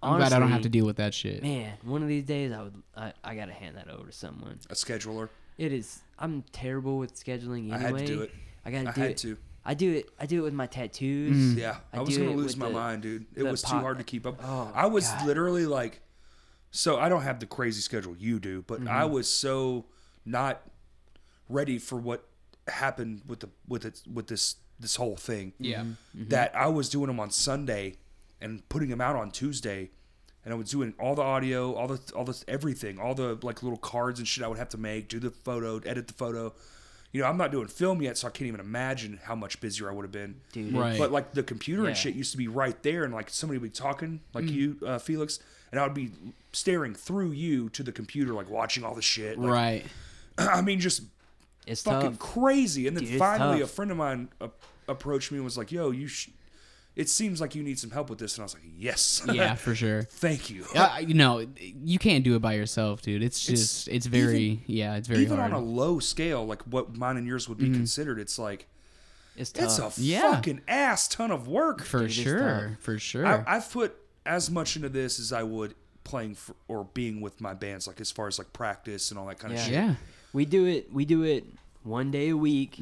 B: I'm glad I don't have
A: honestly,
B: to deal with that shit
A: Man, one of these days I would I, I gotta hand that over to someone.
C: A scheduler.
A: It is I'm terrible with scheduling anyway.
C: I had to do it.
A: I gotta
C: I
A: do
C: had
A: it.
C: to.
A: I do it I do it with my
B: Mm.
A: tattoos.
C: Yeah, I,
A: I
C: was
A: do
C: gonna
A: it
C: lose
A: with
C: my
A: the-
C: mind, dude. It
A: the
C: was too
A: pot-
C: hard to keep up.
A: Oh,
C: I was
A: God.
C: literally like, so I don't have the crazy schedule you do, but I
A: Mm-hmm.
C: was so not ready for what happened with the with it with this this whole thing.
B: Yeah.
C: that I was doing them on Sunday and putting them out on Tuesday. And I was doing all the audio, all the all this everything, all the like little cards and shit I would have to make, do the photo, edit the photo. You know, I'm not doing film yet, so I can't even imagine how much busier I would have been.
A: Dude,
B: Right.
C: But like the computer
A: Yeah.
C: and shit used to be right there, and like somebody would be talking, like
B: Mm.
C: you, uh, Felix, and I would be staring through you to the computer, like watching all the shit. Like,
B: right
C: I mean, just
A: it's
C: fucking
A: tough.
C: crazy. And then
A: Dude, it's
C: finally, a
A: tough.
C: friend of mine uh, approached me and was like, "Yo, you, sh- it seems like you need some help with this." And I was like, "Yes,
B: yeah for sure
C: thank you."
B: uh, you know you can't do it by yourself dude it's just it's, very yeah it's very
C: Even
B: hard Mm-hmm.
C: on a low scale, like what mine and yours would be considered, it's like
A: It's tough.
C: it's a
B: Yeah.
C: fucking ass ton of work.
B: for
A: it's
B: sure for sure
C: I, I've put as much into this as I would playing for, or being with my bands, like as far as like practice and all that kind of
A: Yeah.
C: shit.
B: yeah
A: we do it we do it one day a week.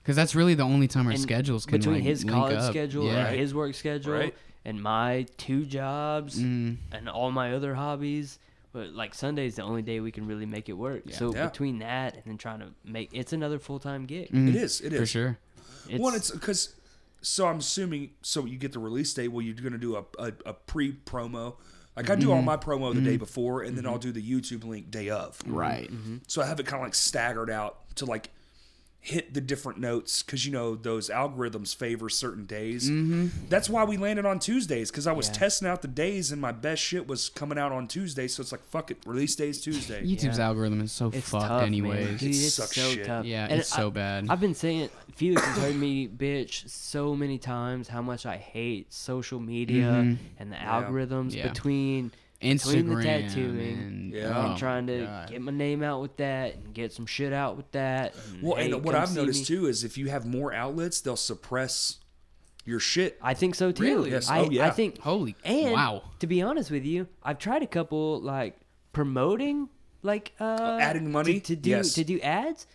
B: because that's really the only time our
A: and
B: Mm, schedules can
A: between
B: like,
A: his
B: link
A: college
B: up.
A: schedule
B: yeah
A: and his work schedule
C: Right.
A: and my two jobs
B: Mm.
A: and all my other hobbies but like Sunday's the only day we can really make it work. So
C: Yeah.
A: between that and then trying to make it's another full time gig.
B: Mm.
C: It is. It is
B: for sure
A: It's,
C: One, it's because so I'm assuming so you get the release date. Well, you're going to do a, a, a pre promo. Like I do
B: Mm-hmm.
C: all my promo the day before, and then I'll do the YouTube link day of.
B: right
A: Mm-hmm.
C: Mm-hmm. So I have it kind of like staggered out to like hit the different notes because you know those algorithms favor certain days.
A: Mm-hmm.
C: That's why we landed on Tuesdays because I was testing out the days, and my best shit was coming out on Tuesday. So it's like fuck it, release days Tuesday.
B: YouTube's algorithm is so
A: it's
B: fucked
A: tough, Man.
B: anyways
A: Dude, it's
C: sucks
A: so
C: shit.
A: tough.
B: yeah
A: And
B: it's so bad
A: I've been saying Felix has heard me bitch so many times how much I hate social media and the algorithms
B: Mm-hmm. Yeah.
A: between
B: Instagram
A: between the tattooing
B: and,
C: Yeah.
A: and
B: oh,
A: trying to
B: God.
A: get my name out with that and get some shit out with that.
C: Well,
A: hey,
C: and what
A: come
C: I've
A: see
C: noticed
A: me.
C: too is if you have more outlets, they'll suppress your shit.
A: I think so too.
C: Really? Yes.
A: I,
C: Oh, yeah.
A: I think
B: Holy-
A: and
B: wow.
A: To be honest with you, I've tried a couple like promoting like uh
C: adding money?
A: to, to do
C: Yes.
A: to do ads.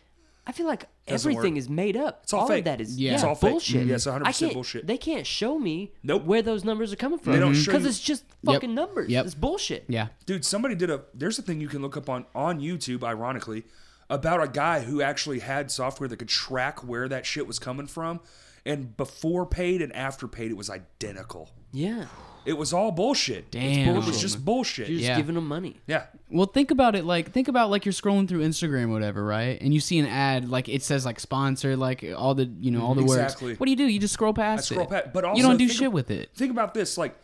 A: I feel like
C: Doesn't
A: everything
C: work.
A: is made up.
C: It's all
A: all
C: fake.
A: of that is
B: Yeah.
A: yeah,
B: It's
C: all fake.
A: bullshit.
C: Mhm. Yes, 100%
A: I can't-
C: bullshit.
A: They can't show me
C: Nope.
A: where those numbers are coming from.
C: They don't show you-
A: it's just
B: Yep.
A: fucking numbers.
B: Yep.
A: It's bullshit.
B: yeah
C: dude somebody did a there's a thing you can look up on on youtube ironically about a guy who actually had software that could track where that shit was coming from and before paid and after paid it was identical
A: Yeah.
C: it was all bullshit
B: Damn.
C: it was just bullshit
A: You're
C: yeah,
A: just
B: Yeah.
A: giving them money.
B: Well, think about it like think about like you're scrolling through Instagram or whatever, right? And you see an ad like it says like sponsor, like all the you know all the
C: Mm-hmm. Exactly.
B: words. What do you do? You just scroll past
C: I scroll
B: it.
C: past- but also
B: you don't do
C: think
B: shit
C: of-
B: with it.
C: think about this like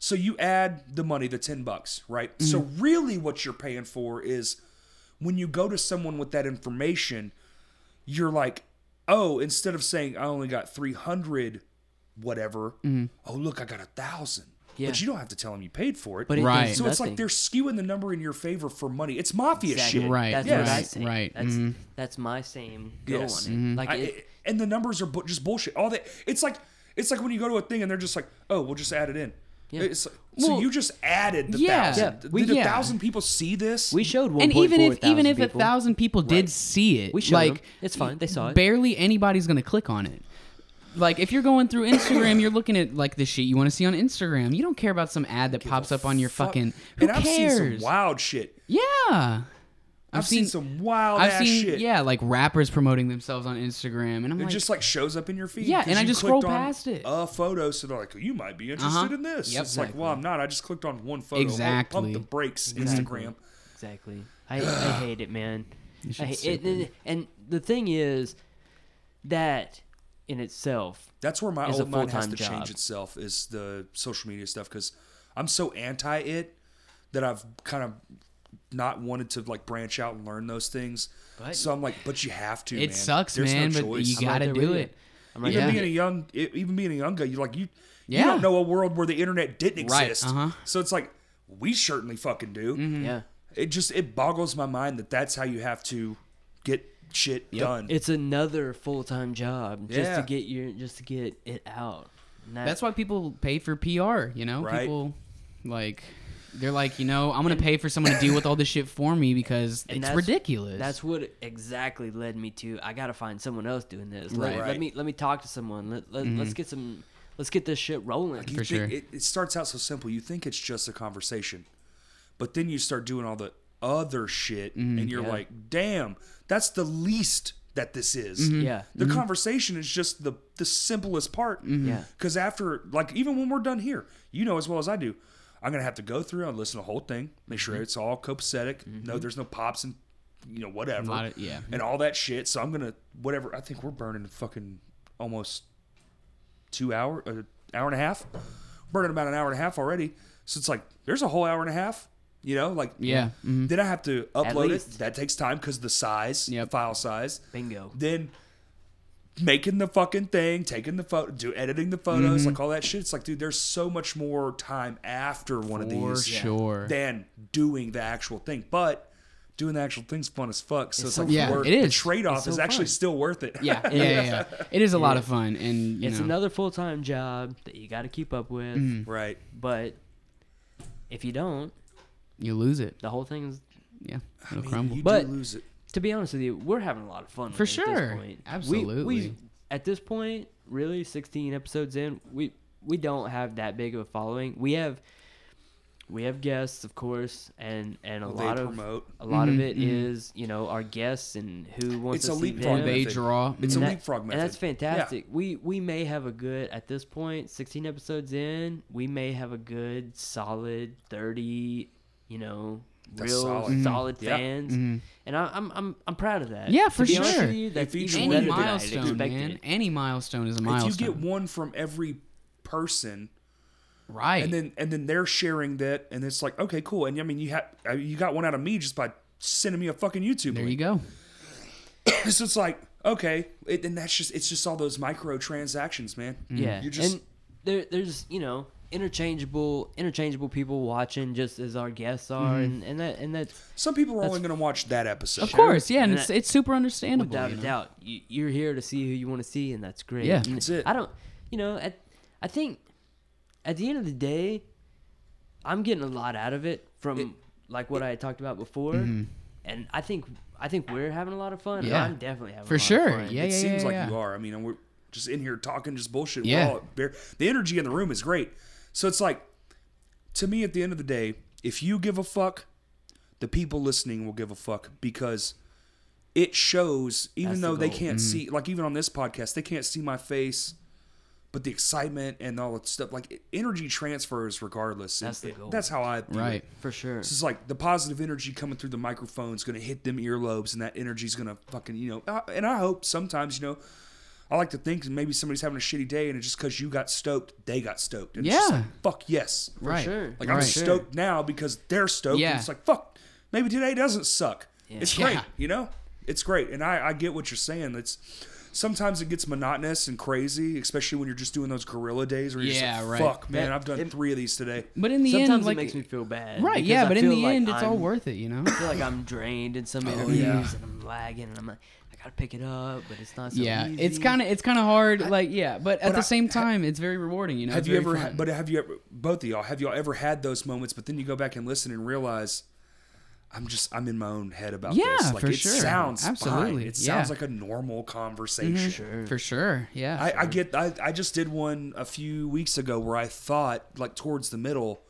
C: so you add the money the 10 bucks right so
A: Mm-hmm.
C: really what you're paying for is when you go to someone with that information you're like oh instead of saying i only got 300 whatever oh look i got a thousand
A: Mm-hmm. Yeah.
C: but you don't have to tell them you paid for it
A: But it
B: Right.
A: means
C: so it's like
A: nothing.
C: they're skewing the number in your favor for money it's mafia
A: Exactly.
C: shit
B: Right,
A: That's what I
B: right,
A: say.
B: right,
A: That's
B: mhm.
A: that's my same go
C: Mm-hmm. Yes. Mm-hmm.
A: on it. Like
C: I,
A: it,
C: it- and the numbers are bu- just bullshit. All that it's like it's like when you go to a thing and they're just like, oh, we'll just add it in. It's like- so
B: Well,
C: you just added the
B: yeah.
C: thousand.
A: Yeah,
B: we-
C: Did a
B: yeah.
C: thousand people see this?
A: we showed one.
B: And even if even if
A: people.
B: a thousand people did see it,
A: We showed
B: like
A: them. It's fine. They saw it.
B: barely anybody's gonna click on it. like if you're going through Instagram, you're looking at like the shit you want to see on Instagram. You don't care about some ad that pops up on your
C: Fuck.
B: fucking. Who
C: And I've
B: cares?
C: seen some wild shit.
B: yeah, I've,
C: I've, seen, some wild
B: I've
C: ass
B: seen
C: shit.
B: yeah, like rappers promoting themselves on Instagram, and I'm
C: It
B: like,
C: just like shows up in your feed.
B: Yeah,
C: 'cause
B: and I
C: you
B: just
C: clicked
B: scroll
C: on
B: past it.
C: A photo, so they're like, you might be interested
B: Uh-huh.
C: in this.
B: Yep,
C: it's like, well, I'm not. I just clicked on one photo. Oh,
B: Exactly.
C: pump the brakes,
A: Exactly.
C: Instagram.
A: Exactly. I, I hate it, man. I hate it,
B: sit
A: and- and the thing is that in itself,
C: That's where my
A: Is a
C: old mind has
A: full-time
C: to
A: job.
C: change itself is the social media stuff because I'm so anti it that I've kind of not wanted to like branch out and learn those things.
A: But-
C: so I'm like, but you have to.
B: It
C: man.
B: sucks,
C: There's
B: man,
C: No
B: but
C: choice.
B: you
A: I'm right
B: gotta
A: there
B: do
A: with you.
B: it.
A: I'm right
B: Yeah.
A: there
C: even
A: with
C: being a
A: you.
C: young e- even being a young guy you like you
B: Yeah.
C: you don't know a world where the internet didn't exist
B: Right, uh-huh. Mm-hmm.
C: so it's like we certainly fucking do
A: Yeah.
C: it just it boggles my mind that that's how you have to get shit done
A: It's another full time job just to
C: Yeah.
A: get your just to get it out. And that-
B: That's why people pay for PR, you know?
C: Right.
B: People like they're like, you know, I'm gonna pay for someone to deal with all this shit for me because
A: and
B: it's
A: that's-
B: ridiculous.
A: That's what exactly led me to. I gotta find someone else doing this. Let,
B: Right. Mm-hmm.
A: let me let me talk to someone. Let, let us get some. Let's get this shit rolling.
C: you
B: For
C: think
B: sure.
C: it, it starts out so simple you think it's just a conversation but then you start doing all the other shit
B: Mm-hmm.
C: and you're like damn that's the least that this is
B: Mm-hmm.
A: Yeah.
C: the conversation is just the the simplest part
B: Mm-hmm.
A: Yeah.
C: Because after, like, even when we're done here, you know as well as I do, I'm gonna have to go through and listen to the whole thing, make
B: Mm-hmm.
C: sure it's all copacetic.
A: Mm-hmm.
C: No, there's no pops and you know whatever,
B: Lot of- yeah.
C: and all that shit. So I'm gonna whatever. I think we're burning fucking almost two hour, uh, hour and a half, burning about an hour and a half already. So it's like there's a whole hour and a half. You know, like
B: Yeah, mhm.
C: Then I have to upload it.
A: least.
C: That takes time because the size,
B: Yep.
C: file size.
A: Bingo.
C: Then making the fucking thing, taking the photo, do editing the photos,
B: Mm-hmm.
C: like all that shit. It's like, dude, there's so much more time after one of
B: for
C: these
B: sure.
C: than doing the actual thing. But doing the actual thing's fun as fuck. So it's,
A: so
C: like,
A: fun.
B: Yeah,
C: worth-
B: it
C: the
B: is.
C: trade off
A: so
C: is actually
A: fun.
C: still worth it.
B: yeah, yeah, yeah, yeah. It is a lot of fun and you
A: It's
B: know, Mm-hmm.
A: another full time job that you gotta keep up with.
C: right.
A: But if you don't,
B: you lose it.
A: the whole thing's.
B: Yeah. It'll
C: I mean,
B: crumble.
C: You
A: But-
C: do lose it.
A: To be honest with you, we're having a lot of fun.
B: For
A: with it At
B: sure.
A: this point. We- We,
B: Absolutely.
A: at this point, really, 16 episodes in, we we don't have that big of a following. We have we have guests, of course, and and a
C: Well, they
A: lot of
C: promote.
A: a lot of
B: Mhm,
A: it
B: mhm.
A: is you know our guests and who wants
C: It's
A: to
C: a
A: see
C: leapfrog
A: them.
B: Or they
C: method.
B: draw
C: It's a
A: And that-
C: leapfrog method.
A: And that's
C: Yeah.
A: fantastic. We we may have a good at this point, sixteen episodes in, we may have a good solid thirty, you know,
C: That's
A: real solid,
C: solid. Mm-hmm. Yeah.
A: fans. And I, I'm I'm I'm proud of that.
B: Yeah,
A: To
B: for
A: be honest
B: sure.
A: with you, that's
C: If each
A: even
C: one
B: any
A: better than
C: did
A: I
C: that,
B: milestone,
A: expected.
B: man. Any milestone is a milestone.
C: If you get one from every person,
B: right.
C: and then and then they're sharing that, and it's like, okay, cool. And I mean, you have you got one out of me just by sending me a fucking YouTube.
B: there
C: link.
B: you go.
C: So it's like, okay, it, and that's just it's just all those micro transactions, man.
B: Mm-hmm.
A: Yeah,
C: Mm-hmm. you just
A: and there, there's you know interchangeable interchangeable people watching just as our guests are,
C: Mm-hmm.
A: and, and that and that's
C: some people are only going to watch that episode.
B: Of course, yeah, and,
A: And
B: it's
A: that-
B: it's super understandable.
A: Without
B: you know?
A: a doubt, you, you're here to see who you want to see, and that's great.
B: Yeah.
A: And
C: That's it.
A: I don't, you know, at, I think at the end of the day, I'm getting a lot out of it from like what I had talked about before, and I think I think we're having a lot of fun. and
B: Mm-hmm. Yeah.
A: I'm definitely having
B: For
A: a lot
B: sure.
A: Of fun.
B: Yeah,
C: it
B: yeah,
C: seems
B: yeah,
C: like
B: yeah.
C: you are. I mean, and we're just in here talking just bullshit.
B: Yeah.
C: We're all bare, the energy in the room is great. So it's like, to me, at the end of the day, if you give a fuck, the people listening will give a fuck because it shows. Even
A: That's the
C: though they
A: goal.
C: can't
B: Mm-hmm.
C: see, like even on this podcast, they can't see my face. But the excitement and all that stuff, like energy transfers, regardless. And
A: That's the
C: it-
A: goal.
C: That's how I view it.
B: Right.
A: for sure.
C: It's just like the positive energy coming through the microphone is going to hit them earlobes, and that energy is going to fucking, you know. I- And I hope sometimes, you know, I like to think that maybe somebody's having a shitty day, and it's just because you got stoked, they got stoked. And it's just
B: Yeah.
C: like, fuck yes.
A: For
B: right.
A: sure.
C: Like, I'm
B: right.
A: sure.
C: stoked now because they're stoked.
B: Yeah.
C: And it's like, fuck, maybe today doesn't suck. It's
B: Yeah.
C: great, you know? It's great. And I, I get what you're saying. It's sometimes it gets monotonous and crazy, especially when you're just doing those gorilla days where you're
B: Yeah,
C: just like,
B: right.
C: fuck, man,
A: That-
C: I've done
A: it-
C: three of these today.
B: But in the
A: Sometimes
B: end,
A: it
B: like
A: makes me feel bad.
B: right,
A: because
B: yeah.
A: I
B: But in
A: feel
B: the
A: like
B: end, it's all
A: I'm-
B: worth Oh, it, you know.
A: I feel like I'm drained in some interviews,
C: yeah.
A: and I'm lagging, and I'm like, I gotta pick it up, but it's not so
B: Yeah,
A: easy.
B: it's kind of it's kind of hard, like yeah. But at
C: but
B: the
C: I-
B: same time, it's very rewarding, you know.
C: Have
B: it's
C: you
B: very
C: ever?
B: fun.
C: But have you ever? Both of y'all, have y'all ever had those moments? But then you go back and listen and realize, I'm just I'm in my own head about
B: Yeah,
C: this. Like
B: for
C: it
B: sure.
C: sounds
B: Absolutely,
C: Fine. It
B: yeah. Mm-hmm.
C: sounds like a normal conversation.
A: Sure.
B: for sure. Yeah,
C: I, I get I, I just did one a few weeks ago where I thought like towards the middle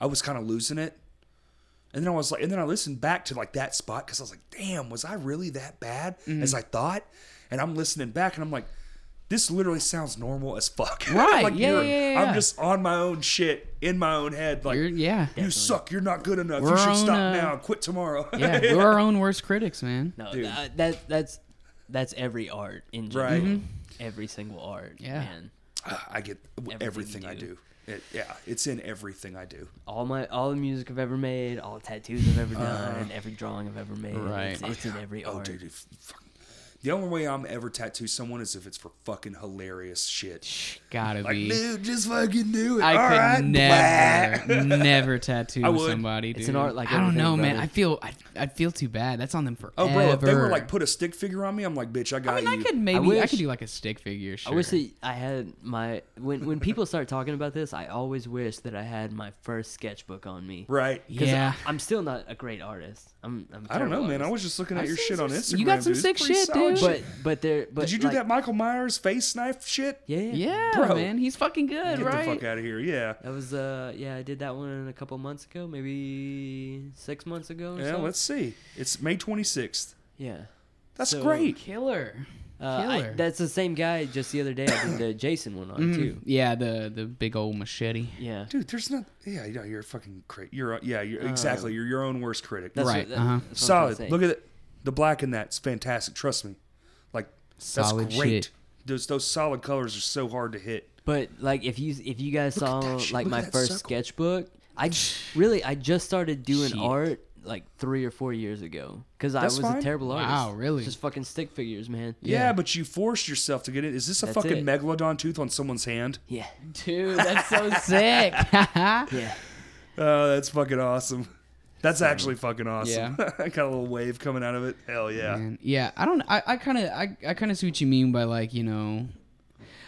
C: I was kind of losing it. And then I was like and then I listened back to like that spot cuz I was like damn was I really that bad
B: Mm-hmm.
C: as I thought? And I'm listening back and I'm like this literally sounds normal as fuck.
B: Right,
C: like
B: yeah,
C: you're-
B: yeah, yeah, yeah.
C: I'm just on my own shit in my own head like
B: You're- yeah.
C: you suck, you're not good enough.
B: We're
C: you should
B: on,
C: stop
B: uh,
C: now. Quit tomorrow.
B: yeah. We're our own worst critics, man.
A: No,
C: Dude.
A: tha- that that's that's every art in general.
C: Right. Mm-hmm.
A: Every single art.
B: Yeah.
A: Man.
C: I get everything,
A: Everything you
C: I
A: do.
C: do. It, yeah, it's in everything I do.
A: All my all the music I've ever made, all the tattoos I've ever done, every drawing I've ever made.
B: Right.
A: It's, it's in every
C: Uh-huh. Oh,
A: art.
C: dude, if, fucking, the only way I'm ever tattoo someone is if it's for fucking hilarious shit.
B: Gotta
C: Like,
B: be.
C: dude, just fucking do it.
B: I
C: All
B: could
C: right, blah.
B: never, never tattoo
C: I would.
B: somebody. Dude.
A: It's an art like
B: I don't
A: everything,
B: know, man.
A: brother.
B: I feel I, I feel too bad. That's on them forever.
C: Oh, bro, if they were like put a stick figure on me, I'm like, bitch, I got
B: I mean,
C: you.
B: I could maybe I,
A: wish-
B: could do like a stick figure. Sure.
A: I wish that I had my when when people start talking about this, I always wish that I had my first sketchbook on me.
C: Right.
A: 'Cause
B: Yeah.
A: I, am still not a great artist. I'm. I'm a
C: I don't know,
A: terrible
C: man. I
A: artist.
C: was just looking at
B: I've
C: your
B: seen
C: shit
B: some
C: on
B: s-
C: Instagram.
B: you got some
C: dude. It's
B: sick
C: pretty
B: shit,
C: solid
B: dude.
A: But but there. But
C: Did you
A: like-
C: do that Michael Myers face knife shit?
A: Yeah. Yeah.
B: Yeah,
C: Bro.
B: man. He's fucking good,
C: Get
B: right?
C: the fuck out of here. Yeah.
A: That was uh yeah I did that one a couple months ago maybe six months ago or
C: Yeah,
A: something.
C: let's see. It's May 26th.
A: yeah
C: That's
A: So-
C: great.
B: Killer.
A: uh, I-
B: Killer. Mm-hmm.
A: that's the same guy just the other day I did the Jason one on too
B: Mm, Yeah, the the big old machete.
A: yeah
C: Dude, there's not. Yeah, yeah, you're a fucking cra You're yeah, you're
B: Uh,
C: exactly. You're your own worst critic.
A: that's
B: Right,
A: what, that-
B: uh-huh.
A: that's what I'm
C: Solid.
A: saying.
C: Look at it. The black in that's fantastic. Trust me. Like that's
B: Solid
C: great.
B: shit.
C: Those those solid colors are so hard to hit.
A: but like if you if you guys
C: Look at
A: saw
C: that shit.
A: like
C: Look at
A: my
C: that
A: first
C: circle.
A: sketchbook I j- really I just started doing
B: Shit.
A: art like three or four years ago because I
C: That's
A: was a
C: fine.
A: terrible artist
B: Wow, really?
A: just fucking stick figures man
C: Yeah, but you forced yourself to get it. Is this a
A: That's
C: fucking
A: it.
C: megalodon tooth on someone's hand?
A: yeah
B: Dude, that's so sick.
A: yeah
C: Oh, that's fucking awesome. That's actually fucking awesome. Got a little wave coming out of it. Hell yeah.
B: Man, yeah, I don't. I, I kind of. I, I kind of see what you mean by like you know.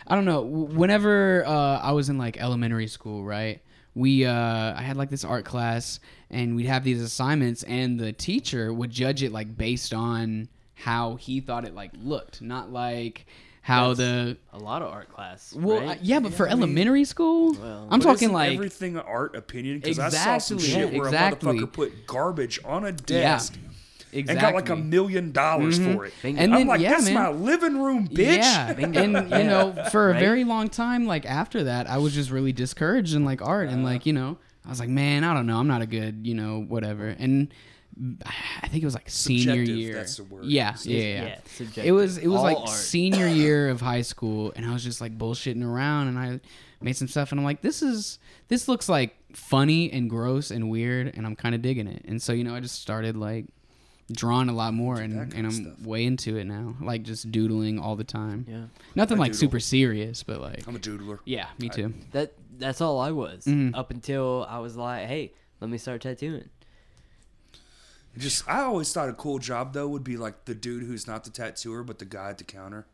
B: I don't know. W- Whenever uh, I was in like elementary school, right? We uh, I had like this art class, and we'd have these assignments, and the teacher would judge it like based on how he thought it like looked, not like how the
A: a lot of art class
B: well
A: right?
B: uh, yeah, but for elementary school, I'm
C: But
B: talking
C: isn't
B: like
C: everything art opinion because I saw some
B: Exactly.
C: shit where
B: Exactly.
C: a motherfucker put garbage on a desk
B: exactly. Mm-hmm.
C: and got like a million dollars for it.
A: Bingo.
B: And
C: I'm
B: then-
C: like,
B: yeah,
C: that's
B: man.
C: my living room, bitch.
B: Yeah,
A: Bingo.
B: and
A: Yeah.
B: you know, for a
A: Right?
B: very long time, like after that, I was just really discouraged in like art and like you know, I was like, man, I don't know, I'm not a good, you know, whatever. And I think it was like senior
C: Subjective,
B: year.
C: that's the word.
B: Yeah, yeah, yeah.
A: yeah, subjective.
B: it was it was
A: All
B: like
A: art.
B: senior year of high school, and I was just like bullshitting around, and I made some stuff, and I'm like, this is this looks like funny and gross and weird, and I'm kind of digging it. And so you know, I just started like drawing a lot more and,
C: kind
B: and
C: of
B: I'm
C: stuff.
B: way into it now. Like just doodling all the time.
A: Yeah.
B: Nothing
C: I
B: like
C: doodle.
B: super serious, but like
C: I'm a doodler.
B: yeah, me too.
A: That that's all I was
C: Mm-hmm.
A: up until I was like, hey, let me start tattooing.
C: Just I always thought a cool job though would be like the dude who's not the tattooer but the guy at the counter.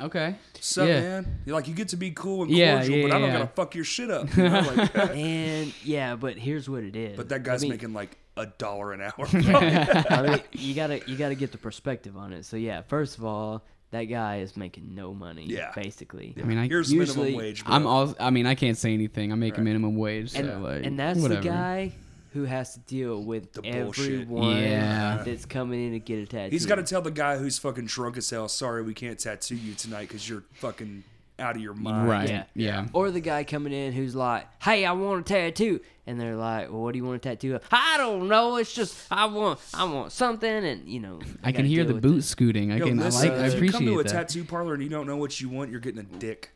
B: okay.
C: Sup,
B: yeah.
C: man? You're like you get to be cool and
B: Yeah,
C: cordial,
B: yeah,
C: but I don't
B: yeah.
C: gotta fuck your shit up. you know, like-
A: And yeah, but here's what it is.
C: but that guy's
A: I mean,
C: making like a dollar an hour.
A: I mean, you gotta you gotta get the perspective on it. So yeah, first of all, that guy is making no money.
C: Yeah.
A: basically.
B: I mean, I,
C: Here's
A: Usually,
C: minimum wage. Bro.
B: I'm all. I mean, I can't say anything. I make a minimum wage, so
A: And,
B: like,
A: and that's
B: whatever.
A: the guy who has to deal with
C: The bullshit.
A: everyone
B: Yeah.
A: that's coming in to get a tattoo.
C: He's got to tell the guy who's fucking drunk as hell. Sorry, we can't tattoo you tonight because you're fucking out of your mind.
B: Right.
A: Yeah.
B: Yeah.
A: Or the guy coming in who's like, "Hey, I want a tattoo," and they're like, "Well, what do you want a tattoo of?" I don't know. It's just I want, I want something, and you know.
B: I can hear the boot
A: boots.
B: scooting. I
C: Yo,
B: can.
C: listen,
B: I like. I
C: if you come to
B: appreciate
C: a
B: that.
C: tattoo parlor and you don't know what you want, you're getting a dick.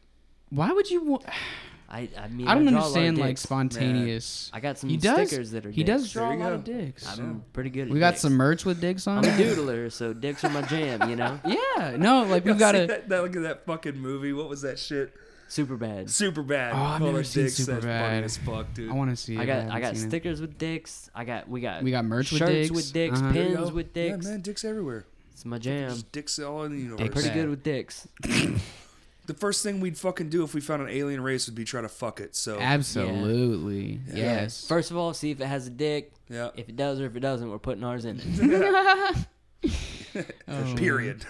B: Why would you? want...
A: I, I mean,
B: I don't
A: draw a lot of
B: understand like
A: dicks.
B: spontaneous.
A: I got some
B: he does,
A: stickers that are
B: He
A: dicks.
B: does draw a
C: There you
B: lot
C: go.
B: of dicks.
A: I'm pretty good. At
B: we got
A: dicks.
B: some merch with dicks
A: I'm
B: on.
A: a
B: it.
A: doodler, so dicks are my jam. You know,
B: Yeah. No, like we've
C: Y'all
B: got
C: see
B: a.
C: that, that- look at that fucking movie. What was that shit?
A: super bad.
C: Super bad.
B: Oh, I've never seen
C: That's
B: Superbad.
C: funny as fuck, dude.
B: I want to see. it,
A: I got,
B: haven't
A: I got
B: seen it.
A: stickers with dicks. I got, we got,
B: We got merch with
A: shirts
B: dicks.
A: with dicks,
B: Uh-huh. There
C: There you
A: pins
C: go.
A: with dicks.
C: Yeah, man, dicks everywhere.
A: It's my jam.
C: Just dicks all in the universe.
A: I'm pretty
B: bad.
A: good with dicks.
C: the first thing we'd fucking do if we found an alien race would be try to fuck it. So
B: Absolutely. Yes.
A: First of all, see if it has a dick.
C: yeah,
A: If it does or if it doesn't, we're putting ours in it.
B: Oh.
C: period.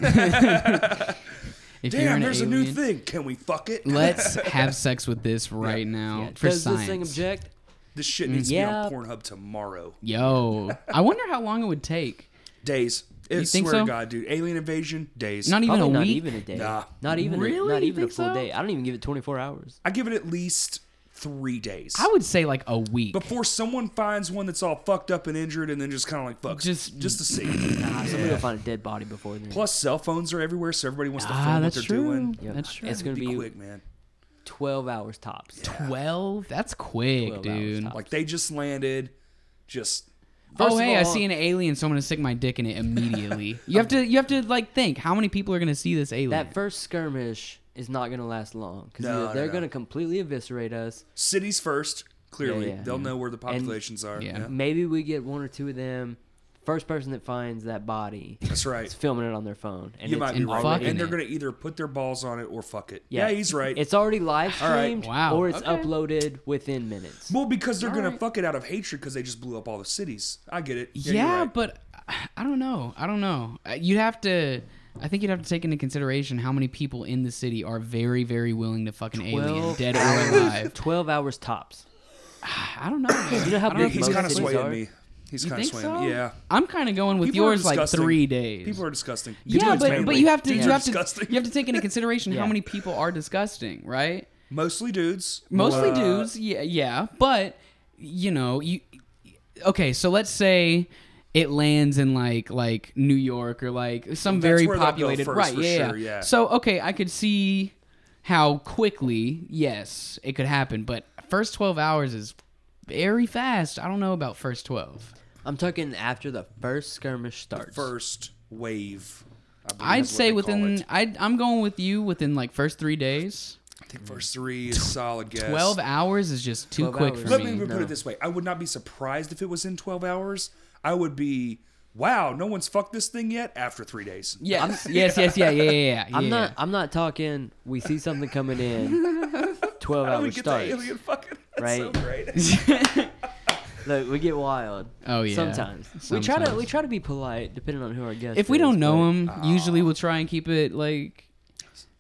B: If you're
C: Damn,
B: an
C: there's a new
B: alien,
C: thing. Can we fuck it?
B: Let's have sex with this right now
A: Yeah.
B: Oh, for
A: Does
B: science.
A: this thing object?
C: This shit needs
A: Yeah.
C: to be on Pornhub tomorrow.
B: Yo, I wonder how long it would take.
C: Days. It,
B: You think
C: swear to
B: so?
C: God, dude. Alien invasion. Days.
B: Not e- even
A: Probably
B: a
A: not
B: week.
A: even a day.
C: Nah.
A: Not even a,
B: Really?
A: not
B: You
A: even a
B: think
A: full
B: so?
A: day. I don't even give it 24 hours.
C: I give it at least three days.
B: I would say like a week.
C: before someone finds one that's all fucked up and injured and then just kind of like fuck
B: Just-
C: just to see
B: Ah,
A: Nah, somebody will find a dead body before then.
C: plus cell phones are everywhere so everybody wants to film
B: ah,
C: what
B: that's
C: they're
B: true.
C: doing
A: Yep.
B: That's true.
A: It's
C: be,
A: gonna be
C: quick man
A: 12 hours tops.
B: Twelve. That's quick,
A: 12 hours
B: dude.
A: tops.
C: like they just landed just
A: First
B: oh
A: of
B: hey, I
A: all-
B: see an alien, so I'm gonna stick my dick in it immediately. you have to, you have to like think how many people are gonna see this alien.
A: That first skirmish is not gonna last long because
C: No, no,
A: they're
C: no.
A: gonna completely eviscerate us.
C: cities first clearly
A: Yeah, yeah.
C: they'll know where the populations are
B: yeah.
C: yeah.
A: Maybe we get one or two of them. First person that finds that body
C: that's
A: is
C: right
A: filming it on their phone, and
C: you
A: it's
C: might be
B: and
C: right
B: fucking
C: and they're
B: it.
C: gonna either put their balls on it or fuck it
A: Yeah.
C: yeah, he's right
A: It's already live
C: All right.
A: streamed,
B: Wow.
A: or it's
B: Okay.
A: uploaded within minutes.
C: well because they're gonna
B: Alright.
C: fuck it out of hatred because they just blew up all the cities i get it
B: yeah,
C: yeah, you're right.
B: but I- I don't know. I don't know. Uh, You'd have to. I think you'd have to take into consideration how many people in the city are very, very willing to fuck an alien, dead or alive.
A: Twelve hours tops.
B: I don't know.
A: You know how
B: I
A: big
B: don't know.
C: he's
A: most
C: kind of
A: cities are?
C: swaying me he's
B: You
C: kind of
B: think
C: swaying
B: so?
C: me yeah
B: I'm kind of going with
C: People are
B: yours like
C: disgusting.
B: three days.
C: people are disgusting People
B: yeah,
C: are
B: but,
C: manly.
B: but you have to
C: Dudes
B: you
C: are
B: have to
C: disgusting.
B: you have to take into consideration
A: Yeah.
B: how many people are disgusting, right?
C: Mostly dudes.
B: Mostly
C: Uh,
B: dudes. Yeah, yeah, but you know you. Okay, so let's say it lands in like like New York or like some
C: That's
B: very
C: where they'll go
B: populated,
C: first,
B: right?
C: for
B: yeah,
C: sure, yeah.
B: So okay, I could see how quickly yes it could happen, but first twelve hours is very fast. I don't know about first twelve.
A: I'm talking after the first skirmish starts.
C: First wave. I believe
B: I'd
C: is what
B: say
C: they call
B: within
C: it.
B: I'd, I'm going with you within like first three days.
C: I think first three is solid guess.
B: Twelve hours is just too
A: 12
B: quick
A: hours.
B: for
C: Let
B: me.
C: me even put
A: no.
C: it this way: I would not be surprised if it was in twelve hours. I would be, wow, no one's fucked this thing yet. After three days,
B: Yes, yes, yes, yeah, yeah, yeah, yeah.
A: I'm
B: yeah.
A: not. I'm not talking. We see something coming in. Twelve
C: I
A: hours
C: would get the
A: starts.
C: alien fucking. That's so
A: Right.
C: great.
A: Look, we get wild.
B: Oh, yeah.
A: Sometimes. we try to
B: Sometimes.
A: we try to be polite, depending on who our guest.
B: If we
A: is,
B: don't know
A: but- uh,
B: him, usually we'll try and keep it like,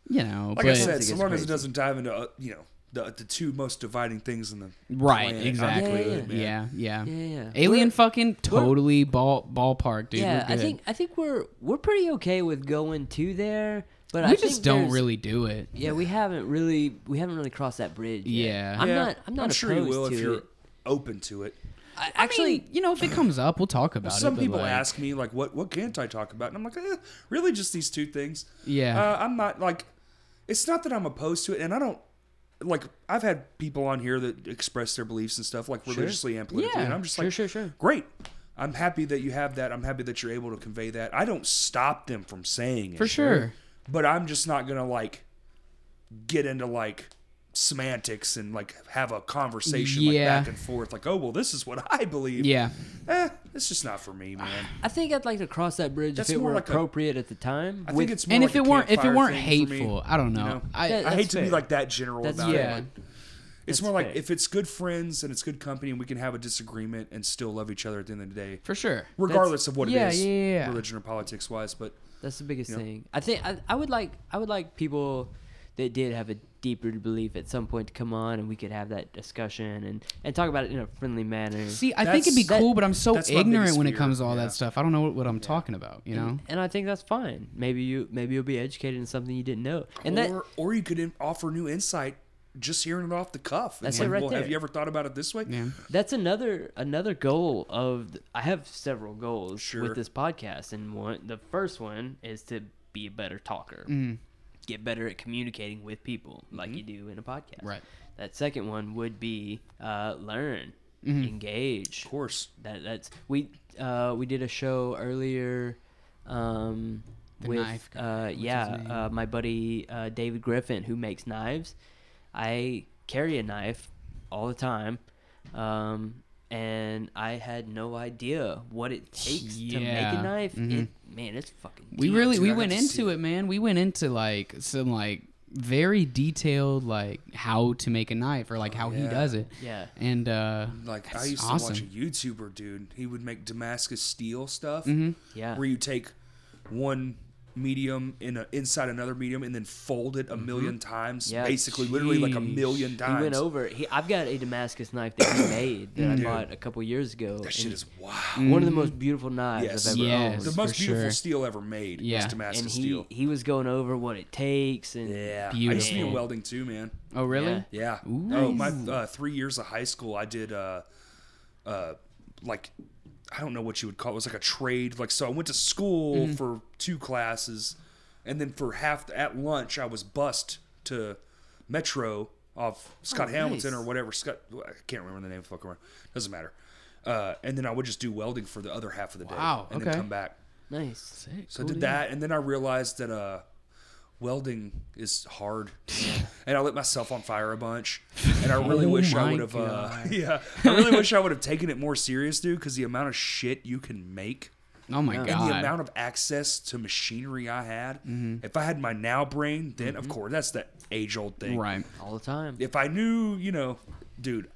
B: you know. but,
C: Like I said,
A: It
C: so
A: gets
C: long as
A: crazy.
C: it doesn't dive into uh, you know the the two most dividing things in the
B: right?
C: planet.
B: Exactly.
A: Yeah,
B: Yeah,
A: yeah,
B: yeah.
A: Yeah, yeah.
B: Alien fucking totally ball ballpark, dude.
A: yeah,
B: We're
A: I
B: good.
A: think I think we're we're pretty okay with going to there, but I
B: we
A: think
B: just don't
A: there's-
B: really do it.
A: Yeah, we haven't really we haven't really crossed that bridge. Yet.
B: Yeah.
A: I'm
C: Yeah,
A: not. I'm not
C: sure you
A: opposed
C: will
A: to
C: if you're
A: it.
C: open to it.
A: I,
B: I
A: actually,
B: mean, you know, if it comes up, we'll talk about it.
C: Some
B: but,
C: people
B: like,
C: ask me like, "What what can't I talk about?" And I'm like, eh, "Really, just these two things."
B: Yeah.
C: uh, I'm not like. It's not that I'm opposed to it, and I don't like. I've had people on here that express their beliefs and stuff, like religiously and politically,
B: Yeah,
C: and I'm just
A: sure,
C: like,
A: sure, sure.
C: great. I'm happy that you have that. I'm happy that you're able to convey that. I don't stop them from saying it
B: for sure.
C: but I'm just not gonna like get into like semantics and like have a conversation
B: Yeah.
C: like back and forth like oh well this is what I believe
B: Yeah.
C: eh, it's just not for me man
A: I think I'd like to cross that bridge if
C: That's
A: it
C: more
A: were
C: like a-
A: appropriate at the time.
C: I
A: with-
C: think it's more
B: And
C: like
B: if it
C: a
B: weren't if it
C: campfire
B: weren't
C: thing for me.
B: hateful, I don't know.
C: know?
B: I
A: Yeah,
C: I hate
A: That's
C: to be
A: fair.
C: like that general
A: That's
C: about
B: fair.
C: it. like,
A: That's
C: it's more
A: fair.
C: like if it's good friends and it's good company and we can have a disagreement and still love each other at the end of the day,
B: for sure.
C: regardless of what
B: yeah,
C: it is,
B: yeah, yeah, yeah.
C: religion or politics wise. But
A: That's the biggest
C: You know?
A: thing. I think I, I would like I would like people that did have a deeper belief at some point to come on and we could have that discussion and and talk about it in a friendly manner.
B: See, I think it'd be
C: That's- that-
B: cool, but I'm so
C: that's my
B: ignorant
C: biggest
B: when it
C: fear,
B: comes to all
C: yeah.
B: that stuff. I don't know what, what I'm talking about. You know.
A: and I think that's fine. Maybe you maybe you'll be educated in something you didn't know. And that
C: or or you could in, offer new insight just hearing it off the cuff. And
A: That's it
C: like,
A: right
C: well,
A: there.
C: Have you ever thought about it this way?
B: Yeah.
A: that's another another goal of th- I have several goals
C: Sure.
A: with this podcast and one the first one is to be a better talker.
C: Mm.
A: Get better at communicating with people like
C: Mm-hmm.
A: you do in a podcast.
B: Right.
A: That second one would be uh, learn, engage,
C: Mm-hmm. Of course.
A: That that's we uh we did a show earlier um
B: The
A: with
B: knife guy,
A: uh
B: what's his
A: yeah,
B: name?
A: uh, my buddy uh, David Griffin who makes knives. I carry a knife all the time. Um and I had no idea what it takes to make
B: Yeah,
A: a knife.
B: mhm.
A: It man, it's fucking
B: We
A: deep.
B: really
C: dude,
B: we
C: I got
B: went
C: to see
B: into
C: it.
B: it, man. We went into like some like very detailed, like how to make a knife or like how he
C: Oh, yeah.
B: does it.
A: Yeah.
B: And uh,
C: Like I
B: that's
C: used
B: awesome.
C: to watch a YouTuber dude. He would make Damascus steel stuff,
A: Yeah.
C: where you take one medium in a, inside another medium and then fold it a million times.
A: Yeah.
C: Basically, literally like a
B: Jeez.
C: million
A: He
C: times.
A: went over. He, I've got a Damascus knife that he made that I
B: Mm.
A: bought a couple years ago.
C: that shit is wild.
A: one of the most beautiful knives
C: Yes.
A: I've ever
B: Mm-hmm. Yes.
A: owned.
C: The most
B: for
C: beautiful
B: sure.
C: steel ever made
B: Yeah.
C: was
B: And
C: Damascus
A: And he,
C: steel.
A: he was going over what it takes and
C: Yeah, I used to be a
B: Beautiful.
C: welding too, man.
B: oh really?
A: Yeah.
C: Yeah. Oh, my uh, three years of high school, I did uh, uh, like I don't know what you would call it. It was like a trade. Like so, I went to school for two classes, and then for half at lunch, I was bussed to Metro off Scott
A: Oh,
C: Hamilton
A: nice.
C: or whatever. Scott, I can't remember the name. Fuck around. Doesn't matter. Uh, and then I would just do welding for the other half of the day,
B: Wow,
C: and
B: okay.
C: then come back.
A: nice.
C: So I did that, and then I realized that uh, welding is hard, and I lit myself on fire a bunch. And I really
B: Oh
C: wish I
B: my
C: would have, uh,
B: God.
C: yeah, I really wish I would have taken it more serious, dude, because the amount of shit you can make
B: Oh my god. Mm-hmm.
C: and the amount of access to machinery I had. If I had my now brain, then of course that's that age old thing.
B: right.
A: All the time.
C: If I knew, you know, dude,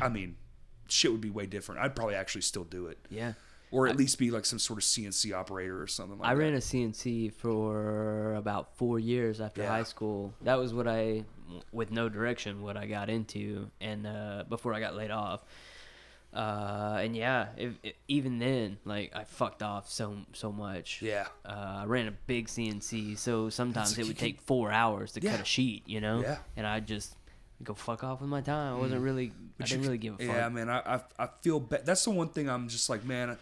C: I mean, shit would be way different. I'd probably actually still do it.
A: Yeah.
C: Or at least be like some sort of CNC operator or something like
A: I
C: that.
A: ran a CNC for about four years after
C: Yeah.
A: high school. That was what I, with no direction, what I got into, and uh, before I got laid off. Uh, and yeah, if, if- even then, like I fucked off so so much.
C: Yeah.
A: Uh, I ran a big CNC, so sometimes
C: like
A: it
C: you
A: would
C: can-
A: take four hours to cut
C: Yeah.
A: a sheet, you know.
C: Yeah. Mm.
A: And I just go fuck off with my time. I wasn't really, I didn't really give a fuck.
C: Yeah, man, I I, I feel bad. That's the one thing I'm just like, man,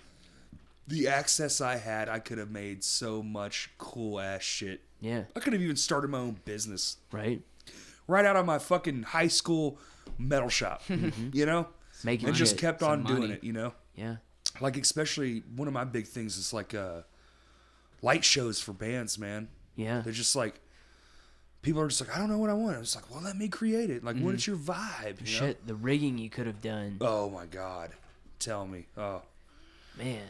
C: the access I had, I could have made so much cool ass shit.
A: yeah.
C: I could have even started my own business
A: Right.
C: right out of my fucking high school metal shop,
A: Mm-hmm.
C: you know,
A: Making
C: and just
A: shit.
C: kept
B: Some
C: on doing
B: money.
C: it, you know.
A: Yeah.
C: Like especially one of my big things is like uh, light shows for bands, man.
A: Yeah.
C: They're just like. People are just like, I don't know what I want. I'm just like, well, let me create it. Like, what is your vibe? you know?
A: Mm-hmm. Shit, the rigging you could have done,
C: Oh my god. Tell me. Oh.
A: man.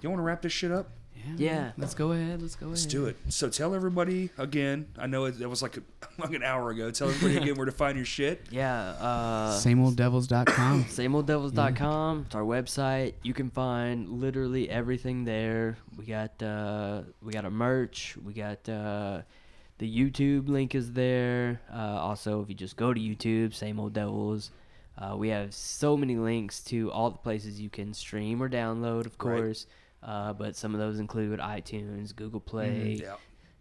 C: You want to wrap this shit up?
A: Yeah.
B: Let's go ahead. Let's go ahead.
C: Let's do it. So tell everybody again. I know it, that was like, a, like an hour ago. Tell everybody again where to find your shit.
A: Yeah, uh,
B: SameOldDevils.com.
A: sameolddevils.com.
C: Mm-hmm.
A: It's our website. You can find literally everything there. We got uh, we got our merch. We got uh, the YouTube link is there. Uh, also, if you just go to YouTube, same old devils. Uh, we have so many links to all the places you can stream or download, of
C: Right.
A: course. Uh, but some of those include iTunes, Google
C: Mm-hmm.
A: Play,
C: Yeah.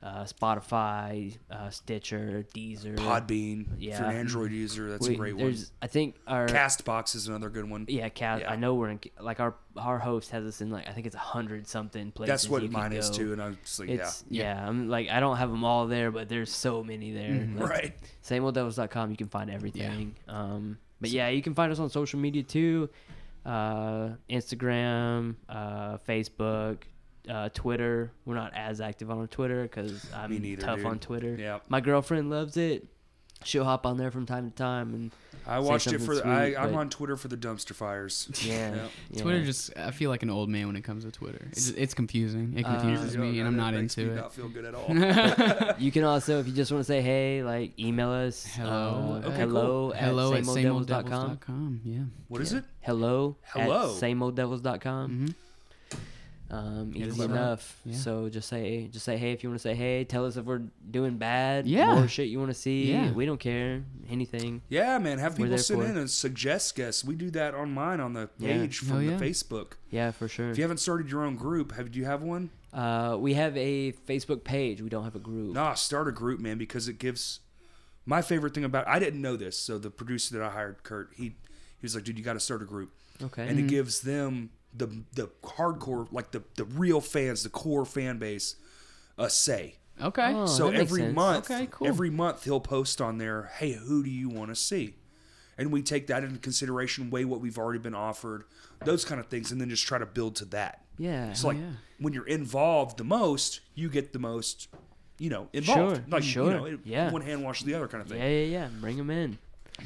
A: uh, Spotify, uh, Stitcher, Deezer,
C: Podbean. If you're
A: Yeah.
C: an Android user, that's
A: We-
C: a great one.
A: there's- I think our
C: Castbox is another good one.
A: yeah, Cal-
C: Yeah.
A: I know we're in like our our host has us in like I think it's a hundred something places.
C: That's what
A: you can
C: mine is
A: go.
C: too. And I'm just like,
A: It's
C: yeah.
A: yeah. I'm like I don't have them all there, but there's so many there. Like,
C: Mm-hmm. Right.
A: SameOldDevils.com. You can find everything. Um, but yeah, you can find us on social media too, uh, Instagram, uh, Facebook. Uh, Twitter. We're not as active on Twitter because I'm
C: neither,
A: tough
C: dude.
A: on Twitter.
C: Yeah.
A: My girlfriend loves it. She'll hop on there from time to time, and
C: I
A: Say
C: watched it
A: something
C: for.
A: sweet,
C: I, I'm
A: but-
C: on Twitter for the dumpster fires.
A: yeah,
C: Yeah.
A: yeah.
B: Twitter just I feel like an old man when it comes to Twitter. It's, it's confusing. It
A: Uh,
B: confuses
C: Yeah,
B: me, and
C: God,
B: I'm
C: that
B: not
C: makes me
B: into it.
C: Not feel good at all.
A: You can also, if you just want to say hey, like email us.
B: Hello.
A: uh,
B: Okay,
A: hello, at
B: Hello at
A: sameolddevils.com.
B: sameolddevils.com. Yeah.
C: What is it?
A: Hello,
C: Hello.
A: at sameolddevils.com. Um,
B: is
A: easy
B: right.
A: enough.
B: Mm-hmm. Yeah.
A: So just say, just say hey if you want to say hey. Tell us if we're doing bad.
B: Yeah.
A: More shit you want to see.
B: Yeah.
A: We don't care. Anything.
C: Yeah, man. Have
A: We're
C: people
A: there
C: send
A: for it.
C: in and suggest guests. We do that on mine on the
A: Yeah.
C: page
B: Hell
C: from
B: yeah.
C: the Facebook.
A: Yeah, for sure.
C: If you haven't started your own group, have do you have one?
A: Uh, we have a Facebook page. We don't have a group.
C: Nah, start a group, man, because it gives. My favorite thing about I didn't know this, so the producer that I hired, Kurt, he he was like, "Dude, you got to start a group,"
A: Okay.
C: and it gives them the the hardcore, like the the real fans, the core fan base, a say.
B: Okay.
A: Oh,
C: so
A: that makes
C: every
A: sense.
C: month,
B: Okay, cool.
C: every month he'll post on there, "Hey, who do you want to see?" And we take that into consideration, weigh what we've already been offered, those kind of things, and then just try to build to that.
A: yeah.
C: So like
B: yeah.
C: when you're involved the most, you get the most, you know, involved.
A: Sure,
C: like
A: sure,
C: you know, it-
A: yeah.
C: one hand washes the other kind of thing.
A: yeah, yeah, yeah. Bring them in.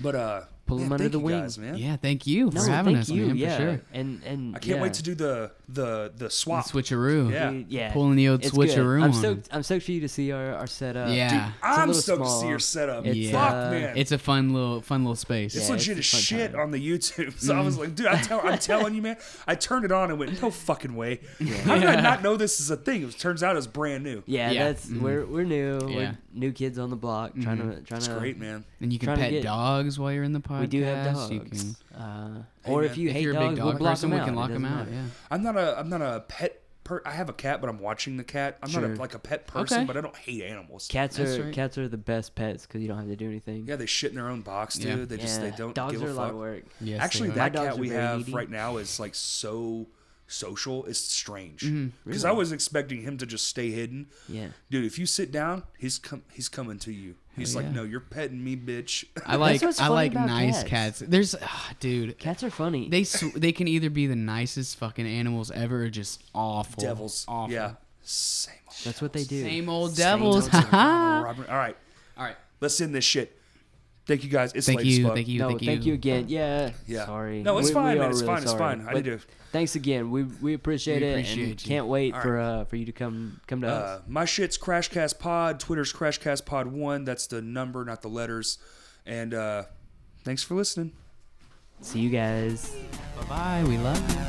C: But uh
A: pull them
C: Man,
A: under
C: thank
A: the
C: you
A: wing.
C: guys, man.
B: Yeah, thank you for
A: No,
B: having
A: thank
B: us,
A: you.
B: man.
A: yeah,
B: For sure.
A: and and
C: I can't
A: yeah.
C: wait to do the the the swap.
B: Switcheroo.
C: Yeah.
A: Dude, yeah,
B: Pulling the old
A: it's good.
B: switcheroo
A: I'm
B: on
A: stoked.
B: 'em.
A: I'm stoked for you to see our our setup.
B: Yeah.
C: Dude, I'm
A: little
C: stoked to see
A: small.
C: your setup.
A: It's,
C: Fuck,
A: uh,
C: man.
B: It's a fun little fun little space.
C: It's
A: Yeah,
C: legit
A: it's a
C: as
A: fun
C: shit
A: time. Mm.
C: on the YouTube. So I was like, dude, I tell, I'm telling you, man. I turned it on and went, no fucking way. How did I not know this is a thing? It turns out it's brand new.
A: Yeah,
B: Yeah. Mm-hmm.
A: that's we're we're new.
B: Yeah. Mm-hmm.
A: We're new kids on the block trying to trying
C: It's
A: to
C: great, man.
B: And you can
A: Trying to
B: pet
A: get-
B: dogs while you're in the podcast.
A: We do have
B: You
A: dogs.
B: can-
A: Uh,
C: Hey,
A: or
C: man,
A: if you
B: if
A: hate
B: you're a big
A: dogs,
B: dog
A: we'll block
B: person,
A: them
B: we
A: out.
B: can
A: It
B: lock them
A: doesn't
B: out.
A: matter.
B: Yeah.
C: I'm not a I'm not a pet per I have a cat, but I'm watching the cat. I'm not
A: Sure.
C: a, like a pet person,
B: Okay.
C: but I don't hate animals.
A: Cats
B: That's
A: are
B: right.
A: cats are the best pets because you don't have to do anything.
C: Yeah, they shit in their own box, dude.
B: Yeah.
C: They just they
A: Yeah,
C: don't
A: Dogs
C: give
A: are
C: a
A: a lot
C: fuck.
A: of work.
B: Yes,
C: Actually,
B: they
A: My
B: are.
C: that
A: dogs
C: cat
A: are
C: we
A: very
C: have
A: needy.
C: right now is like so social. It's strange because
B: Mm-hmm.
C: I was expecting him to just stay hidden.
A: Yeah.
C: Dude, if you sit down, he's com- he's coming to you. He's like,
B: yeah.
C: no, you're petting me, bitch.
B: I like
A: what's
B: I
A: funny
B: like
A: about
B: nice
A: cats.
B: cats. There's ah, dude.
A: Cats are funny.
B: They sw- they can either be the nicest fucking animals ever or just awful.
C: Devils.
B: Awful.
C: Yeah. Same old.
A: That's what they do.
B: Same old
A: Same
B: devils.
A: old
B: Ha
A: devils.
B: ha.
C: Robert- All right.
B: All right.
C: Let's end this shit. Thank you guys. It's
B: Thank
C: late as
B: you,
C: fuck.
B: thank you.
A: no,
B: thank you.
A: again. Yeah.
C: Yeah.
A: Sorry.
C: No, it's
A: We-
C: fine,
A: we
C: man.
A: are
C: It's
A: really
C: fine, it's
A: sorry.
C: fine. I
A: But
C: need to-
A: Thanks again. We we appreciate
B: We
A: it and
B: appreciate you.
A: can't wait
C: All
A: for uh for you to come come to
C: Uh,
A: us.
C: my shit's Crashcast Pod. Twitter's Crashcast Pod One. That's the number, not the letters. And uh, thanks for listening.
A: See you guys.
B: Bye bye. We love you.